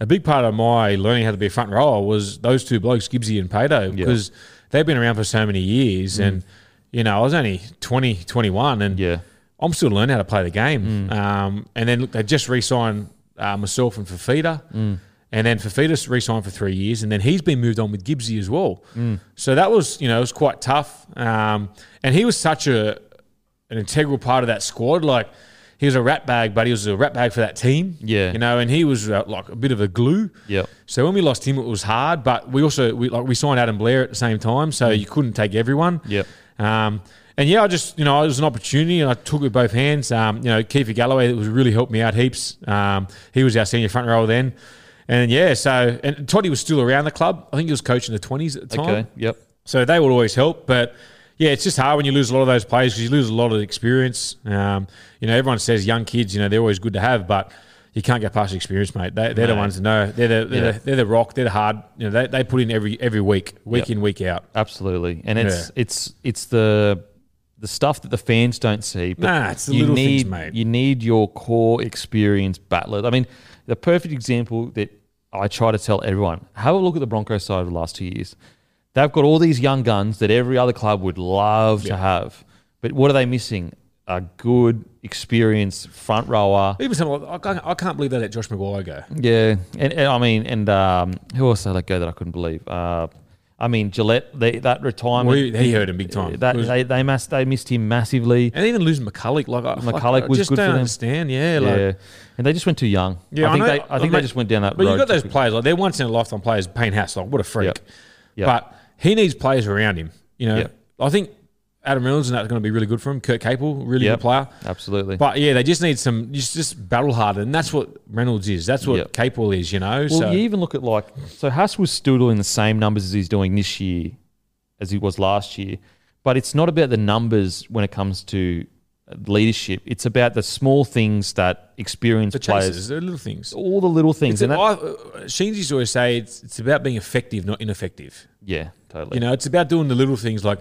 Speaker 3: a big part of my learning how to be a front rower was those two blokes, Gibbsy and Pato, because they've been around for so many years. And, you know, I was only 20, 21. And
Speaker 2: yeah
Speaker 3: I'm still learning how to play the game. Um, and then look, they just re-signed uh, myself and Fafita. And then Fafita's re-signed for three years, and then he's been moved on with Gibbsy as well. So that was, you know, it was quite tough. Um, and he was such a an integral part of that squad. Like he was a rat bag, but he was a rat bag for that team.
Speaker 2: Yeah.
Speaker 3: you know, and he was uh, like a bit of a glue.
Speaker 2: Yep.
Speaker 3: So when we lost him, it was hard. But we also we like we signed Adam Blair at the same time,
Speaker 2: Mm.
Speaker 3: so you couldn't take everyone.
Speaker 2: Yep.
Speaker 3: Um, and yeah, I just you know it was an opportunity, and I took it with both hands. Um, you know, Keefer Galloway it was really helped me out heaps. Um, he was our senior front rower then, and yeah, so and Toddy was still around the club. I think he was coaching the twenties at the time.
Speaker 2: okay yep
Speaker 3: So they would always help, but yeah, it's just hard when you lose a lot of those players because you lose a lot of experience. Um, you know, everyone says young kids, you know, they're always good to have, but you can't get past experience, mate. They, they're the
Speaker 2: No.
Speaker 3: ones to know. They're the they're,
Speaker 2: Yeah.
Speaker 3: the, they're the rock. They're the hard. You know, they, they put in every every week, week
Speaker 2: Yep.
Speaker 3: in, week out.
Speaker 2: absolutely and it's it's it's the the stuff that the fans don't see but
Speaker 3: Nah, it's the
Speaker 2: you
Speaker 3: little
Speaker 2: need,
Speaker 3: things, mate.
Speaker 2: you need your core experience battler I mean the perfect example that I try to tell everyone have a look at the Broncos side of the last two years they've got all these young guns that every other club would love to have but what are they missing a good experienced front rower
Speaker 3: Even someone, I can't, I can't believe they let Josh McGuire go.
Speaker 2: Yeah, and, and I mean, and um, who else did I let go that I couldn't believe? Uh, I mean, Gillette, they, that retirement.
Speaker 3: Well, he, he hurt him big time.
Speaker 2: That,
Speaker 3: It was-
Speaker 2: they they, must, they missed him massively.
Speaker 3: and even losing McCulloch, like I, like,
Speaker 2: McCulloch
Speaker 3: I
Speaker 2: was
Speaker 3: just
Speaker 2: good for
Speaker 3: don't
Speaker 2: them.
Speaker 3: understand. Yeah, like,
Speaker 2: yeah, and they just went too young.
Speaker 3: Yeah,
Speaker 2: I think
Speaker 3: know-
Speaker 2: they, I think they
Speaker 3: mean,
Speaker 2: just went down that
Speaker 3: But
Speaker 2: road.
Speaker 3: you've got those
Speaker 2: too quick.
Speaker 3: players like they're once in a lifetime players. Payne House, like what a freak.
Speaker 2: Yep. Yep.
Speaker 3: But he needs players around him. You know,
Speaker 2: Yep.
Speaker 3: I think Adam Reynolds and that's going to be really good for him. Kurt Capel, really
Speaker 2: Yep.
Speaker 3: good player.
Speaker 2: Absolutely.
Speaker 3: But yeah, they just need some just just battle hardened. And that's what Reynolds is. That's what
Speaker 2: Yep.
Speaker 3: Capel is. You know.
Speaker 2: well,
Speaker 3: so
Speaker 2: you even look at like, so Haas was still doing the same numbers as he's doing this year as he was last year, but it's not about the numbers when it comes to uh, leadership. It's about the small things that experienced
Speaker 3: the
Speaker 2: players,
Speaker 3: chases, the little things.
Speaker 2: all the little things.
Speaker 3: It's,
Speaker 2: and that,
Speaker 3: I, uh, Shinji's always say it's, it's about being effective, not ineffective.
Speaker 2: yeah, totally.
Speaker 3: You know, it's about doing the little things like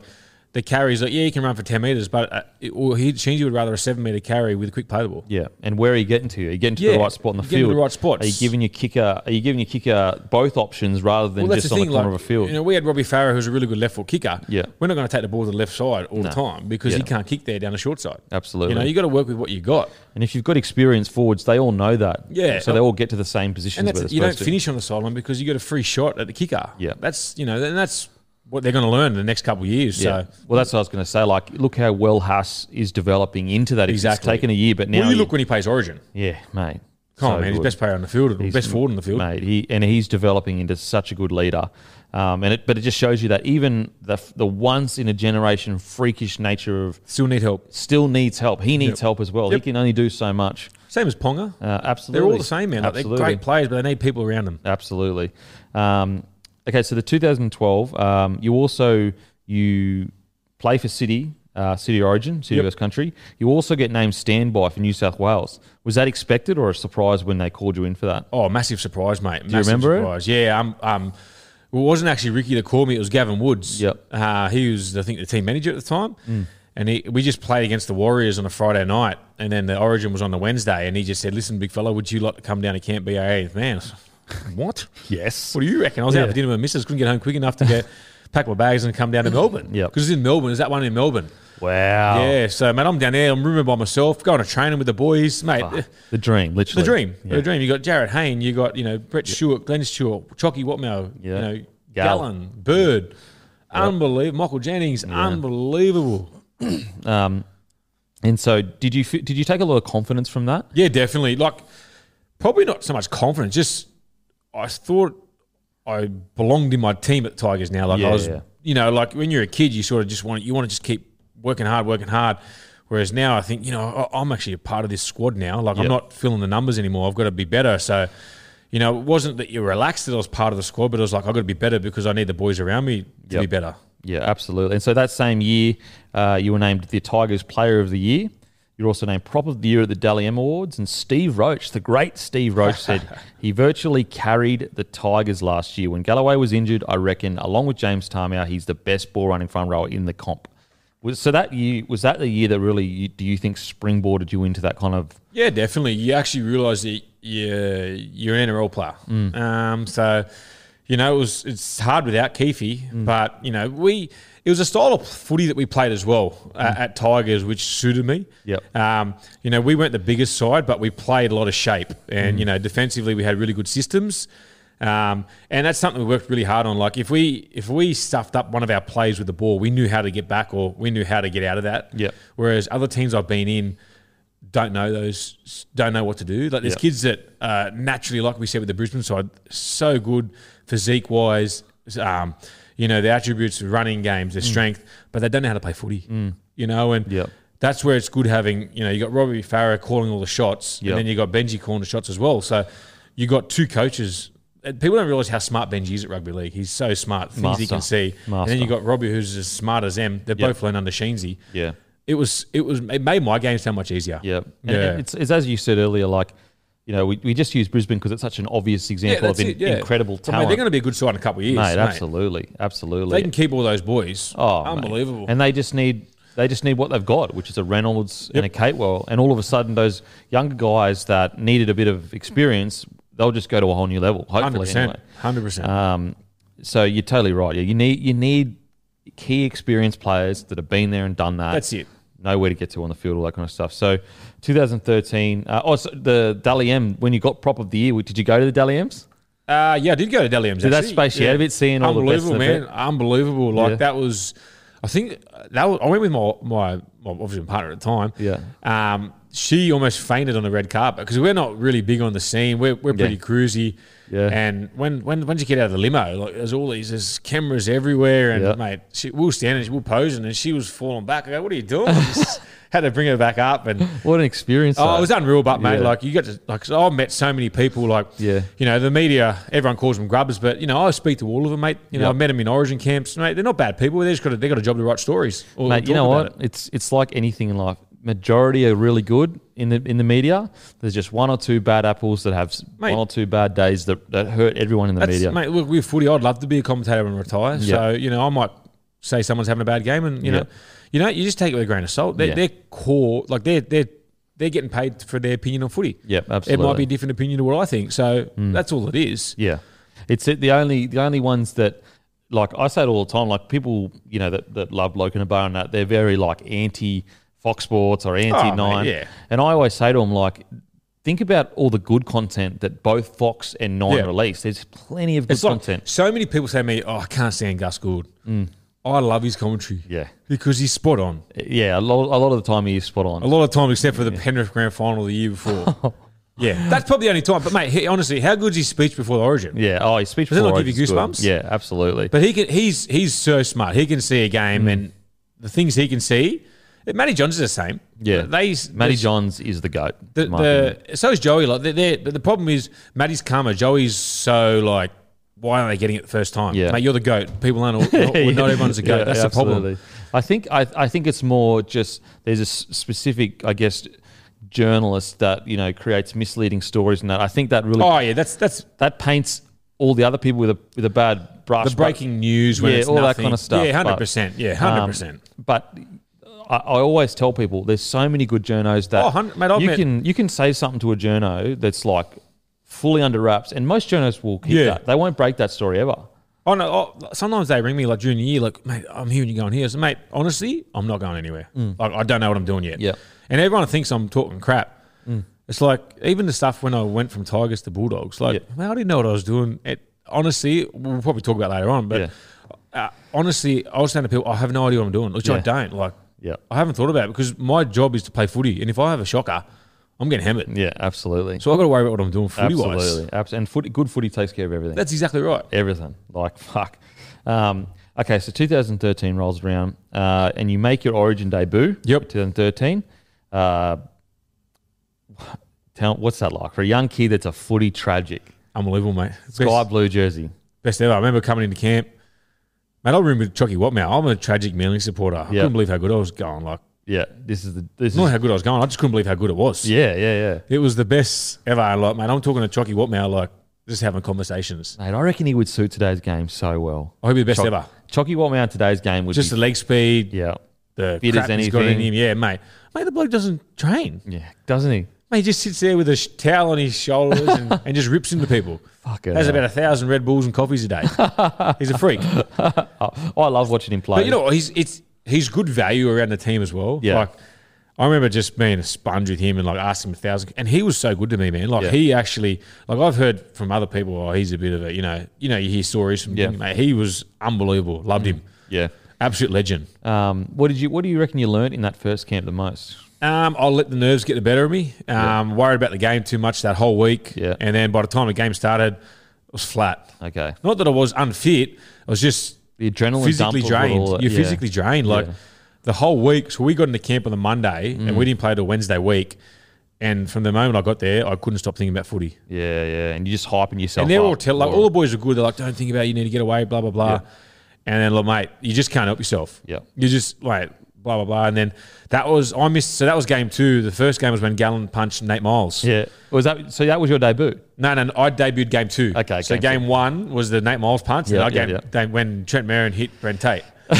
Speaker 3: the carries. Like, yeah, you can run for ten meters, but uh, it, or he Shinji would rather a seven meter carry with a quick play the ball.
Speaker 2: Yeah, and where are you getting to? Are you getting to
Speaker 3: Yeah,
Speaker 2: the right spot in the
Speaker 3: you're getting to
Speaker 2: field?
Speaker 3: the right spots.
Speaker 2: Are you giving your kicker? Are you giving your kicker both options rather than
Speaker 3: Well, that's
Speaker 2: just
Speaker 3: the
Speaker 2: on
Speaker 3: thing.
Speaker 2: the corner
Speaker 3: like,
Speaker 2: of a field?
Speaker 3: You know, we had Robbie Farah, who's a really good left foot kicker.
Speaker 2: Yeah.
Speaker 3: we're not going to take the ball to the left side all the
Speaker 2: No.
Speaker 3: time because he
Speaker 2: Yeah.
Speaker 3: can't kick there down the short side.
Speaker 2: Absolutely.
Speaker 3: You know, you got to work with what you got,
Speaker 2: and if you've got experienced forwards, they all know that.
Speaker 3: Yeah.
Speaker 2: so they all get to the same positions.
Speaker 3: and
Speaker 2: where
Speaker 3: that's
Speaker 2: they're
Speaker 3: you don't
Speaker 2: supposed to.
Speaker 3: finish on the sideline because you got a free shot at the kicker.
Speaker 2: Yeah.
Speaker 3: that's you know, and that's what they're going to learn in the next couple of years.
Speaker 2: Yeah.
Speaker 3: So.
Speaker 2: well, that's what I was going to say. Like, look how well Haas is developing into that. It's-
Speaker 3: Exactly.
Speaker 2: It's taken a year, but now
Speaker 3: well, you
Speaker 2: he-
Speaker 3: look when he plays Origin.
Speaker 2: yeah, mate.
Speaker 3: Come on,
Speaker 2: so
Speaker 3: man. He's
Speaker 2: good.
Speaker 3: best player on the field, or
Speaker 2: He's-
Speaker 3: best forward on the field.
Speaker 2: mate. He and he's developing into such a good leader, um, and it, but it just shows you that even the the once in a generation freakish nature of
Speaker 3: Still need help.
Speaker 2: still needs help. He
Speaker 3: Yep.
Speaker 2: needs help as well.
Speaker 3: Yep.
Speaker 2: He can only do so much.
Speaker 3: Same as Ponga.
Speaker 2: Uh, absolutely,
Speaker 3: They're all the same, man. Like, they're
Speaker 2: absolutely,
Speaker 3: great players, but they need people around them.
Speaker 2: absolutely. Um, okay, so the 2012. Um, you also you play for City, uh, City Origin, City
Speaker 3: Yep.
Speaker 2: versus Country. You also get named standby for New South Wales. Was that expected or a surprise when they called you in for that?
Speaker 3: Oh, massive surprise, mate. massive
Speaker 2: remember it?
Speaker 3: surprise. Yeah, um, um, it wasn't actually Ricky that called me. It was Gavin Woods.
Speaker 2: Yep. Mm.
Speaker 3: Uh, he was, I think, the team manager at the time. And he, we just played against the Warriors on a Friday night. And then the Origin was on the Wednesday. And he just said, listen, big fella, would you like to come down to Camp BAA? Man, I was like, what?
Speaker 2: Yes.
Speaker 3: What do you reckon? I was out
Speaker 2: Yeah.
Speaker 3: for dinner with my missus. Couldn't get home quick enough to get, pack my bags and come down to Melbourne.
Speaker 2: Yep. Oh.
Speaker 3: Because it's in Melbourne. Is that one in Melbourne?
Speaker 2: Wow.
Speaker 3: Yeah. So, mate, I'm down there. I'm rooming by myself, going to training with the boys. Mate,
Speaker 2: The dream, literally.
Speaker 3: the dream.
Speaker 2: Yeah.
Speaker 3: The dream. You got Jared Hayne. You got you know Brett Stewart, Glenn Stewart, Chocky Watmow.
Speaker 2: Yeah.
Speaker 3: You know
Speaker 2: Gal.
Speaker 3: Gallen, Bird. Unbelievable. Michael Jennings. Unbelievable.
Speaker 2: And so, did you fe- did you take a lot of confidence from that?
Speaker 3: Yeah, definitely. Like probably not so much confidence. Just I thought I belonged in my team at the Tigers now. Like I
Speaker 2: Yeah,
Speaker 3: was,
Speaker 2: yeah.
Speaker 3: you know, like when you're a kid, you sort of just want you want to just keep working hard, working hard. Whereas now I think you know I- I'm actually a part of this squad now. Like I'm
Speaker 2: Yep.
Speaker 3: not filling the numbers anymore. I've got to be better. So. You know, it wasn't that you relaxed that I was part of the squad, but it was like I've got to be better because I need the boys around me to
Speaker 2: Yep.
Speaker 3: be better.
Speaker 2: Yeah, absolutely. And so that same year, uh, you were named the Tigers Player of the Year. You You're also named Prop of the Year at the Dally M Awards. And Steve Roach, the great Steve Roach, said he virtually carried the Tigers last year. When Galloway was injured, I reckon, along with James Tarmow, he's the best ball running front rower in the comp. Was, so that year, was that the year that really, you, do you think, springboarded you into that kind of
Speaker 3: Yeah, definitely. You actually realise that you're, you're an NRL player.
Speaker 2: Mm.
Speaker 3: Um, so, you know, it was it's hard without Keefe,
Speaker 2: Mm.
Speaker 3: but you know, we it was a style of footy that we played as well uh, at Tigers, which suited me.
Speaker 2: Mm. Yep.
Speaker 3: Um, you know, we weren't the biggest side, but we played a lot of shape,
Speaker 2: Mm.
Speaker 3: and you know, defensively we had really good systems. Um, and that's something we worked really hard on. Like if we if we stuffed up one of our plays with the ball, we knew how to get back or we knew how to get out of that.
Speaker 2: Yep.
Speaker 3: Whereas other teams I've been in don't know those, don't know what to do. Like there's
Speaker 2: Yeah.
Speaker 3: kids that uh, naturally, like we said with the Brisbane side, so good physique wise. Um, you know, their attributes, running games,
Speaker 2: Mm.
Speaker 3: their strength, but they don't know how to play footy. You know, and
Speaker 2: Yeah.
Speaker 3: that's where it's good having. You know, you got Robbie Farah calling all the shots,
Speaker 2: Yeah.
Speaker 3: and then you got Benji calling the shots as well. So you got two coaches. And People don't realize how smart Benji is at rugby league. He's so smart, things he can
Speaker 2: Master.
Speaker 3: see. And then
Speaker 2: Master.
Speaker 3: you got Robbie, who's as smart as them. They
Speaker 2: Yeah.
Speaker 3: both learn under Sheensy
Speaker 2: Yeah.
Speaker 3: it was it was it made my game so much easier.
Speaker 2: Yeah. And-
Speaker 3: yeah.
Speaker 2: And it's, it's as you said earlier, like, you know, we, we just use Brisbane because it's such an obvious example of in, incredible
Speaker 3: But, mate,
Speaker 2: talent.
Speaker 3: they're going to be a good side in a couple of years.
Speaker 2: mate,
Speaker 3: Mate,
Speaker 2: absolutely.
Speaker 3: If They
Speaker 2: Absolutely.
Speaker 3: can keep all those boys.
Speaker 2: Oh, mate.
Speaker 3: unbelievable.
Speaker 2: And they just need they just need what they've got, which is a Reynolds and a Catewell. And all of a sudden, those younger guys that needed a bit of experience, they'll just go to a whole new level.
Speaker 3: Hundred
Speaker 2: Hopefully,
Speaker 3: percent.
Speaker 2: anyway.
Speaker 3: Hundred percent.
Speaker 2: Um, so you're totally right. Yeah, you need you need key experienced players that have been there and done that.
Speaker 3: That's it.
Speaker 2: Know where to get to on the field, all that kind of stuff. So, 2013. Uh, oh, so the Dally M. When you got prop of the year, did you go to the Dally M's?
Speaker 3: Uh, yeah, I did go to Deliums.
Speaker 2: Dude, that space you had a bit, seeing all the best
Speaker 3: unbelievable,
Speaker 2: of
Speaker 3: man.
Speaker 2: it.
Speaker 3: Unbelievable. Like
Speaker 2: Yeah.
Speaker 3: that was, I think that was. I went with my my, my obviously my partner at the time.
Speaker 2: Yeah.
Speaker 3: Um, she almost fainted on the red carpet because we're not really big on the scene. We're, we're pretty cruisy.
Speaker 2: Yeah.
Speaker 3: And when when when you get out of the limo, like there's all these there's cameras everywhere, and
Speaker 2: Yeah.
Speaker 3: mate, she, we'll stand and we'll posing, and she was falling back. I go, what are you doing? Just had to bring her back up and.
Speaker 2: What an experience!
Speaker 3: Oh,
Speaker 2: though.
Speaker 3: it was unreal, but mate,
Speaker 2: Yeah.
Speaker 3: like you got to like 'cause I've met so many people, like
Speaker 2: Yeah.
Speaker 3: you know, the media, everyone calls them grubbers, but you know, I speak to all of them, mate. You know,
Speaker 2: Yep.
Speaker 3: I've met them in origin camps, mate. They're not bad people. They just got a, they got a job to write stories. or
Speaker 2: Mate, you
Speaker 3: talk
Speaker 2: know
Speaker 3: about
Speaker 2: what?
Speaker 3: it.
Speaker 2: It's it's like anything in life. Majority are really good in the in the media. There's just one or two bad apples that have s
Speaker 3: Mate.
Speaker 2: one or two bad days that, that hurt everyone in the
Speaker 3: That's,
Speaker 2: media.
Speaker 3: mate. Look, we're footy. I'd love to be a commentator and retire. So you know, I might say someone's having a bad game, and you
Speaker 2: Yeah.
Speaker 3: know, you know, you just take it with a grain of salt. They're,
Speaker 2: Yeah.
Speaker 3: they're core, like they're they're they're getting paid for their opinion on footy.
Speaker 2: Yep,
Speaker 3: It might be
Speaker 2: absolutely. Mm.
Speaker 3: a different opinion to what I think. So that's all it is.
Speaker 2: Yeah, it's it, the only the only ones that like I say it all the time. Like people, you know, that, that love Logan Bar and that they're very like anti Fox Sports or anti
Speaker 3: Oh,
Speaker 2: Nine.
Speaker 3: mate, yeah.
Speaker 2: And I always say to them like. Think about all the good content that both Fox and Nine
Speaker 3: Yeah.
Speaker 2: release. There's plenty of good
Speaker 3: It's like
Speaker 2: content. Mm.
Speaker 3: so many people say to me, "Oh, I can't stand Gus Gould." I love his commentary.
Speaker 2: Yeah.
Speaker 3: because he's spot on
Speaker 2: yeah, a lot, a lot of the time he's spot on.
Speaker 3: a lot of times, except for the Penrith Grand Final the year
Speaker 2: Oh.
Speaker 3: before. yeah, that's probably the only time. But mate, he, honestly, how good's his speech before the Origin?
Speaker 2: Yeah. Oh, his speech.
Speaker 3: Does it not
Speaker 2: before
Speaker 3: give you
Speaker 2: is good.
Speaker 3: goosebumps?
Speaker 2: Yeah, absolutely.
Speaker 3: But he can. He's he's so smart. He can see a game
Speaker 2: Mm.
Speaker 3: and the things he can see. Matty Johns is the same.
Speaker 2: yeah,
Speaker 3: they.
Speaker 2: Matty
Speaker 3: they-
Speaker 2: Johns is the goat.
Speaker 3: The,
Speaker 2: in my opinion.
Speaker 3: the, so is Joey. Like they're, they're, but the problem is Matty's karma. Joey's so like, why aren't they getting it the first time?
Speaker 2: Yeah.
Speaker 3: mate, you're the goat. People aren't. All, not, not everyone's a goat.
Speaker 2: Yeah,
Speaker 3: that's the problem.
Speaker 2: absolutely. I think I, I think it's more just there's a s- specific, I guess, journalist that you know creates misleading stories and that. I think that really
Speaker 3: Oh yeah, that's that's
Speaker 2: that paints all the other people with a with a bad brush.
Speaker 3: the
Speaker 2: but-
Speaker 3: breaking news when
Speaker 2: yeah,
Speaker 3: it's
Speaker 2: all that
Speaker 3: nothing.
Speaker 2: kind of stuff.
Speaker 3: Yeah, hundred
Speaker 2: but-
Speaker 3: percent. Yeah,
Speaker 2: Um,
Speaker 3: hundred percent.
Speaker 2: But I, I always tell people there's so many good journos that
Speaker 3: Oh, hun- mate, I've
Speaker 2: you
Speaker 3: met-
Speaker 2: can you can say something to a journo that's like fully under wraps, and most journos will keep
Speaker 3: Yeah.
Speaker 2: that. They won't break that story ever.
Speaker 3: Oh no! Oh, sometimes they ring me like during the year, like, mate, I'm hearing you going here. So, mate, honestly, I'm not going anywhere.
Speaker 2: Mm.
Speaker 3: Like, I don't know what I'm doing yet.
Speaker 2: Yeah.
Speaker 3: And everyone thinks I'm talking crap.
Speaker 2: Mm.
Speaker 3: It's like even the stuff when I went from Tigers to Bulldogs. Like,
Speaker 2: Yeah.
Speaker 3: man, I didn't know what I was doing. It honestly, we'll probably talk about it later on. But uh, honestly, I was saying to people, I have no idea what I'm doing, which I
Speaker 2: Yeah.
Speaker 3: don't. Like,
Speaker 2: Yeah.
Speaker 3: I haven't thought about it because my job is to play footy, and if I have a shocker, I'm getting hammered.
Speaker 2: Yeah, absolutely.
Speaker 3: So I got to worry about what I'm doing footy wise.
Speaker 2: absolutely, Abs- and footy, good footy takes care of everything.
Speaker 3: That's exactly right.
Speaker 2: everything. Like fuck. Um, okay, so 2013 rolls around, uh, and you make your Origin debut.
Speaker 3: Yep.
Speaker 2: 2013. Uh, tell, what's that like for a young kid that's a footy tragic?
Speaker 3: Unbelievable, mate.
Speaker 2: Sky blue jersey.
Speaker 3: Best ever. I remember coming into camp. Mate, I remember Chucky Watmow. I'm a tragic Manly supporter. I
Speaker 2: Yeah.
Speaker 3: couldn't believe how good I was going. Like,
Speaker 2: yeah, this is the this
Speaker 3: Not
Speaker 2: is
Speaker 3: how good I was going. I just couldn't believe how good it was.
Speaker 2: yeah, yeah, yeah.
Speaker 3: It was the best ever. Like, mate, I'm talking to Chucky Watmow, like, just having conversations.
Speaker 2: Mate, I reckon he would suit today's game so well.
Speaker 3: I hope he's the best ever.
Speaker 2: Chucky Watmount today's game would
Speaker 3: Just
Speaker 2: be,
Speaker 3: the leg speed,
Speaker 2: yeah,
Speaker 3: the
Speaker 2: Fit as
Speaker 3: crap he's got in
Speaker 2: anything.
Speaker 3: him. Yeah, mate. Mate, the bloke doesn't train.
Speaker 2: yeah, doesn't he?
Speaker 3: Mate, he just sits there with a sh- towel on his shoulders and, and just rips into people.
Speaker 2: Fucking
Speaker 3: Has
Speaker 2: hell.
Speaker 3: about a thousand Red Bulls and coffees a day. he's a freak.
Speaker 2: I love watching him play.
Speaker 3: But you know, what? he's it's he's good value around the team as well.
Speaker 2: Yeah.
Speaker 3: Like I remember just being a sponge with him and like asking him a thousand, and he was so good to me, man. Like
Speaker 2: Yeah.
Speaker 3: he actually, like I've heard from other people, oh, he's a bit of a, you know, you know, you hear stories from
Speaker 2: Yeah. Mm.
Speaker 3: him, mate. He was unbelievable. Loved him.
Speaker 2: yeah.
Speaker 3: Absolute legend.
Speaker 2: Um, what did you? What do you reckon you learnt in that first camp the most?
Speaker 3: Um, I'll let the nerves get the better of me. Um, worried about the game too much that whole week.
Speaker 2: Yeah.
Speaker 3: And then by the time the game started, it was flat.
Speaker 2: Okay,
Speaker 3: Not that I was unfit. I was just
Speaker 2: the adrenaline
Speaker 3: physically
Speaker 2: dump of it
Speaker 3: drained.
Speaker 2: all,
Speaker 3: You're
Speaker 2: yeah.
Speaker 3: physically drained. Like
Speaker 2: Yeah. Mm.
Speaker 3: the whole week. So we got into camp on the Monday and we didn't play till Wednesday week. And from the moment I got there, I couldn't stop thinking about footy.
Speaker 2: Yeah, yeah, and you're just hyping yourself.
Speaker 3: And they're
Speaker 2: up
Speaker 3: all tell like
Speaker 2: for
Speaker 3: all
Speaker 2: it.
Speaker 3: the boys are good. They're like, don't think about it, you need to get away, blah blah blah. And then, look, mate, you just can't help yourself.
Speaker 2: Yeah.
Speaker 3: you just like blah blah blah. And then that was I missed. So that was game two. The first game was when Gallon punched Nate Miles.
Speaker 2: yeah. Was that so? That was your debut.
Speaker 3: No, no, no, I debuted game two.
Speaker 2: Okay,
Speaker 3: so
Speaker 2: game
Speaker 3: game one was the Nate Miles punch.
Speaker 2: Yeah,
Speaker 3: Yeah, and I
Speaker 2: yeah,
Speaker 3: game,
Speaker 2: yeah.
Speaker 3: game- when Trent Merrin hit Brent Tate.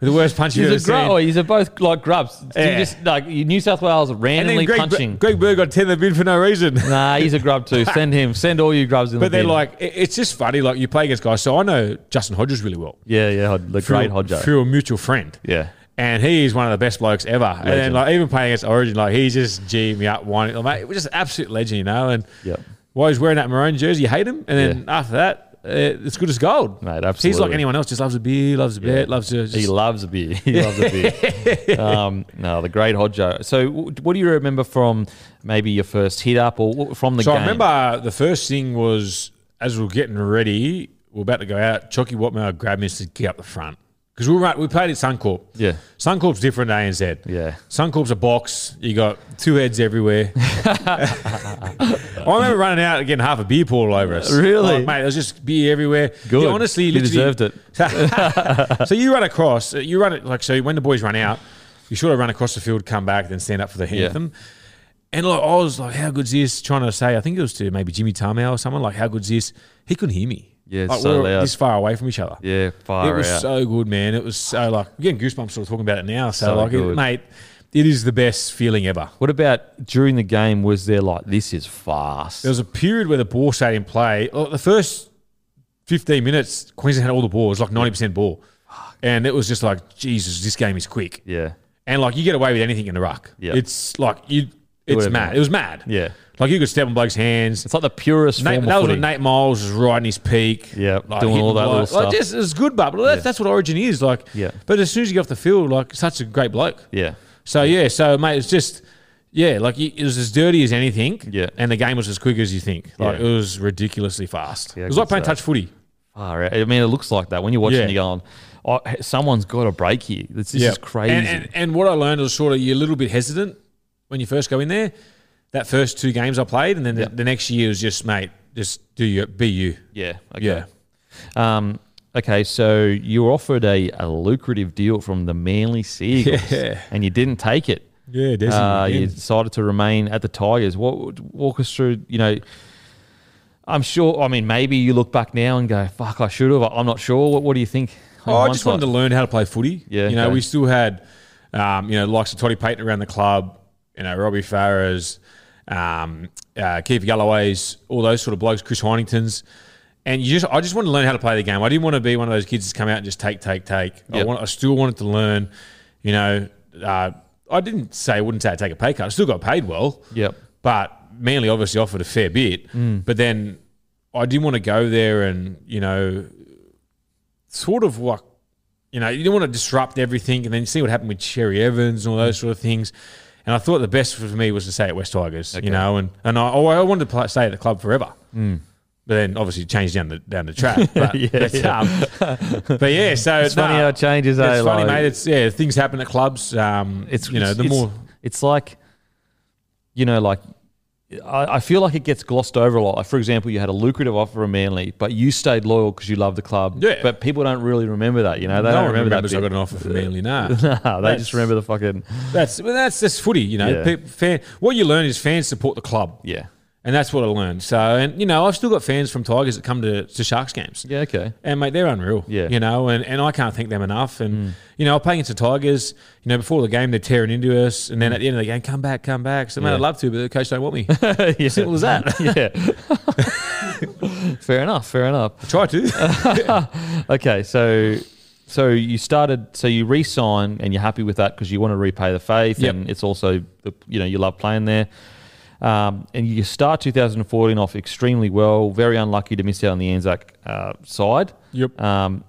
Speaker 3: the worst punch you've ever
Speaker 2: These are,
Speaker 3: seen.
Speaker 2: gr- oh, these are both like grubs.
Speaker 3: Yeah.
Speaker 2: You just like you- New South Wales randomly
Speaker 3: Greg,
Speaker 2: punching.
Speaker 3: Greg Bird got 10 bid for no reason.
Speaker 2: nah, he's a grub too. Send him. Send all you grubs in the
Speaker 3: But they're
Speaker 2: bin.
Speaker 3: like, it- it's just funny. Like, you play against guys. So I know Justin Hodges really well.
Speaker 2: yeah, yeah, Hod- the great
Speaker 3: Through-
Speaker 2: Hodjo.
Speaker 3: Through a mutual friend.
Speaker 2: Yeah,
Speaker 3: And he is one of the best blokes ever. And then,
Speaker 2: Legend.
Speaker 3: like, even playing against Origin, like, he just G me up, one. Like, mate, we're just an absolute legend, you know? And
Speaker 2: Yep.
Speaker 3: while he's wearing that maroon jersey, you hate him. And then after that, uh, it's good as gold.
Speaker 2: Mate,
Speaker 3: He's like
Speaker 2: absolutely.
Speaker 3: anyone else, just loves a beer, loves a bet, loves to.
Speaker 2: he
Speaker 3: Just,
Speaker 2: loves a beer. He loves a beer. um, no, the great Hodjo. So, w- what do you remember from maybe your first hit up or w- from the
Speaker 3: so I
Speaker 2: game?
Speaker 3: remember the first thing was as we were getting ready, we are about to go out. Chucky Watmow grabbed me and said, "Get up the front," because we were right, we played at Suncorp.
Speaker 2: Yeah.
Speaker 3: Suncorp's different to ANZ.
Speaker 2: Yeah.
Speaker 3: Suncorp's a box. You got two heads everywhere. I remember running out and getting half a beer poured all over us.
Speaker 2: Really?
Speaker 3: Like, mate? There was just beer everywhere.
Speaker 2: Good.
Speaker 3: You honestly,
Speaker 2: You
Speaker 3: literally-
Speaker 2: deserved it.
Speaker 3: so you run across, you run it like so. When the boys run out, you sort of run across the field, come back, then stand up for the
Speaker 2: Yeah.
Speaker 3: anthem. And like, I was like, "How good's this?" Trying to say, I think it was to maybe Jimmy Tarmow or someone. Like, "How good's this?" He couldn't hear me.
Speaker 2: Yeah, it's
Speaker 3: like,
Speaker 2: so
Speaker 3: we were
Speaker 2: loud.
Speaker 3: This far away from each other.
Speaker 2: Yeah,
Speaker 3: it
Speaker 2: far
Speaker 3: was
Speaker 2: out.
Speaker 3: so good, man. It was so like I'm getting goosebumps sort of talking about it now. So,
Speaker 2: So
Speaker 3: like, it,
Speaker 2: good.
Speaker 3: mate, it is the best feeling ever.
Speaker 2: what about during the game? Was there like this is fast?
Speaker 3: There was a period where the ball stayed in play. Well, the first 15 minutes, Queensland had all the ball. It was like 90% ball. And it was just like, Jesus, this game is quick.
Speaker 2: yeah,
Speaker 3: And like you get away with anything in the ruck.
Speaker 2: Yeah.
Speaker 3: It's like you it's
Speaker 2: would've
Speaker 3: mad.
Speaker 2: been-
Speaker 3: It was mad.
Speaker 2: Yeah.
Speaker 3: Like you could step on blokes' hands.
Speaker 2: it's like the purest
Speaker 3: Nate,
Speaker 2: form
Speaker 3: that
Speaker 2: of
Speaker 3: was
Speaker 2: footy.
Speaker 3: when Nate Miles was riding his peak.
Speaker 2: Yeah, doing all
Speaker 3: hitting
Speaker 2: that little
Speaker 3: blokes. Like,
Speaker 2: stuff.
Speaker 3: just, it's good, but that's, that's what Origin is. Like,
Speaker 2: Yeah.
Speaker 3: But as soon as you get off the field, like, such a great bloke.
Speaker 2: yeah,
Speaker 3: So yeah, so mate, it's just yeah, like you- it was as dirty as anything.
Speaker 2: Yeah.
Speaker 3: and the game was as quick as you think. Like
Speaker 2: Yeah.
Speaker 3: it was ridiculously fast.
Speaker 2: Yeah,
Speaker 3: it was like
Speaker 2: good
Speaker 3: playing
Speaker 2: stuff.
Speaker 3: touch footy.
Speaker 2: far out. I mean, it looks like that when you're watching.
Speaker 3: Yeah.
Speaker 2: You're going, oh, hey, someone's got a break here. This, this
Speaker 3: Yeah.
Speaker 2: is crazy.
Speaker 3: And, and and what I learned was sort of you're a little bit hesitant when you first go in there. That first two games I played, and then the, the next year was just mate, just do you be you.
Speaker 2: yeah, okay.
Speaker 3: Yeah.
Speaker 2: Um, okay, so you were offered a, a lucrative deal from the Manly Seagulls,
Speaker 3: Yeah.
Speaker 2: and you didn't take it.
Speaker 3: Yeah,
Speaker 2: Uh, you decided to remain at the Tigers. What walk us through? You know, I'm sure. I mean, maybe you look back now and go, "Fuck, I should have." I'm not sure. What What do you think?
Speaker 3: Oh, I just wanted to learn how to play footy.
Speaker 2: Yeah,
Speaker 3: you know,
Speaker 2: okay.
Speaker 3: we still had, um, you know, the likes of Toddy Payton around the club. You know, Robbie Farah's, um, uh, Keith Galloway's, all those sort of blokes, Chris Heinington's, and you just, I just wanted to learn how to play the game. I didn't want to be one of those kids that's come out and just take, take, take. I
Speaker 2: Yep.
Speaker 3: want, I still wanted to learn. You know, uh, I didn't say, I wouldn't say I take a pay cut. I still got paid well.
Speaker 2: Yep.
Speaker 3: But Manly obviously offered a fair bit.
Speaker 2: Mm.
Speaker 3: But then I didn't want to go there and, you know, sort of like, you know, you didn't want to disrupt everything. And then you see what happened with Sherry Evans and all
Speaker 2: Mm.
Speaker 3: those sort of things. And I thought the best for me was to stay at West Tigers, you know, and, and I, oh, I wanted to play, stay at the club forever.
Speaker 2: Mm.
Speaker 3: But then obviously it changed down the down the track. But, yeah, but, Um, but yeah, so
Speaker 2: It's funny how it changes.
Speaker 3: It's
Speaker 2: eh,
Speaker 3: funny,
Speaker 2: like-
Speaker 3: mate. It's yeah, things happen at clubs. Um,
Speaker 2: It's
Speaker 3: you know, the
Speaker 2: it's-
Speaker 3: more
Speaker 2: it's like, you know, like I, I feel like it gets glossed over a lot. Like for example, you had a lucrative offer from Manly, but you stayed loyal because you love the club.
Speaker 3: Yeah.
Speaker 2: But people don't really remember that. You know, they
Speaker 3: no
Speaker 2: don't
Speaker 3: one
Speaker 2: remember that.
Speaker 3: remembers I got an offer from Manly. Nah,
Speaker 2: bit. Nah, they just
Speaker 3: That's-
Speaker 2: remember the fucking
Speaker 3: that's well, that's just footy. You know,
Speaker 2: Yeah.
Speaker 3: Peop- fan, what you learn is fans support the club,
Speaker 2: yeah,
Speaker 3: and that's what I learned. So, and you know, I've still got fans from Tigers that come to, to Sharks games.
Speaker 2: yeah, okay,
Speaker 3: And mate, they're unreal.
Speaker 2: Yeah. Mm.
Speaker 3: You know, and, and I can't thank them enough. And you know, I play against the Tigers, you know, before the game they're tearing into us and then at the end of the game, come back, come back. So mate,
Speaker 2: Mm. Yeah.
Speaker 3: I'd love to, but the coach don't want me.
Speaker 2: yeah.
Speaker 3: Simple as that.
Speaker 2: yeah. fair enough. Fair enough.
Speaker 3: Try to.
Speaker 2: Okay, so so you started, so you re-sign, and you're happy with that because you want to repay the faith,
Speaker 3: Yep.
Speaker 2: and it's also the, you know you love playing there. Um, and you start 2014 off extremely well. Very unlucky to miss out on the Anzac uh, side.
Speaker 3: Yep.
Speaker 2: Um,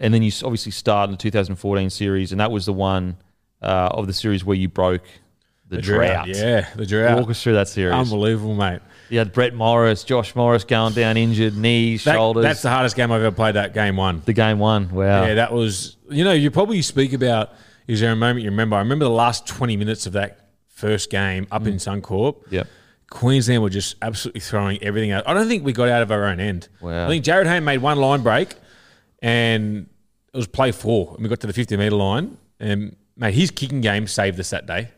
Speaker 2: and then you s- obviously start in the 2014 series, and that was the one uh, of the series where you broke the, drought.
Speaker 3: Yeah, the drought.
Speaker 2: Walk us through that series.
Speaker 3: Unbelievable, mate.
Speaker 2: You had Brett Morris, Josh Morris going down injured, knees,
Speaker 3: That-
Speaker 2: shoulders.
Speaker 3: That's the hardest game I've ever played that game one.
Speaker 2: the game one. Wow.
Speaker 3: Yeah, that was you know, you probably speak about is there a moment you remember? I remember the last twenty minutes of that first game
Speaker 2: Mm.
Speaker 3: up in Suncorp.
Speaker 2: Yep.
Speaker 3: Queensland were just absolutely throwing everything out. I don't think we got out of our own end.
Speaker 2: Wow.
Speaker 3: I think Jared Hayne made one line break and it was play four. And we got to the 50 metre line. And, mate, his kicking game saved us that day.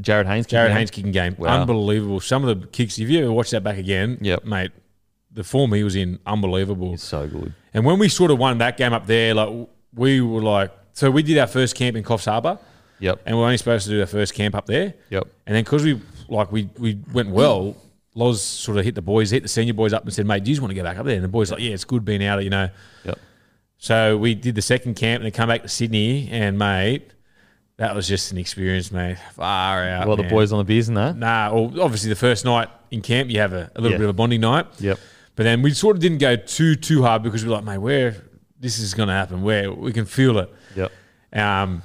Speaker 2: Jared Haynes. came
Speaker 3: Jared
Speaker 2: down.
Speaker 3: Haynes kicking game.
Speaker 2: Wow.
Speaker 3: Unbelievable. Some of the kicks, if you ever watch that back again,
Speaker 2: Yep.
Speaker 3: mate, the form he was in, unbelievable.
Speaker 2: So good.
Speaker 3: And when we sort of won that game up there, like we were like, so we did our first camp in Coffs Harbour
Speaker 2: Yep.
Speaker 3: and we are only supposed to do our first camp up there.
Speaker 2: Yep.
Speaker 3: And then because we like we we went well, Loz sort of hit the boys, hit the senior boys up and said, "Mate, do you just want to go back up there?" And the boys like, "Yeah, it's good being out, you know."
Speaker 2: Yep.
Speaker 3: So we did the second camp and then come back to Sydney, and mate, that was just an experience, mate. Far out.
Speaker 2: Well, the
Speaker 3: man.
Speaker 2: boys on the beers and that.
Speaker 3: Nah, well, obviously the first night in camp you have a, a little
Speaker 2: Yeah.
Speaker 3: bit of a bonding night.
Speaker 2: Yep.
Speaker 3: But then we sort of didn't go too too hard because we were like, mate, where this is gonna happen, where we can feel it.
Speaker 2: Yep.
Speaker 3: Um,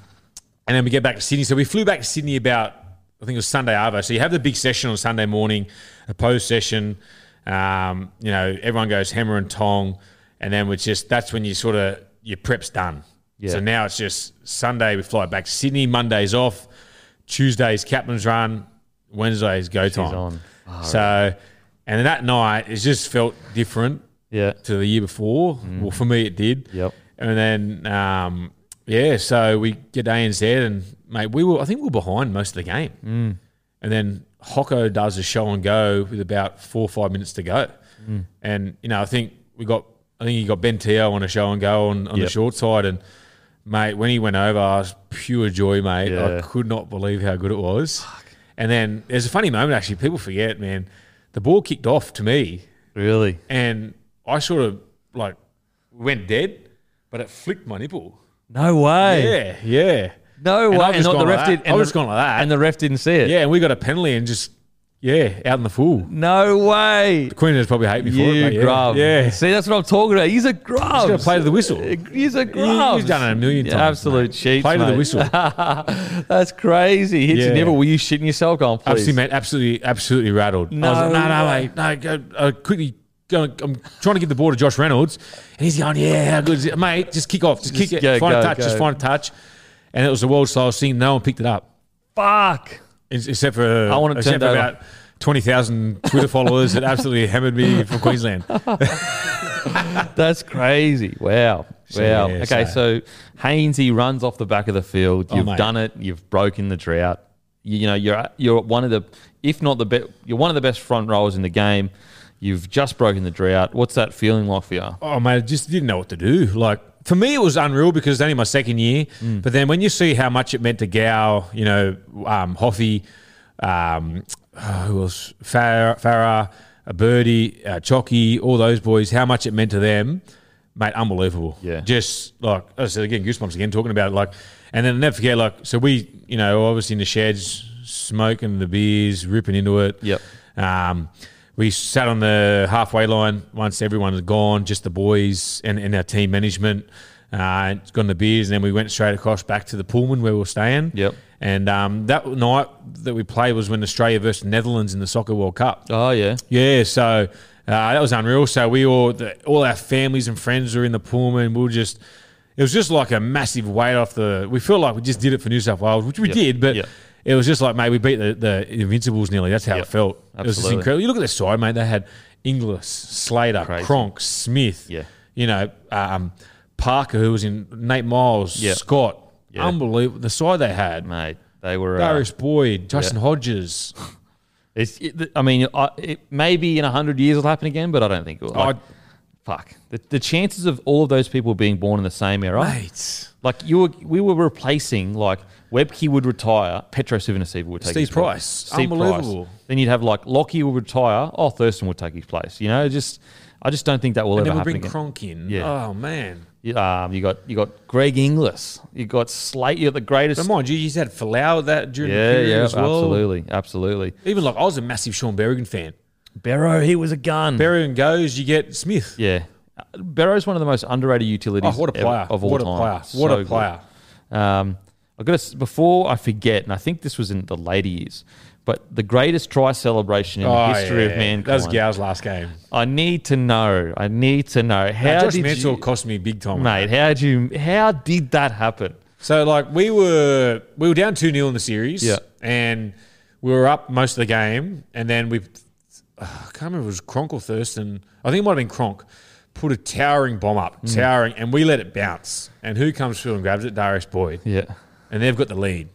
Speaker 3: and then we get back to Sydney. So we flew back to Sydney about, I think it was Sunday Arvo. So you have the big session on Sunday morning, a post session. Um, you know, everyone goes hammer and tong. And then it's just, that's when you sort of, your prep's done.
Speaker 2: Yeah.
Speaker 3: So now it's just Sunday, we fly back to Sydney. Monday's off. Tuesday's captain's run. Wednesday's go time.
Speaker 2: on.
Speaker 3: so, and then that night, it just felt different
Speaker 2: Yeah.
Speaker 3: to the year before. Well, for me, it did.
Speaker 2: Mm. Yep.
Speaker 3: And then, um, yeah, so we get to ANZ and, mate, we were, I think we were behind most of the game. Mm. And then Hocko does a show and go with about four or five minutes to go.
Speaker 2: Mm.
Speaker 3: And, you know, I think we got, I think he got Ben Teo on a show and go on, on
Speaker 2: Yep.
Speaker 3: the short side. And, mate, when he went over, I was pure joy, mate.
Speaker 2: Yeah.
Speaker 3: I could not believe how good it was. And then there's a funny moment, actually, people forget, man. The ball kicked off to me
Speaker 2: Really.
Speaker 3: and I sort of like went dead, but it flicked my nipple.
Speaker 2: No way.
Speaker 3: Yeah, yeah,
Speaker 2: No
Speaker 3: And
Speaker 2: way.
Speaker 3: I've just
Speaker 2: not-
Speaker 3: gone like that. I've
Speaker 2: the-
Speaker 3: just gone like that.
Speaker 2: And the ref didn't see it.
Speaker 3: yeah. And we got a penalty and just yeah, out in the full.
Speaker 2: No way.
Speaker 3: Queen has probably hate me for
Speaker 2: You
Speaker 3: it. but yeah.
Speaker 2: grub.
Speaker 3: yeah.
Speaker 2: See, that's what I'm talking about. He's a grub.
Speaker 3: He's gonna play to the whistle. He-
Speaker 2: He's a grub.
Speaker 3: He's done it a million times.
Speaker 2: Absolute
Speaker 3: mate.
Speaker 2: cheats,
Speaker 3: Play to
Speaker 2: mate.
Speaker 3: the whistle.
Speaker 2: That's crazy. Hits your
Speaker 3: Yeah.
Speaker 2: nipple. Were you shitting yourself going, please?
Speaker 3: Absolutely, mate. Absolutely, absolutely rattled. I was like,
Speaker 2: No
Speaker 3: no, no,
Speaker 2: way.
Speaker 3: mate. No, go, uh, quickly. Go, I'm trying to get the ball to Josh Reynolds, and he's going, "Yeah, how good is it, mate? Just kick off, just, kick it,
Speaker 2: go,
Speaker 3: find
Speaker 2: go,
Speaker 3: a touch,
Speaker 2: go."
Speaker 3: just find a touch." And it was the world style thing. No one picked it up.
Speaker 2: Fuck.
Speaker 3: Ex- except for
Speaker 2: I want it
Speaker 3: except
Speaker 2: turned
Speaker 3: for
Speaker 2: over.
Speaker 3: about twenty thousand Twitter followers that absolutely hammered me from Queensland.
Speaker 2: That's crazy. Wow. Wow.
Speaker 3: yeah,
Speaker 2: okay, so, Haynes, he runs off the back of the field. You've
Speaker 3: mate.
Speaker 2: done it. You've broken the drought. You, you know, you're you're one of the, if not the best, you're one of the best front rowers in the game. You've just broken the drought. What's that feeling like for you?
Speaker 3: Oh mate, I just didn't know what to do. Like for me, it was unreal because it's only my second year.
Speaker 2: Mm.
Speaker 3: But then when you see how much it meant to Gow, you know, um, Hoffy, um, who else, Farah, Farah uh, Birdie, uh, Chocky, all those boys, how much it meant to them, mate, unbelievable.
Speaker 2: Yeah.
Speaker 3: just like I said again, goosebumps again talking about it. Like, and then never forget, like, so we, you know, obviously in the sheds, smoking the beers, ripping into it.
Speaker 2: Yep.
Speaker 3: Um, we sat on the halfway line once everyone had gone, just the boys and, and our team management. Uh, it's gone to beers, and then we went straight across back to the Pullman where we were staying.
Speaker 2: Yep.
Speaker 3: And um, that night that we played was when Australia versus Netherlands in the Soccer World Cup.
Speaker 2: Oh, yeah.
Speaker 3: Yeah, so uh, that was unreal. So we all, the, all our families and friends were in the Pullman. We were just, it was just like a massive weight off the. We felt like we just did it for New South Wales, which we
Speaker 2: Yep.
Speaker 3: did, but
Speaker 2: Yep.
Speaker 3: it was just like, mate, we beat the, the Invincibles nearly. That's how
Speaker 2: Yep.
Speaker 3: it felt. It was just
Speaker 2: Absolutely.
Speaker 3: incredible. You look at their side, mate. They had Inglis, Slater,
Speaker 2: Crazy.
Speaker 3: Cronk, Smith.
Speaker 2: Yeah.
Speaker 3: You know, um, Parker, who was in Nate Miles,
Speaker 2: Yep.
Speaker 3: Scott.
Speaker 2: Yeah.
Speaker 3: Unbelievable. The side they had.
Speaker 2: mate. They were. uh,
Speaker 3: Darius Boyd, Justin Hodges.
Speaker 2: it's, it, I mean, I, it, maybe in hundred years it'll happen again, but I don't think it will. Like,
Speaker 3: I-
Speaker 2: fuck the, the chances of all of those people being born in the same era.
Speaker 3: Mate.
Speaker 2: Like you were, we were replacing like Webkey would retire, Petro Sivanasiva would take
Speaker 3: Steve
Speaker 2: his spot.
Speaker 3: Price. Unbelievable.
Speaker 2: Then you'd have like Lockie will retire. Oh, Thurston would take his place. You know, just I just don't think that will
Speaker 3: And then
Speaker 2: ever
Speaker 3: we
Speaker 2: happen
Speaker 3: bring
Speaker 2: again.
Speaker 3: Cronk in.
Speaker 2: Yeah.
Speaker 3: Oh, man.
Speaker 2: You- um, you got you got Greg Inglis. You got Slate. You're the greatest.
Speaker 3: But mind you, he's had Falau that during the
Speaker 2: yeah,
Speaker 3: period
Speaker 2: yeah,
Speaker 3: as well.
Speaker 2: absolutely, absolutely.
Speaker 3: Even like I was a massive Sean Berrigan fan.
Speaker 2: Barrow, he was a gun.
Speaker 3: Berrigan goes, you get Smith.
Speaker 2: yeah, Barrow's one of the most underrated utilities.
Speaker 3: Oh, what a
Speaker 2: ever-
Speaker 3: player.
Speaker 2: of all
Speaker 3: What a
Speaker 2: time.
Speaker 3: player. What a
Speaker 2: good.
Speaker 3: player.
Speaker 2: Um, I got to, before I forget, and I think this was in the later years, but the greatest try celebration in
Speaker 3: Oh,
Speaker 2: the history
Speaker 3: yeah.
Speaker 2: of mankind.
Speaker 3: That was Gow's last game.
Speaker 2: I need to know. I need to know how
Speaker 3: Now, Josh
Speaker 2: did
Speaker 3: Mansell
Speaker 2: you,
Speaker 3: cost me big time.
Speaker 2: mate? How did you? How did that happen?
Speaker 3: So like we were we were down two 0 in the series.
Speaker 2: Yeah.
Speaker 3: And we were up most of the game, and then we uh, I can't remember if it was Cronk or Thurston. I think it might have been Cronk. Put a towering bomb
Speaker 2: Hmm.
Speaker 3: up, towering, and we let it bounce. And who comes through and grabs it? Darius Boyd.
Speaker 2: Yeah,
Speaker 3: and they've got the lead.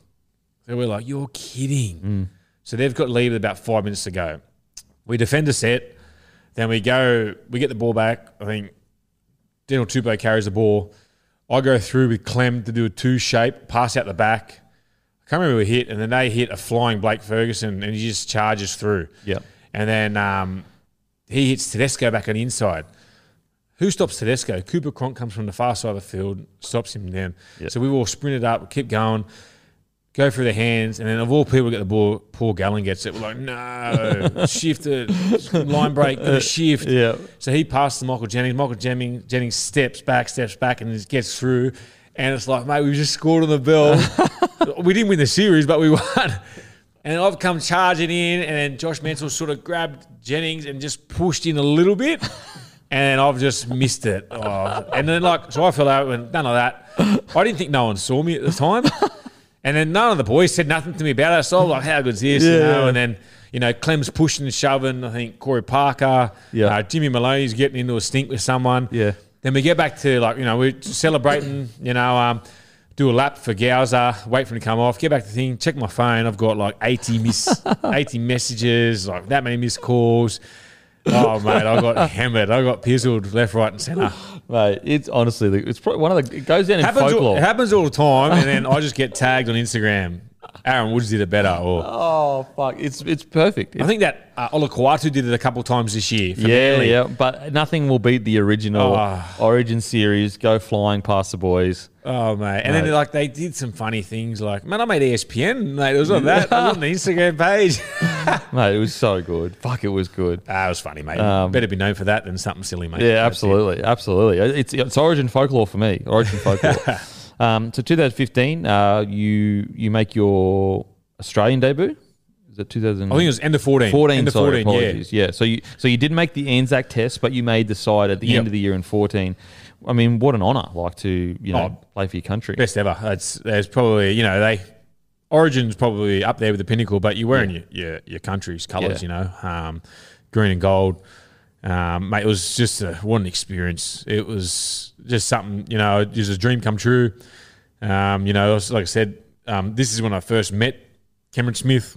Speaker 3: So we're like, you're kidding. So they've got lead with about five minutes to go. We defend a set, then we go, we get the ball back. I think Daniel Tupou carries the ball. I go through with Clem to do a two shape, pass out the back. I can't remember who hit, and then they hit a flying Blake Ferguson, and he just charges through.
Speaker 2: Yeah.
Speaker 3: And then um, he hits Tedesco back on the inside. Who stops Tedesco? Cooper Cronk comes from the far side of the field, stops him down. So we all sprinted up, keep going, go through the hands, and then of all people get the ball, Paul Gallen gets it. We're like, no, shift it, line break, gonna shift.
Speaker 2: yeah.
Speaker 3: So he passes to Michael Jennings. Michael Jennings, Jennings steps back, steps back, and just gets through. And it's like, mate, we just scored on the bell. we didn't win the series, but we won. And I've come charging in, and then Josh Mansell sort of grabbed Jennings and just pushed in a little bit. And I've just missed it. Oh. And then, like, so I fell out and none of that. I didn't think no one saw me at the time. And then none of the boys said nothing to me about it. So I was like, how good's this? You know? And then, you know, Clem's pushing and shoving. I think Corey Parker,
Speaker 2: Yeah.
Speaker 3: uh, Jimmy Maloney's getting into a stink with someone.
Speaker 2: Yeah.
Speaker 3: Then we get back to like, you know, we're celebrating, you know, um, do a lap for Gowser, wait for him to come off, get back to the thing, check my phone. I've got like 80 miss, 80 messages, like that many missed calls. Oh, mate, I got hammered. I got pizzled left, right, and centre.
Speaker 2: mate. It's honestly, the- it's probably one of the. It goes down in
Speaker 3: Happens all,
Speaker 2: folklore.
Speaker 3: it happens all the time, and then I just get tagged on Instagram. Aaron Woods did it better. Or
Speaker 2: oh fuck! It's it's perfect.
Speaker 3: I
Speaker 2: It's,
Speaker 3: think that uh, Olakwatu did it a couple times this year. for
Speaker 2: yeah,
Speaker 3: Manly.
Speaker 2: yeah, but nothing will beat the original
Speaker 3: Ah.
Speaker 2: Origin series. Go flying past the boys.
Speaker 3: Oh mate, and then like they did some funny things. Like man, I made E ESPN. Mate, it was on that. It was on the Instagram page.
Speaker 2: Mate, it was so good. Fuck, it was good.
Speaker 3: Ah, it was funny, mate. Better be known for that than something silly, mate.
Speaker 2: Um, Yeah,
Speaker 3: That's it.
Speaker 2: absolutely, absolutely. Uh, It's it's origin folklore for me. Origin folklore. um, so 2015, uh, you you make your Australian debut. Is it 2000?
Speaker 3: I think it was end of fourteen.
Speaker 2: 14.
Speaker 3: End of
Speaker 2: sorry,
Speaker 3: yeah.
Speaker 2: apologies. Yeah. So you so you did make the Anzac test, but you made the side at the
Speaker 3: Yep.
Speaker 2: end of the year in 14. I mean, what an honour, like to you know
Speaker 3: Oh.
Speaker 2: play for your country.
Speaker 3: Best ever. It's there's probably you know they Origin's probably up there with the pinnacle, but you're wearing your, your your country's colours,
Speaker 2: Yeah.
Speaker 3: you know, um, green and gold. Um, mate, it was just a, what an experience. It was just something, you know, it was a dream come true. Um, you know, like I said, um, this is when I first met Cameron Smith.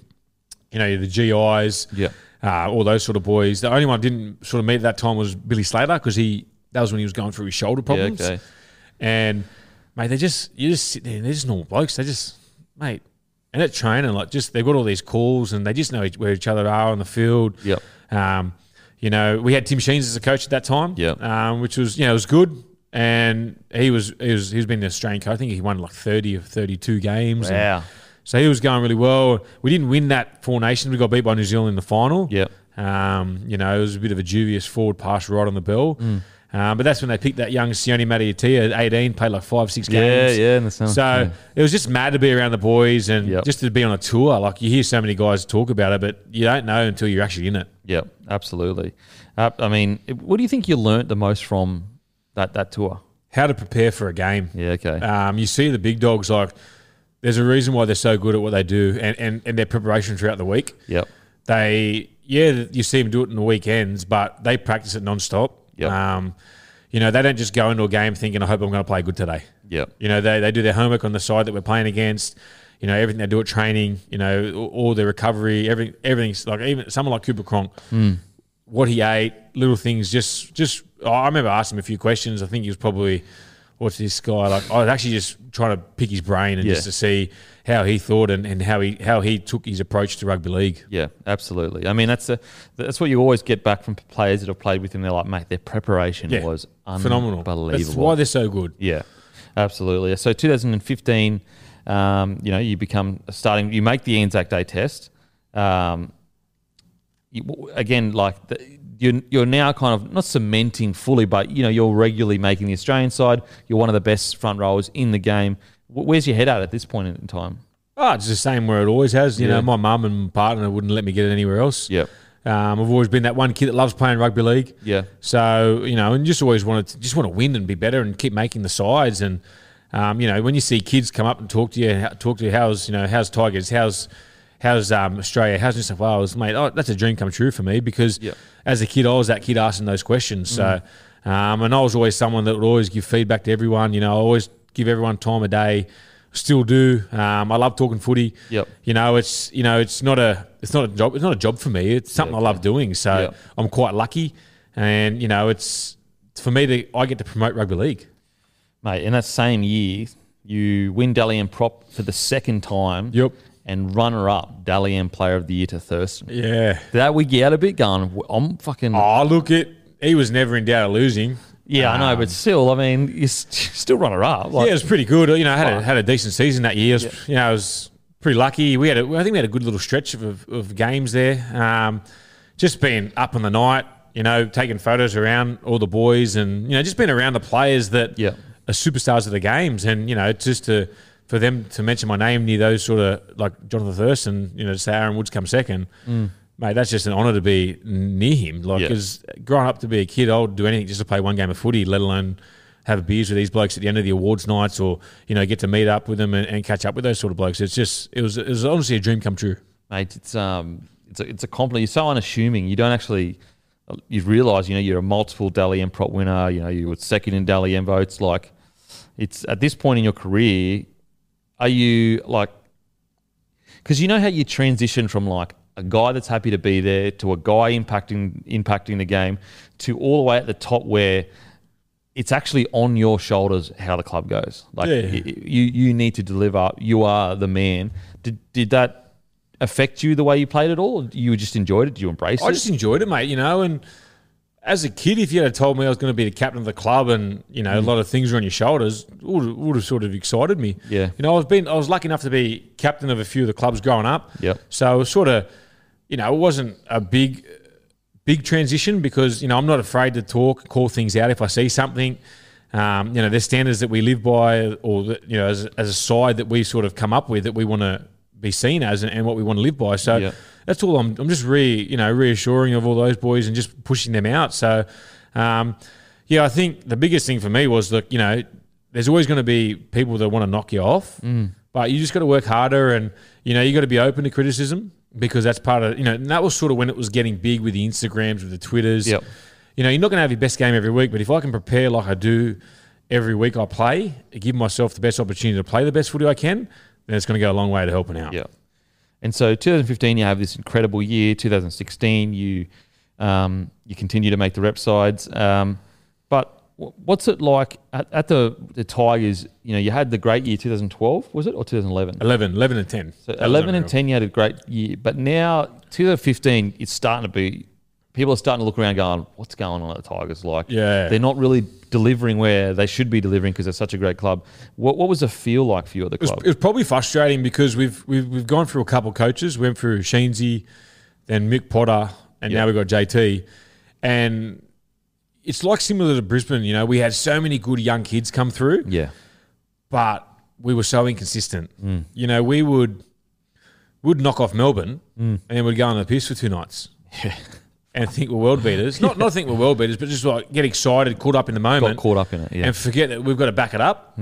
Speaker 3: You know, the GIs,
Speaker 2: Yeah.
Speaker 3: uh, all those sort of boys. The only one I didn't sort of meet at that time was Billy Slater because he that was when he was going through his shoulder
Speaker 2: Yeah,
Speaker 3: problems.
Speaker 2: okay.
Speaker 3: And mate, they just you just sit there and they're just normal blokes. They just mate. And at training, like just they've got all these calls and they just know each- where each other are on the field.
Speaker 2: Yep.
Speaker 3: Um, you know, we had Tim Sheens as a coach at that time.
Speaker 2: Yep.
Speaker 3: Um, which was you know, it was good. And he was he was he's been an Australian coach. I think he won like thirty or thirty two games. And
Speaker 2: Wow.
Speaker 3: so he was going really well. We didn't win that Four Nations. We got beat by New Zealand in the final.
Speaker 2: Yep.
Speaker 3: Um, you know, it was a bit of a dubious forward pass right on the bell.
Speaker 2: Mm.
Speaker 3: Um, but that's when they picked that young Sione Mattia at 18, played like five, six
Speaker 2: Yeah,
Speaker 3: games.
Speaker 2: yeah, in the summer,
Speaker 3: So
Speaker 2: yeah.
Speaker 3: it was just mad to be around the boys and
Speaker 2: Yep.
Speaker 3: just to be on a tour. Like you hear so many guys talk about it, but you don't know until you're actually in it.
Speaker 2: Yeah, absolutely. Uh, I mean, what do you think you learnt the most from that that tour?
Speaker 3: How to prepare for a game.
Speaker 2: Yeah. Okay.
Speaker 3: Um, you see the big dogs like there's a reason why they're so good at what they do and, and, and their preparation throughout the week.
Speaker 2: Yep.
Speaker 3: They, yeah, you see them do it in the weekends, but they practice it nonstop.
Speaker 2: Yep.
Speaker 3: Um, you know, they don't just go into a game thinking, I hope I'm going to play good today.
Speaker 2: Yep.
Speaker 3: You know, they, they do their homework on the side that we're playing against. You know, everything they do at training, you know, all, all their recovery, everything, everything's like even someone like Cooper Cronk,
Speaker 2: Hmm.
Speaker 3: what he ate, little things, just, just, oh, I remember asking him a few questions. I think he was probably, what's this guy like? I was actually just trying to pick his brain and
Speaker 2: Yeah.
Speaker 3: just to see how he thought and, and how he, how he took his approach to rugby league.
Speaker 2: Yeah, absolutely. I mean, that's a, that's what you always get back from players that have played with him. They're like, mate, their preparation
Speaker 3: Yeah.
Speaker 2: was
Speaker 3: Phenomenal.
Speaker 2: unbelievable.
Speaker 3: That's why they're so good.
Speaker 2: Yeah, absolutely. So 2015, um, you know, you become a starting. You make the Anzac Day test. Um, you, w- again, like the, you're, you're now kind of not cementing fully, but you know, you're regularly making the Australian side. You're one of the best front rowers in the game. Wh- Where's your head at at this point in time?
Speaker 3: Oh, it's the same where it always has. You
Speaker 2: Yeah.
Speaker 3: know, my mum and partner wouldn't let me get it anywhere else.
Speaker 2: Yep.
Speaker 3: Um, I've always been that one kid that loves playing rugby league.
Speaker 2: Yeah.
Speaker 3: So you know, and just always wanted to, just want to win and be better and keep making the sides. And um, you know, when you see kids come up and talk to you, how- talk to you, how's you know, how's Tigers, how's how's um, Australia, how's New South Wales, mate. Oh, that's a dream come true for me because
Speaker 2: Yeah. Mm.
Speaker 3: as a kid, I was that kid asking those questions. So, um, and I was always someone that would always give feedback to everyone. You know, I always give everyone time of day. Still do. Um, I love talking footy.
Speaker 2: Yep.
Speaker 3: You know, it's you know, it's not a it's not a job. It's not a job for me. It's something I love doing. So
Speaker 2: Yeah.
Speaker 3: I'm quite lucky, and you know, it's for me to I get to promote rugby league.
Speaker 2: Mate, in that same year, you win Dalian Prop for the second time.
Speaker 3: Yep.
Speaker 2: And runner up Dalian Player of the Year to Thurston.
Speaker 3: Yeah.
Speaker 2: Did that wig you out a bit going, I'm fucking.
Speaker 3: Oh, look it. He was never in doubt of losing.
Speaker 2: yeah, I know, but still, I mean, you're s- still runner up. Like,
Speaker 3: yeah, it was pretty good. You know, I had a, had a decent season that year. It was- You know, I was pretty lucky. We had a, I think we had a good little stretch of, of, of games there. Um, just being up on the night, you know, taking photos around all the boys, and you know, just being around the players that
Speaker 2: Yeah.
Speaker 3: are superstars of the games, and you know, just to for them to mention my name near those sort of like Jonathan Thurston, you know, to say Aaron Woods come second. Mate, that's just an honour to be near him. Like,
Speaker 2: Mm. Yeah.
Speaker 3: because growing up to be a kid, I would do anything just to play one game of footy, let alone have beers with these blokes at the end of the awards nights, or you know, get to meet up with them and, and catch up with those sort of blokes. It's just, it was, it was honestly a dream come true.
Speaker 2: Mate, it's, um, it's, a, it's a compliment. You're so unassuming. You don't actually. You realise, you know, you're a multiple Dalian Prop winner. You know, you were second in Dalian votes. Like, it's at this point in your career, are you like. Because you know how you transition from like a guy that's happy to be there to a guy impacting impacting the game to all the way at the top where it's actually on your shoulders how the club goes. Like
Speaker 3: Yeah.
Speaker 2: y- y- you you need to deliver. You are the man. Did did that affect you the way you played at all? You just enjoyed it. Did you embrace
Speaker 3: I
Speaker 2: it?
Speaker 3: just enjoyed it, mate. You know, and as a kid, if you had told me I was going to be the captain of the club, and you
Speaker 2: Mm.
Speaker 3: know, a lot of things were on your shoulders, it would, it would have sort of excited me.
Speaker 2: Yeah.
Speaker 3: You know, I've been I was lucky enough to be captain of a few of the clubs growing up.
Speaker 2: Yep.
Speaker 3: So it was sort of, you know, it wasn't a big, big transition because you know I'm not afraid to talk, call things out if I see something. Um, you know, there's standards that we live by, or that, you know, as, as a side that we sort of come up with that we want to be seen as, and, and what we want to live by. So
Speaker 2: Yeah.
Speaker 3: that's all. I'm, I'm just re you know reassuring of all those boys and just pushing them out. So, um, yeah, I think the biggest thing for me was look, you know, there's always going to be people that want to knock you off,
Speaker 2: Mm.
Speaker 3: but you just got to work harder, and you know you got to be open to criticism because that's part of you know. And that was sort of when it was getting big with the Instagrams, with the Twitters.
Speaker 2: Yep.
Speaker 3: You know, you're not going to have your best game every week, but if I can prepare like I do every week I play, give myself the best opportunity to play the best footy I can, then it's going to go a long way to helping out.
Speaker 2: Yeah. And so 2015, you have this incredible year. 2016, you um, you continue to make the rep sides. Um, but wh- what's it like at, at the, the Tigers? You know, you had the great year 2012, was it, or 2011?
Speaker 3: 11, 11 and 10.
Speaker 2: So
Speaker 3: That was
Speaker 2: 11 and
Speaker 3: unreal.
Speaker 2: 10, you had a great year. But now 2015, it's starting to be, people are starting to look around going, what's going on at the Tigers? Like,
Speaker 3: Yeah.
Speaker 2: they're not really delivering where they should be delivering because they're such a great club. What, what was the feel like for you at the
Speaker 3: It was,
Speaker 2: club?
Speaker 3: it was probably frustrating because we've, we've we've gone through a couple of coaches. We went through Sheensy, then Mick Potter, and now we've got JT. And it's like similar to Brisbane, you know, we had so many good young kids come through,
Speaker 2: yeah.
Speaker 3: but we were so inconsistent.
Speaker 2: Mm.
Speaker 3: You know, we would would knock off Melbourne
Speaker 2: Mm.
Speaker 3: and then we'd go on the piss for two nights. And think we're world beaters. Not not think we're world beaters, but just like get excited, caught up in the
Speaker 2: Got
Speaker 3: moment
Speaker 2: caught up in it. Yeah.
Speaker 3: and forget that we've got to back it up.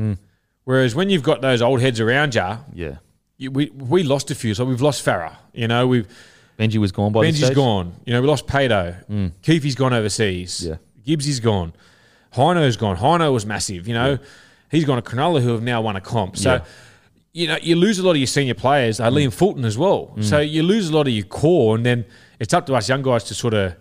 Speaker 3: Whereas when you've got those old heads around you,
Speaker 2: Yeah.
Speaker 3: you we, we lost a few. So we've lost Farah. You know, we've
Speaker 2: Benji was gone by this
Speaker 3: Benji's
Speaker 2: stage.
Speaker 3: gone. You know, we lost Pato. Mm. Keefe's gone overseas.
Speaker 2: Yeah.
Speaker 3: Gibbs is gone. Hino's gone. Hino was massive. You know, he's gone to Cronulla, who have now won a comp. So,
Speaker 2: Yeah. Mm.
Speaker 3: you know, you lose a lot of your senior players. Uh, Liam Fulton as well. So you lose a lot of your core, and then it's up to us young guys to sort of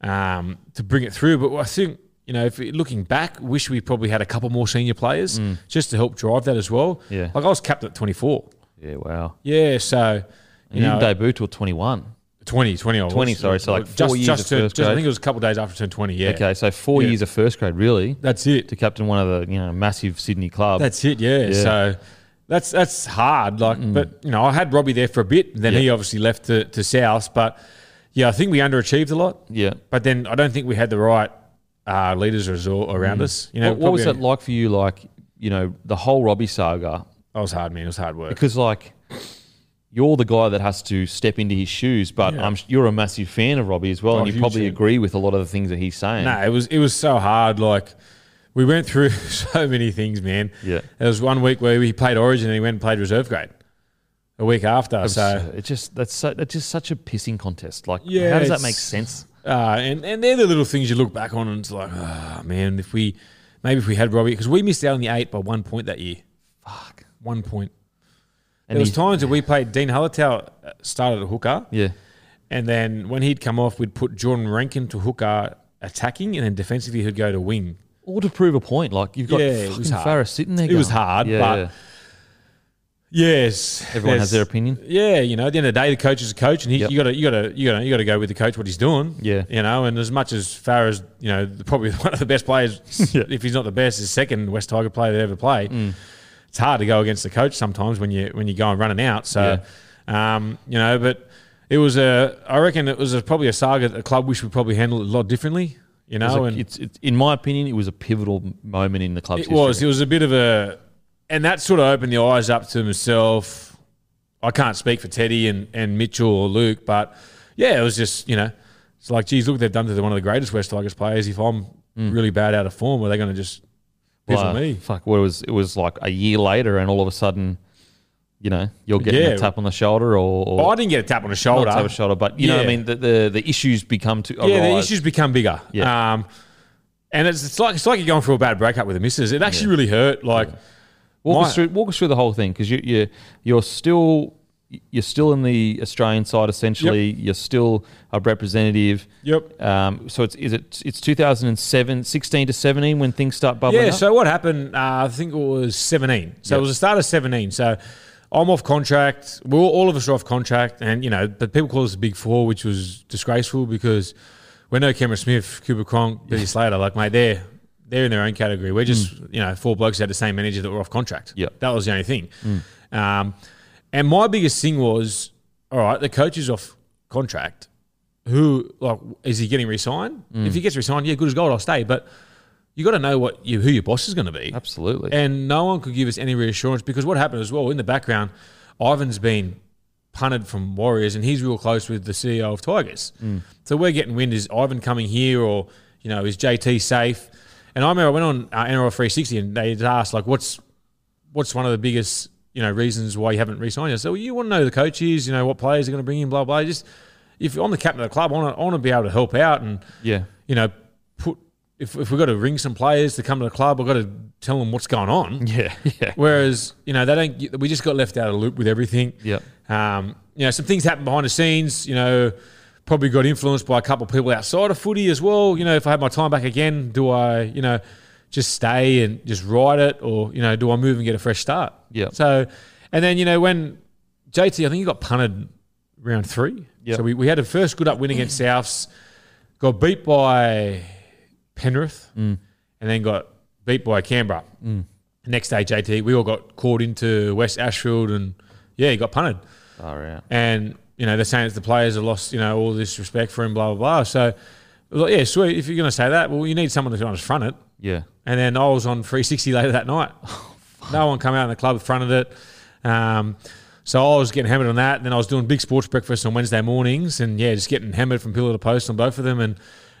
Speaker 3: um, to bring it through. But I think you know, if we- looking back, wish we probably had a couple more senior players just to help drive that as well.
Speaker 2: Mm. Yeah.
Speaker 3: like I was capped at twenty four.
Speaker 2: Yeah, wow.
Speaker 3: Yeah, so
Speaker 2: And he didn't debut till 21.
Speaker 3: 20, 20 I was.
Speaker 2: 20, sorry, so like four years of
Speaker 3: to-
Speaker 2: first
Speaker 3: just- I
Speaker 2: grade.
Speaker 3: think it was a couple of days after I turned 20, yeah.
Speaker 2: Okay, so four
Speaker 3: Yeah.
Speaker 2: years of first grade, really,
Speaker 3: That's it.
Speaker 2: to captain one of the you know massive Sydney club.
Speaker 3: That's it, yeah.
Speaker 2: Yeah. Mm.
Speaker 3: So that's that's hard. Like, But, you know, I had Robbie there for a bit. Then
Speaker 2: Yeah.
Speaker 3: he obviously left to, to South. But, yeah, I think we underachieved a lot.
Speaker 2: yeah.
Speaker 3: But then I don't think we had the right uh, leaders or resor- around us. You know,
Speaker 2: Mm. what, what was that
Speaker 3: probably-
Speaker 2: like for you? Like you know the whole Robbie saga,
Speaker 3: That was hard, man. It was hard work.
Speaker 2: because like you're the guy that has to step into his shoes, but
Speaker 3: Yeah.
Speaker 2: I'm, you're a massive fan of Robbie as well,
Speaker 3: Oh,
Speaker 2: and you
Speaker 3: huge
Speaker 2: probably
Speaker 3: fan.
Speaker 2: agree with a lot of the things that he's saying.
Speaker 3: No, it was it was so hard. Like we went through so many things, man.
Speaker 2: Yeah.
Speaker 3: There was one week where he played Origin and he went and played reserve grade. A week after, so
Speaker 2: So it just that's so, that's just such a pissing contest. Like,
Speaker 3: Yeah,
Speaker 2: how does that
Speaker 3: it's-
Speaker 2: make sense?
Speaker 3: uh, and and they're the little things you look back on and it's like, ah, man, if we maybe if we had Robbie because we missed out on the eight by one point that year. Fuck, one point.
Speaker 2: And
Speaker 3: there was
Speaker 2: he-
Speaker 3: times that we played Dean Hullatow uh, started at hooker,
Speaker 2: Yeah,
Speaker 3: and then when he'd come off, we'd put Jordan Rankin to hooker attacking, and then defensively he'd go to wing.
Speaker 2: all to prove a point. Like you've got
Speaker 3: Yeah,
Speaker 2: yeah,
Speaker 3: it
Speaker 2: fucking
Speaker 3: was hard.
Speaker 2: Farah sitting there.
Speaker 3: It was
Speaker 2: going,
Speaker 3: hard, but Yes,
Speaker 2: everyone
Speaker 3: there's-
Speaker 2: has their opinion.
Speaker 3: Yeah, you know, at the end of the day, the coach is a coach, and he,
Speaker 2: Yep.
Speaker 3: you got to you got to you got to you got to go with the coach what he's doing.
Speaker 2: Yeah.
Speaker 3: you know, and as much as Farah's, you know, the- probably one of the best players,
Speaker 2: Yeah. Mm.
Speaker 3: if he's not the best, is second West Tiger player to ever play. It's hard to go against the coach sometimes when you when you go and running out. So, um, you know, but it was a I reckon it was a, probably a saga that the club wish we probably handled it a lot differently. You
Speaker 2: It was
Speaker 3: know,
Speaker 2: a-
Speaker 3: and
Speaker 2: it's, it's in my opinion, it was a pivotal moment in the club's
Speaker 3: it was.
Speaker 2: history.
Speaker 3: It was a bit of a, and that sort of opened the eyes up to myself. I can't speak for Teddy and, and Mitchell or Luke, but yeah, it was just you know, it's like, geez, look, what they've done to the, one of the greatest West Tigers players. If I'm
Speaker 2: Mm.
Speaker 3: really bad out of form, are they going to just piss
Speaker 2: Well,
Speaker 3: on me?
Speaker 2: Fuck, what it was it was like a year later, and all of a sudden, you know, you're getting
Speaker 3: Yeah.
Speaker 2: a tap on the shoulder or, or
Speaker 3: Well, I didn't get a tap on the shoulder.
Speaker 2: not tap on the shoulder, but you know, what I
Speaker 3: Yeah.
Speaker 2: mean, the, the the issues become oh, to
Speaker 3: yeah, the
Speaker 2: arise.
Speaker 3: issues become bigger.
Speaker 2: Yeah.
Speaker 3: Um, and it's, it's like it's like you're going through a bad breakup with the missus. It actually really hurt. Like,
Speaker 2: Walk
Speaker 3: My-
Speaker 2: us through walk us through the whole thing because you you you're still you're still in the Australian side essentially. You're still a representative.
Speaker 3: Yep.
Speaker 2: Um, so it's is it it's 2007, 16 to 17 when things start bubbling
Speaker 3: Yeah.
Speaker 2: up.
Speaker 3: So what happened? Uh, I think it was 17. So
Speaker 2: Yep.
Speaker 3: it was the start of 17. So I'm off contract. We're all, all of us are off contract, and you know, but people call us the Big Four, which was disgraceful because we're no Cameron Smith, Cooper Cronk, Billy Slater. Like, mate, they're they're in their own category. We're just you know four blokes that had the same manager that were off contract.
Speaker 2: Hmm. Yep. Hmm.
Speaker 3: That was the only thing. Um, and my biggest thing was, all right, the coach is off contract. Who like is he getting re-signed?
Speaker 2: Hmm.
Speaker 3: If he gets re-signed, yeah, good as gold, I'll stay. But you got to know what you, who your boss is going to be.
Speaker 2: Absolutely.
Speaker 3: And no one could give us any reassurance because what happened as well in the background, Ivan's been punted from Warriors and he's real close with the CEO of Tigers. So we're getting wind is Ivan coming here or you know is JT safe? And I remember I went on uh, NRL 360 and they had asked like what's what's one of the biggest you know reasons why you haven't re-signed? I said, well, you want to know the coaches, you know what players are going to bring in, blah blah. Just if I'm the captain of the club, I want to, I want to be able to help out and
Speaker 2: yeah.
Speaker 3: you know, put if, if we've got to ring some players to come to the club, we've got to tell them what's going on.
Speaker 2: Yeah. Yeah.
Speaker 3: Whereas, you know, they don't. get- We just got left out of the loop with everything.
Speaker 2: Yep.
Speaker 3: Um, you know, some things happened behind the scenes. You know, probably got influenced by a couple of people outside of footy as well. You know, if I had my time back again, do I, you know, just stay and just ride it, or you know, do I move and get a fresh start?
Speaker 2: Yep.
Speaker 3: So, and then you know when JT, I think he got punted round three.
Speaker 2: Yep.
Speaker 3: So we, we had a first good up win against Souths, got beat by Penrith, and then got beat by Canberra. Next day, JT, we all got called into West Ashfield, and yeah, he got punted.
Speaker 2: All right.
Speaker 3: And you know they're saying that the players have lost, you know, all this respect for him, blah blah blah. So, I was like, yeah, sweet. If you're going to say that, well, you need someone to kind of front it.
Speaker 2: Yeah.
Speaker 3: And then I was on 360 later that night. no one come out in the club fronted it. Um, so I was getting hammered on that. And then I was doing big sports breakfast on Wednesday mornings and yeah, just getting hammered from pillar to post on both of them. And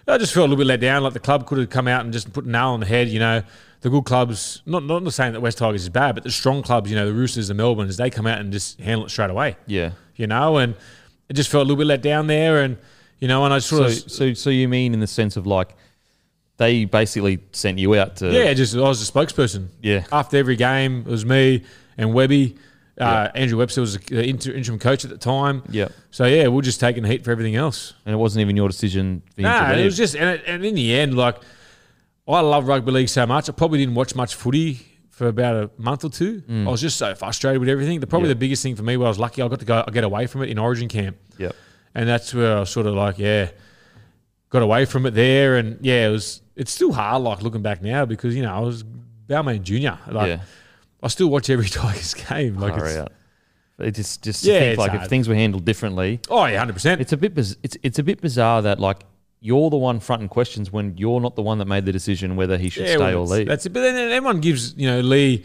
Speaker 3: I just felt a little bit let down. Like the club could have come out and just put a nail on the head, you know. the good clubs, not not saying that West Tigers is bad, but the strong clubs, you know, the Roosters, the Melbournes, they come out and just handle it straight away.
Speaker 2: Yeah.
Speaker 3: You know, and it just felt a little bit let down there, and you know, and I sort
Speaker 2: So,
Speaker 3: of
Speaker 2: so, so you mean in the sense of like they basically sent you out to
Speaker 3: Yeah, just I was the spokesperson.
Speaker 2: Yeah.
Speaker 3: After every game, it was me and Webby. Uh, Andrew Webster was the inter- interim coach at the time.
Speaker 2: Yeah.
Speaker 3: So yeah, we're just taking heat for everything else.
Speaker 2: and it wasn't even your decision. For him
Speaker 3: No,
Speaker 2: to
Speaker 3: it
Speaker 2: leave.
Speaker 3: was just and, it, and in the end, like I love rugby league so much. I probably didn't watch much footy for about a month or two. I was just so frustrated with everything. The probably
Speaker 2: Mm. Yeah.
Speaker 3: the biggest thing for me, where I was lucky, I got to go I get away from it in Origin camp.
Speaker 2: Yep.
Speaker 3: And that's where I was sort of like, yeah, got away from it there. And yeah, it was. It's still hard, like looking back now, because you know I was Balmain Junior. Like
Speaker 2: yeah.
Speaker 3: I still watch every Tigers game. Like
Speaker 2: Far
Speaker 3: it's,
Speaker 2: out. uh, It just just
Speaker 3: Yeah,
Speaker 2: to think
Speaker 3: it's
Speaker 2: like if
Speaker 3: hard.
Speaker 2: things were handled differently,
Speaker 3: oh yeah, hundred percent.
Speaker 2: it's a bit biz- it's it's a bit bizarre that like you're the one fronting questions when you're not the one that made the decision whether he should
Speaker 3: Yeah,
Speaker 2: stay
Speaker 3: well,
Speaker 2: or leave.
Speaker 3: That's it. But then everyone gives you know Lee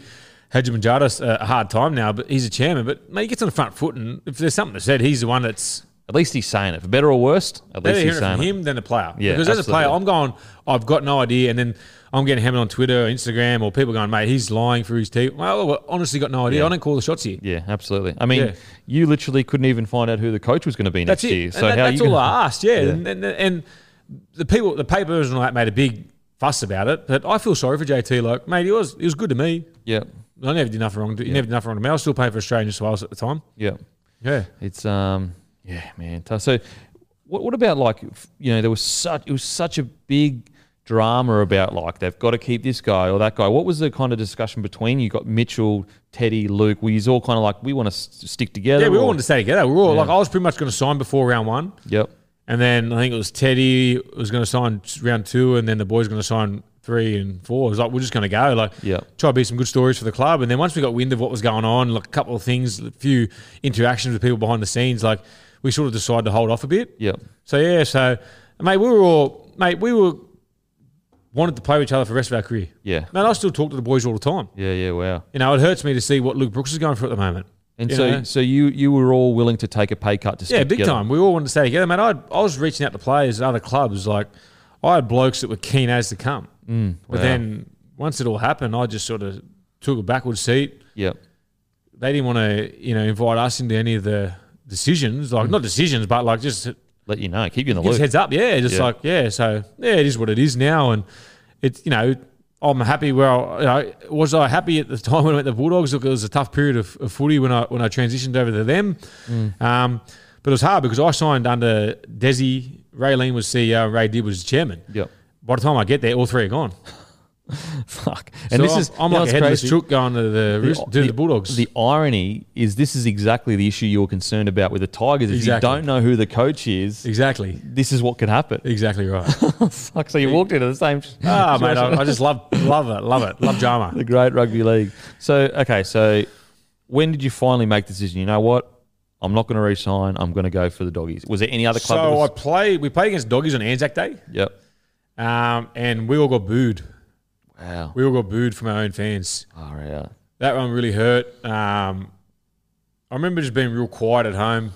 Speaker 3: Hadjimanjadas a a hard time now, but he's a chairman. But mate, he gets on the front foot, and if there's something to said, he's the one that's
Speaker 2: At least he's saying it. For better or worse, at
Speaker 3: better
Speaker 2: least
Speaker 3: hearing
Speaker 2: he's
Speaker 3: it from
Speaker 2: saying it.
Speaker 3: him than the player.
Speaker 2: Yeah,
Speaker 3: because as a player, I'm
Speaker 2: absolutely.
Speaker 3: going, I've got no idea, and then I'm getting hammered on Twitter or Instagram, or people going, mate, he's lying through his teeth. Well, I honestly got no idea. I don't call the shots here.
Speaker 2: Yeah, absolutely. I mean,
Speaker 3: Yeah.
Speaker 2: you literally couldn't even find out who the coach was going to be
Speaker 3: That's
Speaker 2: next
Speaker 3: it.
Speaker 2: year.
Speaker 3: And
Speaker 2: So
Speaker 3: that-
Speaker 2: how
Speaker 3: that's
Speaker 2: you
Speaker 3: all
Speaker 2: gonna-
Speaker 3: I asked. Yeah, and, and and the people, the papers and all that made a big fuss about it. But I feel sorry for JT. Like, mate, he was he was good to me.
Speaker 2: Yeah,
Speaker 3: I never did nothing wrong. to- He never did nothing wrong to me. I was still paying for Australia and New South Wales at the time.
Speaker 2: yeah.
Speaker 3: Yeah.
Speaker 2: It's um, yeah, man. tough. So, what what about like f- you know there was such it was such a big drama about like they've got to keep this guy or that guy. What was the kind of discussion between you? Got Mitchell, Teddy, Luke. Were you all kind of like we want to s- stick together?
Speaker 3: Yeah, we all
Speaker 2: or-
Speaker 3: wanted to stay together. We were all like, I was pretty much going to sign before round one.
Speaker 2: Yep.
Speaker 3: And then I think it was Teddy was going to sign round two, and then the boys going to sign three and four. It was like, we're just going to go. Like,
Speaker 2: Yeah.
Speaker 3: try to be some good stories for the club. And then once we got wind of what was going on, like a couple of things, a few interactions with people behind the scenes, like we sort of decided to hold off a bit.
Speaker 2: Yep.
Speaker 3: So, yeah, so, mate, we were all, mate, we were, wanted to play with each other for the rest of our career.
Speaker 2: Yeah.
Speaker 3: Man, I still talk to the boys all the time.
Speaker 2: Yeah. Yeah. Wow.
Speaker 3: You know, it hurts me to see what Luke Brooks is going through at the moment.
Speaker 2: And
Speaker 3: You
Speaker 2: so
Speaker 3: know?
Speaker 2: so you you were all willing to take a pay cut to stick
Speaker 3: Yeah, big
Speaker 2: together.
Speaker 3: time. We all wanted to stay together, man. I, I was reaching out to players at other clubs. Like, I had blokes that were keen as to come. Mm, But
Speaker 2: wow.
Speaker 3: then once it all happened, I just sort of took a backward seat.
Speaker 2: Yep.
Speaker 3: They didn't want to, you know, invite us into any of the decisions.
Speaker 2: Mm.
Speaker 3: Like, not decisions, but like just
Speaker 2: Let you know. Keep you in the
Speaker 3: give us
Speaker 2: loop.
Speaker 3: heads up. Yeah, just
Speaker 2: Yeah.
Speaker 3: like, yeah. So, yeah, it is what it is now. And it's, you know, I'm happy where I, you know, was I happy at the time when I went to the Bulldogs? Look, it was a tough period of, of footy when I when I transitioned over to them. Um, but it was hard because I signed under Desi, Ray Lean was CEO, and Ray Dib was the chairman.
Speaker 2: Yep.
Speaker 3: By the time I get there, all three are gone.
Speaker 2: Fuck.
Speaker 3: And this is I'm
Speaker 2: you
Speaker 3: like
Speaker 2: know what's
Speaker 3: a headless
Speaker 2: crazy?
Speaker 3: chook going to the, Roos- to the Bulldogs.
Speaker 2: The irony is this is exactly the issue you were concerned about with the Tigers. If
Speaker 3: Exactly.
Speaker 2: you don't know who the coach is,
Speaker 3: exactly,
Speaker 2: this is what could happen.
Speaker 3: exactly right.
Speaker 2: Fuck, so you walked into the same.
Speaker 3: ah, mate, I, I just love love it, love it, love drama.
Speaker 2: the great rugby league. So okay, so when did you finally make the decision? You know what? I'm not going to resign. I'm going to go for the doggies. Was there any other club? that
Speaker 3: So I
Speaker 2: was,
Speaker 3: play. We played against Doggies on Anzac Day.
Speaker 2: yep.
Speaker 3: Um, and we all got booed.
Speaker 2: Wow.
Speaker 3: We all got booed from our own fans.
Speaker 2: All right.
Speaker 3: That one really hurt. Um, I remember just being real quiet at home.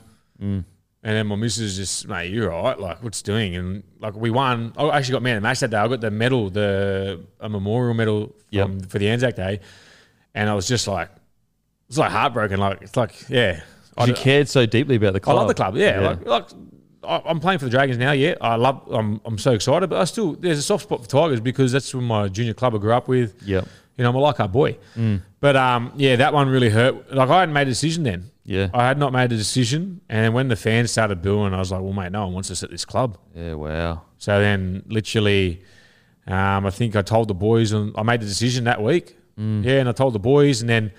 Speaker 2: Mm.
Speaker 3: And then my missus just, mate, you're all right. Like, what's doing? And like, we won. I actually got man of the match that day. I got the medal, the a memorial medal
Speaker 2: Yep.
Speaker 3: from, for the Anzac Day. And I was just like, it's like heartbroken. Like, it's like, yeah. I,
Speaker 2: You cared so deeply about the
Speaker 3: I
Speaker 2: club.
Speaker 3: love the club. Yeah, like, like I- I'm playing for the Dragons now. Yeah, I love. I'm I'm so excited, but I still there's a soft spot for Tigers because that's when my junior club I grew up with.
Speaker 2: Yep.
Speaker 3: you know I'm a Leichhardt boy. But um, yeah, that one really hurt. Like I hadn't made a decision then.
Speaker 2: Yeah.
Speaker 3: I had not made a decision, and when the fans started booing, I was like, well, mate, no one wants us at this club.
Speaker 2: Yeah. Wow.
Speaker 3: So then, literally, um, I think I told the boys, and I made the decision that week.
Speaker 2: Mm.
Speaker 3: Yeah, and I told the boys, and then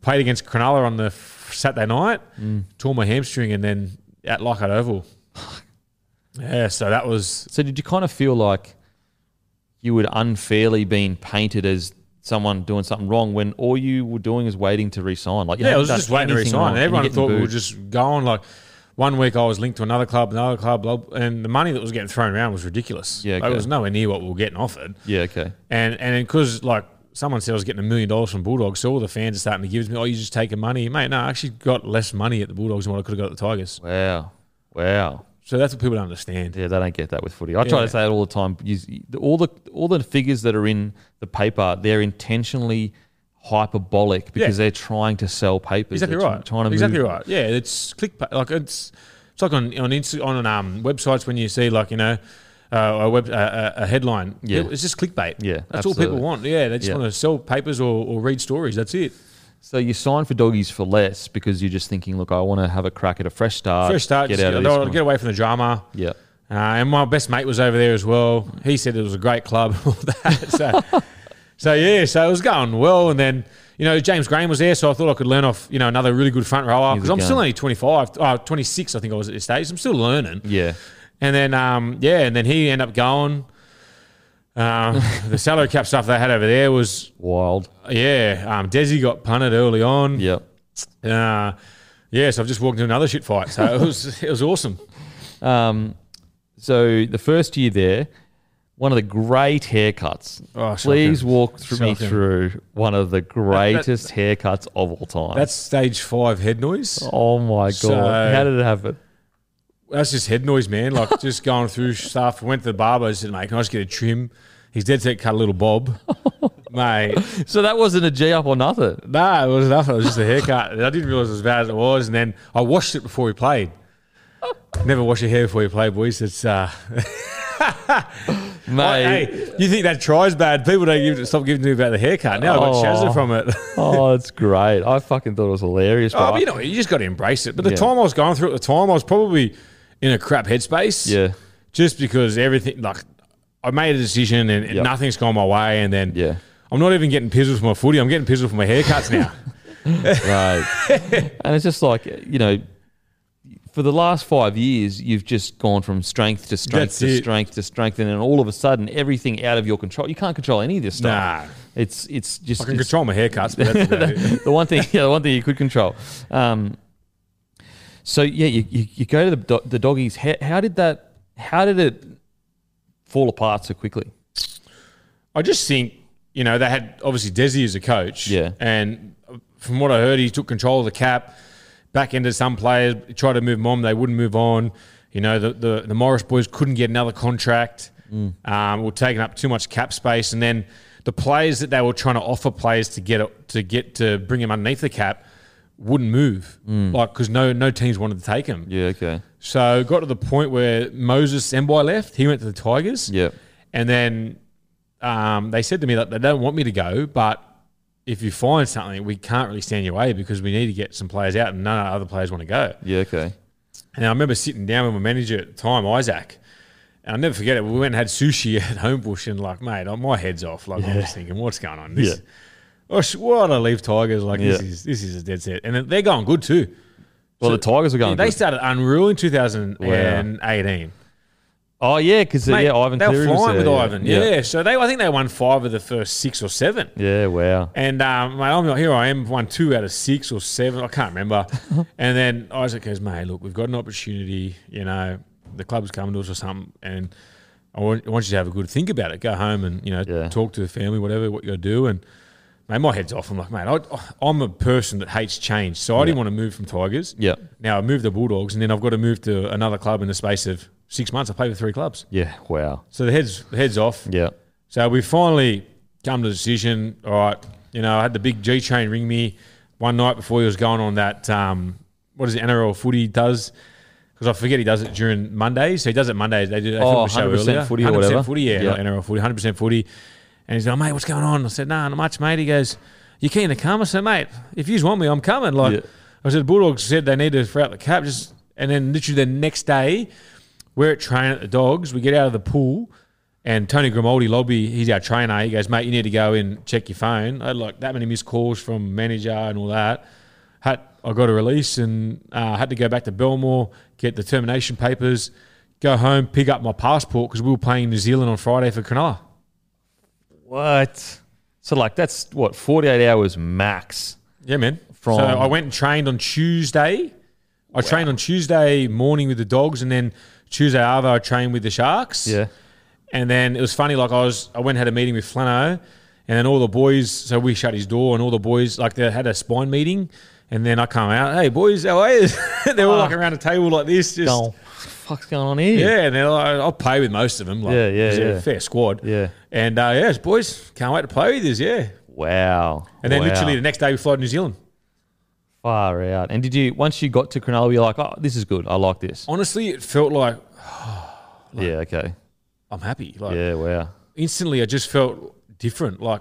Speaker 3: played against Cronulla on the f- Saturday night,
Speaker 2: Mm.
Speaker 3: tore my hamstring, and then at Lockhart Oval. yeah, so that was
Speaker 2: So did you kind of feel like you would unfairly been painted as someone doing something wrong when all you were doing is waiting to resign? Like you
Speaker 3: yeah, I
Speaker 2: hadn't
Speaker 3: was
Speaker 2: done
Speaker 3: just waiting to
Speaker 2: anything
Speaker 3: resign.
Speaker 2: wrong
Speaker 3: And
Speaker 2: and you're
Speaker 3: everyone
Speaker 2: getting
Speaker 3: thought we were
Speaker 2: booed.
Speaker 3: just going like. One week I was linked to another club, another club, blah, blah, and the money that was getting thrown around was ridiculous.
Speaker 2: Yeah,
Speaker 3: Like,
Speaker 2: okay.
Speaker 3: it was nowhere near what we were getting offered.
Speaker 2: yeah, okay,
Speaker 3: And and because like someone said I was getting a million dollars from Bulldogs, so all the fans are starting to give it to me, oh, you just taking money, mate. No, I actually got less money at the Bulldogs than what I could have got at the Tigers.
Speaker 2: wow, wow.
Speaker 3: So that's what people don't understand.
Speaker 2: Yeah, they don't get that with footy. I try
Speaker 3: Yeah.
Speaker 2: to say it all the time. You- All the all the figures that are in the paper, they're intentionally hyperbolic because
Speaker 3: Yeah.
Speaker 2: they're trying to sell papers.
Speaker 3: Exactly
Speaker 2: They're tr-
Speaker 3: right.
Speaker 2: Trying to
Speaker 3: exactly
Speaker 2: move-
Speaker 3: right. Yeah, it's clickbait. Like it's it's like on on Insta, on um, websites when you see like you know. Uh, a, web, uh, a a headline.
Speaker 2: Yeah.
Speaker 3: It's just clickbait.
Speaker 2: Yeah,
Speaker 3: That's all
Speaker 2: absolutely.
Speaker 3: people want. Yeah. They just
Speaker 2: Yeah.
Speaker 3: want to sell papers or, or read stories. That's it.
Speaker 2: So you sign for doggies for less because you're just thinking, look, I want to have a crack at a fresh start.
Speaker 3: Fresh start.
Speaker 2: Get
Speaker 3: just-
Speaker 2: out of
Speaker 3: they'll
Speaker 2: this. one.
Speaker 3: get away from the drama.
Speaker 2: yeah.
Speaker 3: Uh, and my best mate was over there as well. He said it was a great club. and all that. So, so yeah, so it was going well. And then you know James Graham was there, so I thought I could learn off you know another really good front rower
Speaker 2: He's
Speaker 3: because
Speaker 2: a
Speaker 3: I'm still
Speaker 2: gun.
Speaker 3: only 25, uh, 26, I think I was at this stage. I'm still learning.
Speaker 2: Yeah.
Speaker 3: And then um, yeah, and then he ended up going. Um, the salary cap stuff they had over there was
Speaker 2: Wild.
Speaker 3: yeah. Um, Desi got punted early on.
Speaker 2: Yeah.
Speaker 3: Uh, yeah, so I've just walked into another shit fight. So it was it was awesome.
Speaker 2: Um, so the first year there, one of the great haircuts.
Speaker 3: Oh,
Speaker 2: Please
Speaker 3: shocking.
Speaker 2: walk through me
Speaker 3: Shocking.
Speaker 2: through one of the greatest haircuts of all time.
Speaker 3: That's stage five head noise.
Speaker 2: oh my god!
Speaker 3: So-
Speaker 2: How did it happen?
Speaker 3: That's just head noise, man. Like just going through stuff. Went to the barber. I said, mate, can I just get a trim? He's dead set cut a little bob, mate.
Speaker 2: So that wasn't a G up or nothing.
Speaker 3: Nah, it was nothing. It was just a haircut. I didn't realize as bad as it was. And then I washed it before we played. Never wash your hair before you play, boys. It's uh,
Speaker 2: Mate.
Speaker 3: Oh, hey, you think that tries bad? People don't give, stop giving me about the haircut. Now I got
Speaker 2: Oh.
Speaker 3: Shazza from it.
Speaker 2: Oh, it's great. I fucking thought it was hilarious.
Speaker 3: oh,
Speaker 2: but
Speaker 3: but
Speaker 2: I-
Speaker 3: you know, you just got to embrace it. But the
Speaker 2: Yeah.
Speaker 3: time I was going through it, at the time I was probably in a crap headspace.
Speaker 2: yeah.
Speaker 3: just because everything like I made a decision and, and
Speaker 2: Yep.
Speaker 3: nothing's gone my way, and then
Speaker 2: Yeah.
Speaker 3: I'm not even getting pizzled for my footy. I'm getting pizzled for my haircuts now.
Speaker 2: Right. and it's just like, you know, for the last five years, you've just gone from strength to strength
Speaker 3: That's
Speaker 2: to
Speaker 3: it.
Speaker 2: strength to strength. And then all of a sudden, everything out of your control. You can't control any of this stuff.
Speaker 3: Nah.
Speaker 2: It's, it's just
Speaker 3: I can
Speaker 2: it's
Speaker 3: control my haircuts, but that's about it.
Speaker 2: the one thing, yeah, the one thing you could control. Um, so, yeah, you, you, you go to the, do- the doggies. How, how did that, how did it fall apart so quickly?
Speaker 3: I just think you know they had obviously Desi as a coach,
Speaker 2: Yeah.
Speaker 3: and from what I heard, he took control of the cap, back into some players, tried to move them on, they wouldn't move on. You know the the, the Morris boys couldn't get another contract,
Speaker 2: Mm.
Speaker 3: um, were taking up too much cap space, and then the players that they were trying to offer players to get to get to bring them underneath the cap wouldn't move, like because no no teams wanted to take him.
Speaker 2: Mm. Yeah, okay.
Speaker 3: So it got to the point where Moses Mbai left. He went to the Tigers.
Speaker 2: Yeah.
Speaker 3: And then um, they said to me that they don't want me to go, but if you find something, we can't really stand your way because we need to get some players out and none of the other players want to go.
Speaker 2: Yeah, okay.
Speaker 3: And I remember sitting down with my manager at the time, Isaac, and I'll never forget it. We went and had sushi at Homebush and like, mate, oh, my head's off. Like, I'm just thinking, what's going on? This,
Speaker 2: Yeah.
Speaker 3: oh, sh- why did I leave Tigers? Like, this
Speaker 2: Yeah.
Speaker 3: is this is a dead set. And they're going good too.
Speaker 2: Well, the Tigers are going.
Speaker 3: they
Speaker 2: good.
Speaker 3: started unreal in 2018.
Speaker 2: Oh yeah, because
Speaker 3: Mate,
Speaker 2: yeah, Ivan
Speaker 3: they were
Speaker 2: Cleary was
Speaker 3: flying
Speaker 2: there,
Speaker 3: with
Speaker 2: yeah.
Speaker 3: Ivan. Yeah. so they I think they won five of the first six or seven.
Speaker 2: yeah, wow.
Speaker 3: And um, mate, I'm not here. I am won two out of six or seven. I can't remember. and then Isaac goes, "Mate, look, we've got an opportunity. You know, the club's coming to us or something, and I want, I want you to have a good think about it. Go home and you know,
Speaker 2: Yeah.
Speaker 3: talk to the family, whatever what you got to do." And mate, my head's off. I'm like, mate, I, I'm a person that hates change, so I didn't want to move from Tigers.
Speaker 2: Yeah,
Speaker 3: Now I moved to Bulldogs, and then I've got to move to another club in the space of six months. I played with three clubs,
Speaker 2: yeah, wow.
Speaker 3: so the heads the heads off.
Speaker 2: Yeah,
Speaker 3: So we finally come to the decision. All right, you know, I had the big G chain ring me one night before he was going on that. Um, what is it, NRL footy does? Because I forget he does it during Mondays. So he does it Mondays. They do they film
Speaker 2: Oh,
Speaker 3: a show
Speaker 2: 100%
Speaker 3: earlier.
Speaker 2: footy or whatever.
Speaker 3: footy, yeah,
Speaker 2: Yeah.
Speaker 3: not NRL footy, hundred percent footy. And he's like, mate, what's going on? I said, nah, not much, mate. He goes, you keen to come? I said, mate, if you want me, I'm coming. Like,
Speaker 2: Yeah.
Speaker 3: I said, Bulldogs said they need to throw out the cap. Just and then literally the next day, we're at train at the dogs. We get out of the pool, and Tony Grimaldi lobby. He's our trainer. He goes, mate, you need to go and check your phone. I had like that many missed calls from manager and all that. Had I got a release and uh, had to go back to Belmore get the termination papers, go home, pick up my passport because we were playing New Zealand on Friday for Cronulla.
Speaker 2: what? So like that's what forty eight hours max.
Speaker 3: Yeah, man.
Speaker 2: From-
Speaker 3: so I went and trained on Tuesday. I trained on Tuesday morning with the dogs, and then Tuesday Arvo I trained with the Sharks.
Speaker 2: Yeah,
Speaker 3: And then it was funny, like I was, I went and had a meeting with Flano, and then all the boys. So we shut his door, and all the boys like they had a spine meeting, and then I come out, hey boys, how are you? they were like around a table like this, just
Speaker 2: Dull. fuck's going on here?
Speaker 3: Yeah, and they're like, I'll play with most of them. Like,
Speaker 2: Yeah, yeah,
Speaker 3: 'cause they're a
Speaker 2: yeah.
Speaker 3: Fair squad.
Speaker 2: Yeah.
Speaker 3: And uh, yes, boys, can't wait to play with this. Yeah.
Speaker 2: Wow.
Speaker 3: And then
Speaker 2: Wow.
Speaker 3: literally the next day we fly to New Zealand.
Speaker 2: far out. And did you once you got to Cronulla, you're like, oh, this is good. I like this.
Speaker 3: Honestly, it felt like
Speaker 2: yeah. Okay.
Speaker 3: I'm happy. Like
Speaker 2: yeah. Wow.
Speaker 3: instantly, I just felt different. Like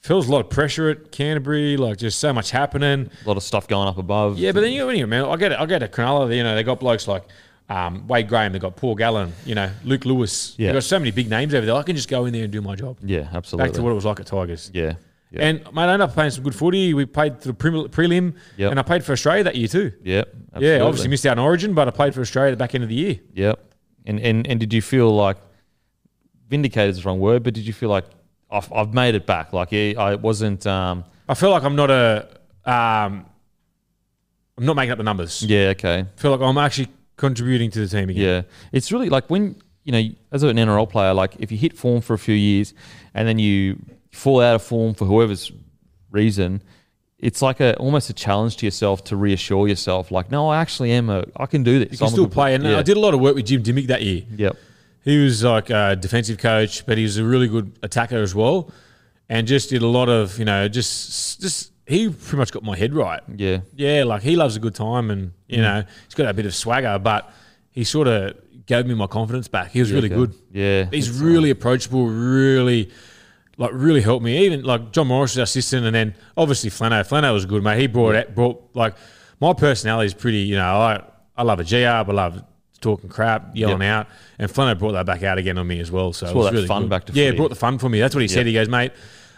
Speaker 3: feels a lot of pressure at Canterbury. Like just so much happening.
Speaker 2: A lot of stuff going up above.
Speaker 3: Yeah, but then you anyway, man. I get it. I get to Cronulla. You know, they got blokes like um, Wade Graham. They got Paul Gallen. You know, Luke Lewis.
Speaker 2: Yeah.
Speaker 3: They got so many big names over there. I can just go in there and do my job.
Speaker 2: Yeah. Absolutely.
Speaker 3: Back to what it was like at Tigers.
Speaker 2: yeah. Yeah.
Speaker 3: And mate, I ended up playing some good footy. We played through prelim, prelim
Speaker 2: Yep.
Speaker 3: and I played for Australia that year too.
Speaker 2: yeah.
Speaker 3: Yeah, obviously
Speaker 2: absolutely.
Speaker 3: missed out on Origin, but I played for Australia at the back end of the year.
Speaker 2: Yep. And and and did you feel like vindicated is the wrong word, but did you feel like I've, I've made it back? Like yeah, I wasn't. Um,
Speaker 3: I feel like I'm not a, um, I'm not making up the numbers.
Speaker 2: yeah. Okay.
Speaker 3: I feel like I'm actually contributing to the team again.
Speaker 2: Yeah, it's really like when you know, as an NRL player, like if you hit form for a few years and then you fall out of form for whoever's reason, it's like a almost a challenge to yourself to reassure yourself, like, no, I actually am a, I can do this.
Speaker 3: You can still play, and
Speaker 2: yeah.
Speaker 3: I did a lot of work with Jim Dimmick that year.
Speaker 2: Yep.
Speaker 3: He was like a defensive coach, but he was a really good attacker as well, and just did a lot of you know just just he pretty much got my head right.
Speaker 2: Yeah.
Speaker 3: Yeah, like he loves a good time, and you
Speaker 2: Mm.
Speaker 3: know he's got a bit of swagger, but he sort of gave me my confidence back. He was really
Speaker 2: Okay.
Speaker 3: good.
Speaker 2: Yeah.
Speaker 3: He's really approachable, really like really helped me. Even like John Morris was our assistant, and then obviously Flano. Flano was good, mate. He brought it brought like my personality is pretty. You know, I I love a GR, I love talking crap, yelling out, and Flano brought that back out again on me as well. So it
Speaker 2: brought
Speaker 3: was
Speaker 2: that
Speaker 3: really
Speaker 2: fun
Speaker 3: good.
Speaker 2: back to
Speaker 3: yeah,
Speaker 2: footy.
Speaker 3: brought the fun for me. That's what he
Speaker 2: Yeah.
Speaker 3: said. He goes, mate.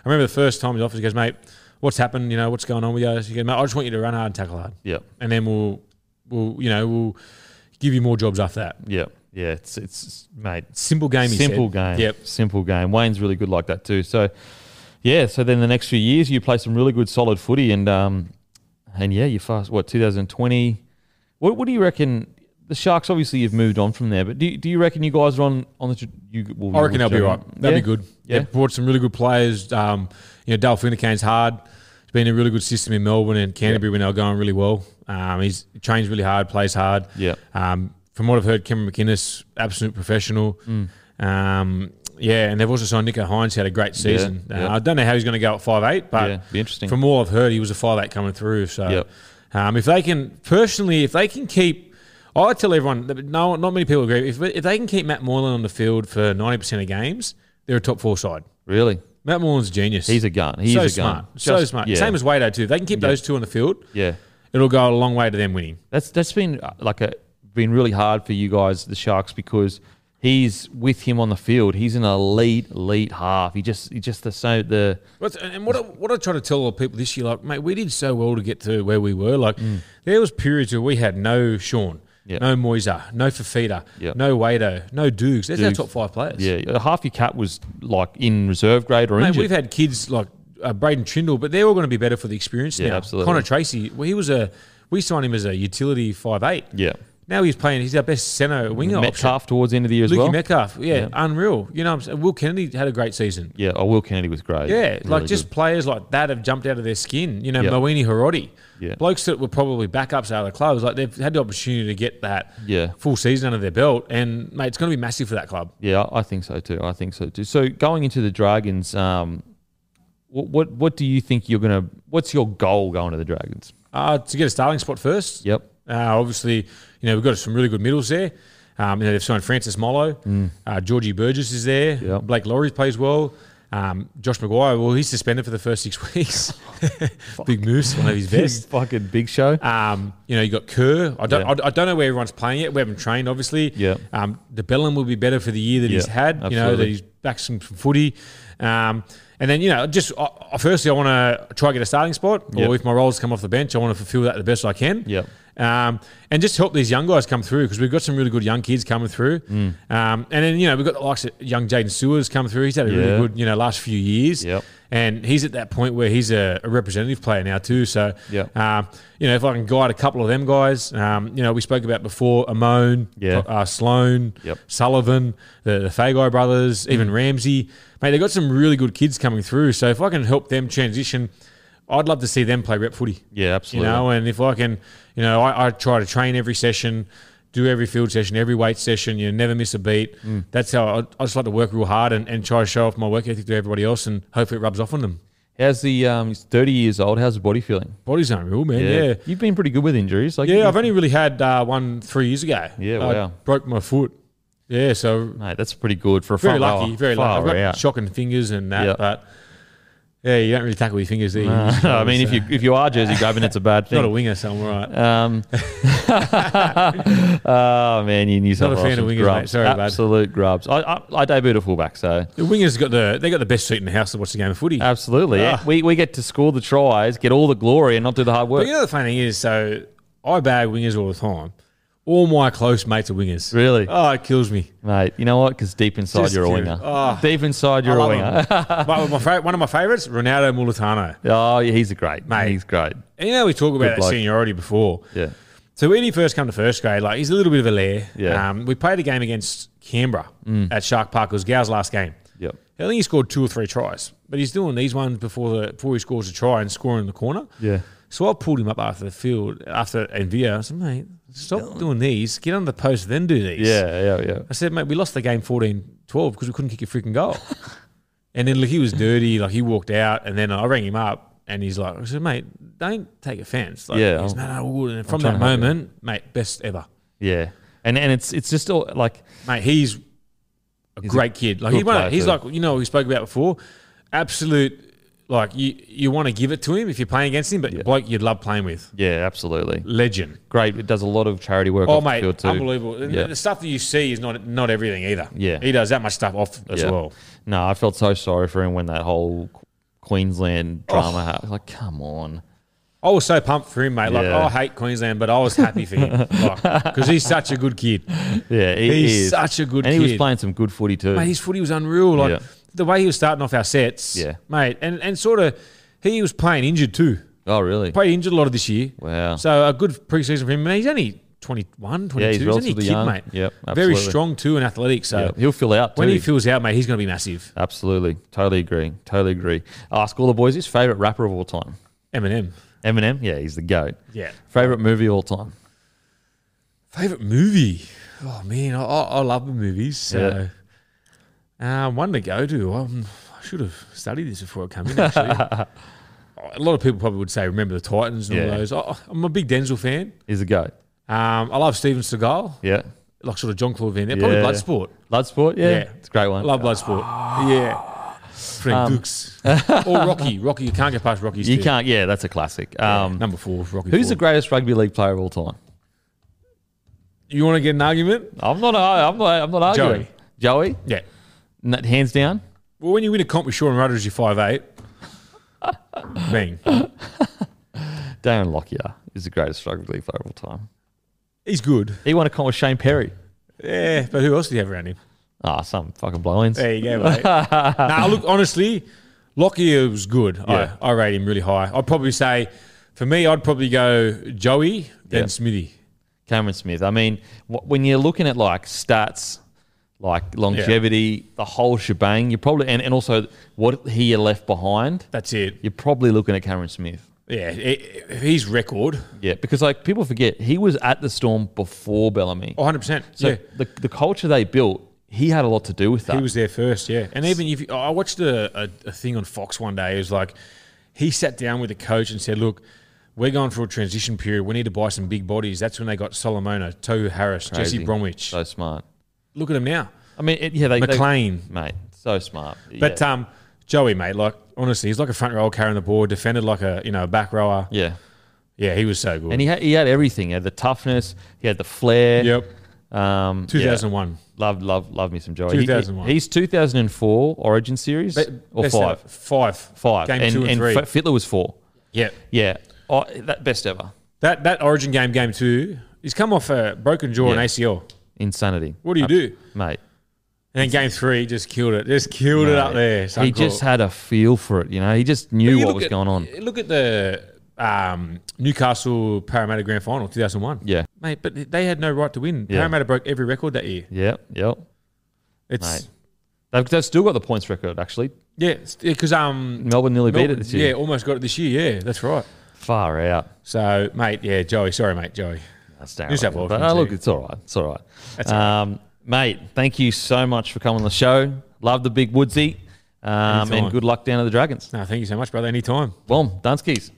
Speaker 3: I remember the first time in the office. He goes, mate, what's happened? You know, what's going on with you? guys?" He goes, mate, I just want you to run hard and tackle hard,
Speaker 2: Yep.
Speaker 3: and then we'll we'll you know we'll give you more jobs after that.
Speaker 2: Yep. Yeah. It's it's mate.
Speaker 3: Simple game. He
Speaker 2: simple
Speaker 3: said.
Speaker 2: game.
Speaker 3: Yep.
Speaker 2: Simple game. Wayne's really good like that too. So yeah, so then the next few years you play some really good solid footy and um and yeah, you fast what, 2020. What what do you reckon the Sharks obviously you've moved on from there, but do you, do you reckon you guys are on on the tra- you well,
Speaker 3: I reckon they'll be
Speaker 2: whichever-
Speaker 3: right. That'd
Speaker 2: Yeah?
Speaker 3: be good.
Speaker 2: Yeah.
Speaker 3: Yeah, brought some really good players. Um, you know, Dale Finnegan's hard. It's been a really good system in Melbourne and Canterbury when they were going really well. Um, he's he trains really hard, plays hard.
Speaker 2: Yeah.
Speaker 3: Um, from what I've heard, Cameron McInnes, absolute professional.
Speaker 2: Mm.
Speaker 3: Um, yeah, and they've also signed Nico Hines, who had a great season.
Speaker 2: yeah.
Speaker 3: Uh, I don't know how he's going to go at five eight, but
Speaker 2: Yeah, be interesting.
Speaker 3: From all I've heard, he was a five eight coming through. So,
Speaker 2: Yep.
Speaker 3: um, if they can personally, if they can keep, I tell everyone, that no, not many people agree. If, if they can keep Matt Moylan on the field for ninety percent of games, they're a top four side.
Speaker 2: Really?
Speaker 3: Matt Moylan's a genius.
Speaker 2: He's a gun. He's
Speaker 3: so
Speaker 2: a gun.
Speaker 3: smart, so
Speaker 2: Just-
Speaker 3: smart.
Speaker 2: yeah.
Speaker 3: Same as Wado too. If they can keep those two on the field,
Speaker 2: Yeah.
Speaker 3: it'll go a long way to them winning.
Speaker 2: That's that's been uh, like a been really hard for you guys, the Sharks, because he's with him on the field. He's an elite, elite half. He just he just the so the
Speaker 3: What's, and and what I, what I try to tell all people this year, like, mate, we did so well to get to where we were. Like, there was periods where we had no Sean,
Speaker 2: Mm. Yeah.
Speaker 3: no Moisa, no Fafita,
Speaker 2: Yeah.
Speaker 3: no Wado, no Dukes. That's
Speaker 2: Dukes.
Speaker 3: our top five players.
Speaker 2: Yeah, half your cap was like in reserve grade or
Speaker 3: Mate,
Speaker 2: injured.
Speaker 3: we've had kids like uh, Braden Trindle, but they're all going to be better for the experience
Speaker 2: Yeah,
Speaker 3: now.
Speaker 2: absolutely.
Speaker 3: Connor Tracy, well, he was a we signed him as a utility five eight.
Speaker 2: yeah,
Speaker 3: Now he's playing. He's our best centre winger option.
Speaker 2: Metcalf towards the end of the year as
Speaker 3: Lukey
Speaker 2: well.
Speaker 3: Metcalf, yeah,
Speaker 2: Yeah.
Speaker 3: unreal. You know, what I'm saying? Will Kennedy had a great season.
Speaker 2: yeah, oh, Will Kennedy was great.
Speaker 3: Yeah, like
Speaker 2: Really
Speaker 3: just players like that have jumped out of their skin. You know,
Speaker 2: Yeah.
Speaker 3: Moini Hirodi,
Speaker 2: Yeah.
Speaker 3: blokes that were probably backups out of the clubs. Like they've had the opportunity to get that
Speaker 2: good. yeah,
Speaker 3: full season under their belt, and mate, it's going to be massive for that club.
Speaker 2: yeah, I think so too. I think so too. So going into the Dragons, um, what what what do you think you're gonna? What's your goal going to the Dragons?
Speaker 3: Uh, to get a starting spot first.
Speaker 2: Yep.
Speaker 3: Uh, obviously, you know we've got some really good middles there. Um, you know they've signed Francis Mollo, uh, Georgie Burgess is there.
Speaker 2: Yep.
Speaker 3: Blake Laurie plays well. Um, Josh McGuire, well, he's suspended for the first six weeks. Big Moose, one of his best.
Speaker 2: fucking big show.
Speaker 3: Um, you know you got Kerr. I don't,
Speaker 2: Yeah.
Speaker 3: I, I don't know where everyone's playing yet. We haven't trained, obviously.
Speaker 2: Yeah.
Speaker 3: Um, the Bellum will be better for the year that he's
Speaker 2: Yeah,
Speaker 3: had. You know
Speaker 2: absolutely.
Speaker 3: that he's back some, some footy. Um, and then you know, just I, I- firstly, I want to try and get a starting spot, or
Speaker 2: Yep.
Speaker 3: if my roles come off the bench, I want to fulfil that the best I can.
Speaker 2: Yep.
Speaker 3: Um, and just help these young guys come through because we've got some really good young kids coming through.
Speaker 2: Mm.
Speaker 3: Um, and then you know we've got the likes of young Jaden Sewers come through. He's had a
Speaker 2: Yeah.
Speaker 3: really good you know last few years.
Speaker 2: Yep.
Speaker 3: And he's at that point where he's a, a representative player now too. So
Speaker 2: Yep.
Speaker 3: um, you know if I can guide a couple of them guys, um, you know we spoke about before Amone,
Speaker 2: Yeah.
Speaker 3: uh, Sloan,
Speaker 2: Yep. Mm.
Speaker 3: Sullivan, the, the Fagai brothers, even Ramsey. Mate, they've got some really good kids coming through. So if I can help them transition, I'd love to see them play rep footy.
Speaker 2: yeah,
Speaker 3: You
Speaker 2: absolutely.
Speaker 3: know, and if I can, you know, I, I try to train every session, do every field session, every weight session. You know, never miss a beat.
Speaker 2: Mm.
Speaker 3: That's how I, I just like to work real hard and, and try to show off my work ethic to everybody else, and hopefully it rubs off on them.
Speaker 2: How's the um? He's thirty years old. How's the body feeling?
Speaker 3: Body's unreal, man. yeah.
Speaker 2: you've been pretty good with injuries. Like
Speaker 3: Yeah,
Speaker 2: you-
Speaker 3: I've only really had uh, one three years ago.
Speaker 2: Yeah,
Speaker 3: I
Speaker 2: wow.
Speaker 3: broke my foot. Yeah, so
Speaker 2: mate, that's pretty good for a
Speaker 3: very
Speaker 2: front
Speaker 3: lucky,
Speaker 2: rower.
Speaker 3: very
Speaker 2: Far
Speaker 3: lucky. I've got
Speaker 2: out.
Speaker 3: shocking fingers and that,
Speaker 2: Yeah.
Speaker 3: but yeah, you don't really tackle your fingers there.
Speaker 2: Uh, I mean, if you if you are jersey grabbing, it's a bad
Speaker 3: not a
Speaker 2: thing.
Speaker 3: winger, so I'm all right.
Speaker 2: Um, oh man, you New South
Speaker 3: Not a
Speaker 2: Wales
Speaker 3: fan of
Speaker 2: was
Speaker 3: wingers, mate.
Speaker 2: grubs.
Speaker 3: Sorry, bud.
Speaker 2: absolute grubs. I, I I debuted a fullback, so
Speaker 3: The wingers got the they got the best seat in the house to watch the game of footy.
Speaker 2: absolutely, yeah.
Speaker 3: Ah.
Speaker 2: we we get to score the tries, get all the glory, and not do the hard
Speaker 3: but
Speaker 2: work.
Speaker 3: you know the funny thing is, so I bag wingers all the time. All my close mates are wingers.
Speaker 2: Really?
Speaker 3: Oh, it kills me.
Speaker 2: Mate, you know what? Because deep inside
Speaker 3: Just
Speaker 2: you're a
Speaker 3: kidding.
Speaker 2: winger.
Speaker 3: Oh,
Speaker 2: deep inside you're
Speaker 3: I
Speaker 2: a
Speaker 3: love
Speaker 2: winger.
Speaker 3: them. but my fa- one of my favourites, Ronaldo Mulitano.
Speaker 2: oh, yeah, he's a great
Speaker 3: Mate.
Speaker 2: He's great.
Speaker 3: And you know we talk about that
Speaker 2: bloke.
Speaker 3: seniority before.
Speaker 2: Yeah,
Speaker 3: So when he first come to first grade, like he's a little bit of a lair.
Speaker 2: Yeah. Mm.
Speaker 3: Um, we played a game against Canberra at Shark Park. It was Gow's last game.
Speaker 2: yep.
Speaker 3: I think he scored two or three tries, but he's doing these ones before the before he scores a try and scoring in the corner.
Speaker 2: Yeah.
Speaker 3: So I pulled him up after the field after and video. I said, mate, stop doing these. Get on the post, then do these.
Speaker 2: Yeah, yeah, yeah.
Speaker 3: I said, mate, we lost the game 14-12 because we couldn't kick a freaking goal. and then like he was dirty, like he walked out, and then I rang him up and he's like, I said, mate, don't take offense. Like,
Speaker 2: Yeah,
Speaker 3: he's,
Speaker 2: I'm-
Speaker 3: no, no, all good." And from
Speaker 2: trying
Speaker 3: that
Speaker 2: to help you.
Speaker 3: moment, mate, best ever.
Speaker 2: Yeah. And and it's it's just all like
Speaker 3: Mate, he's a great kid. Like
Speaker 2: good
Speaker 3: he wanna,
Speaker 2: player
Speaker 3: he's
Speaker 2: too.
Speaker 3: like you know we spoke about before, absolute. Like you, you want to give it to him if you're playing against him, but bloke you'd love playing with,
Speaker 2: yeah, absolutely.
Speaker 3: legend.
Speaker 2: Great. It does a lot of charity work
Speaker 3: Oh
Speaker 2: off the
Speaker 3: mate,
Speaker 2: field too.
Speaker 3: unbelievable. And
Speaker 2: Yeah.
Speaker 3: The stuff that you see is not not everything either.
Speaker 2: Yeah.
Speaker 3: he does that much stuff off as
Speaker 2: Yeah.
Speaker 3: well.
Speaker 2: No, I felt so sorry for him when that whole Queensland
Speaker 3: Oh.
Speaker 2: drama happened. Like, come on.
Speaker 3: I was so pumped for him, mate. Like
Speaker 2: Yeah.
Speaker 3: I hate Queensland, but I was happy for him because he's such a good kid.
Speaker 2: Yeah, he
Speaker 3: He's
Speaker 2: is.
Speaker 3: such a good
Speaker 2: and he was
Speaker 3: kid.
Speaker 2: playing some good footy too.
Speaker 3: Mate, his footy was unreal. Like
Speaker 2: Yeah.
Speaker 3: the way he was starting off our sets,
Speaker 2: Yeah.
Speaker 3: mate, and and sort of he was playing injured too.
Speaker 2: oh, really?
Speaker 3: Played injured a lot of this year.
Speaker 2: Wow.
Speaker 3: So a good preseason for him. Man, he's only 21, 22.
Speaker 2: Yeah, he's
Speaker 3: he's only a
Speaker 2: relatively
Speaker 3: kid,
Speaker 2: young.
Speaker 3: mate.
Speaker 2: Yep,
Speaker 3: Very
Speaker 2: absolutely.
Speaker 3: strong too and athletic. So
Speaker 2: Yeah, he'll fill out too.
Speaker 3: when he feels out, mate, he's going to be massive.
Speaker 2: absolutely, totally agree, totally agree. Ask all the boys his favorite rapper of all time.
Speaker 3: Eminem.
Speaker 2: Eminem, yeah, he's the goat.
Speaker 3: Yeah.
Speaker 2: Favorite movie of all time.
Speaker 3: Favorite movie? Oh man, I, I I love the movies. So um, one to go to. Um, I should have studied this before I come in. Actually, a lot of people probably would say remember the Titans and
Speaker 2: Yeah.
Speaker 3: all those. I, I'm a big Denzel fan.
Speaker 2: He's the goat.
Speaker 3: Um, I love Steven Seagal,
Speaker 2: Yeah.
Speaker 3: like sort of John Claude Van Damme. Probably
Speaker 2: Yeah. Ah.
Speaker 3: Bloodsport.
Speaker 2: Bloodsport, yeah,
Speaker 3: Yeah.
Speaker 2: it's a great one.
Speaker 3: I love Bloodsport. yeah. Frank Dukes. or Rocky. Rocky. You can't get past Rocky.
Speaker 2: Um, you
Speaker 3: still.
Speaker 2: can't, yeah, that's a classic. Um,
Speaker 3: Number four, Rocky.
Speaker 2: Who's the
Speaker 3: four.
Speaker 2: greatest rugby league player of all time?
Speaker 3: You want to get an argument?
Speaker 2: I'm not. I'm not. I'm not arguing. Joey,
Speaker 3: Yeah.
Speaker 2: N- hands down.
Speaker 3: Well, when you win a comp with Sean Rudder as your five eight, bang.
Speaker 2: Darren Lockyer is the greatest rugby league player of all time.
Speaker 3: He's good.
Speaker 2: He won a con with Shane Perry.
Speaker 3: Yeah, but who else do you have around him?
Speaker 2: Ah, some fucking blow-ins.
Speaker 3: There you go, mate. nah, look, honestly, Lockyer was good.
Speaker 2: Yeah.
Speaker 3: I, I rate him really high. I'd probably say, for me, I'd probably go Joey, then
Speaker 2: Yeah.
Speaker 3: Smithy.
Speaker 2: Cameron Smith. I mean, wh- when you're looking at like stats, like longevity, the whole shebang, you're probably and, and also what he left behind.
Speaker 3: That's it.
Speaker 2: You're probably looking at Cameron Smith.
Speaker 3: Yeah, it, his record,
Speaker 2: Yeah, because like people forget he was at the Storm before Bellamy.
Speaker 3: 100%.
Speaker 2: so
Speaker 3: Oh, yeah.
Speaker 2: the the culture they built, he had a lot to do with that.
Speaker 3: He was there first, yeah. And even if I watched a, a, a thing on Fox one day, it was like he sat down with the coach and said, "Look, we're going for a transition period. We need to buy some big bodies." That's when they got Solomona, Tohu Harris,
Speaker 2: Crazy.
Speaker 3: Jesse Bromwich.
Speaker 2: so smart.
Speaker 3: Look at him now,
Speaker 2: I mean, it, yeah, they they-
Speaker 3: McLean.
Speaker 2: mate, so smart.
Speaker 3: But
Speaker 2: yeah.
Speaker 3: um, Joey, mate, like honestly, he's like a front row carrying the ball, defended like a you know a back rower. Yeah,
Speaker 2: yeah,
Speaker 3: he was so good.
Speaker 2: and he had he had everything. He had the toughness. He had the flair.
Speaker 3: yep,
Speaker 2: Um,
Speaker 3: two
Speaker 2: yeah.
Speaker 3: thousand one.
Speaker 2: Love, love, love me some Joey. He-
Speaker 3: 2001.
Speaker 2: he's 2004 Origin Series or five,
Speaker 3: five,
Speaker 2: five.
Speaker 3: game
Speaker 2: and,
Speaker 3: two and, three.
Speaker 2: F- Fittler was four.
Speaker 3: yep,
Speaker 2: Yeah, oh, that best ever.
Speaker 3: that that Origin game, game two, he's come off a broken jaw and
Speaker 2: Yeah. Uh,
Speaker 3: ACL.
Speaker 2: Insanity.
Speaker 3: What do you do?
Speaker 2: mate?
Speaker 3: And then game three just killed it. Just killed it up
Speaker 2: Mate,
Speaker 3: there.
Speaker 2: he just had a feel for it. You know, he just knew what was going on.
Speaker 3: Look at the um, Newcastle Parramatta Grand Final 2001.
Speaker 2: Yeah,
Speaker 3: Mate, but they had no right to win.
Speaker 2: Yeah.
Speaker 3: Parramatta broke every record that year.
Speaker 2: yeah, yeah.
Speaker 3: It's
Speaker 2: Mate. They've, they've still got the points record actually.
Speaker 3: yeah, because um,
Speaker 2: Melbourne nearly beat
Speaker 3: Melbourne-
Speaker 2: it this
Speaker 3: yeah,
Speaker 2: year. that's down.
Speaker 3: New South Wales
Speaker 2: But,
Speaker 3: can
Speaker 2: uh, look,
Speaker 3: see.
Speaker 2: it's all right. It's all right. um, Mate, thank you so much for coming on the show. Love the big Woodsy. Um,
Speaker 3: Anytime.
Speaker 2: and good luck down to the Dragons.
Speaker 3: No, thank you so much, brother. Anytime.
Speaker 2: Boom, Dunskies.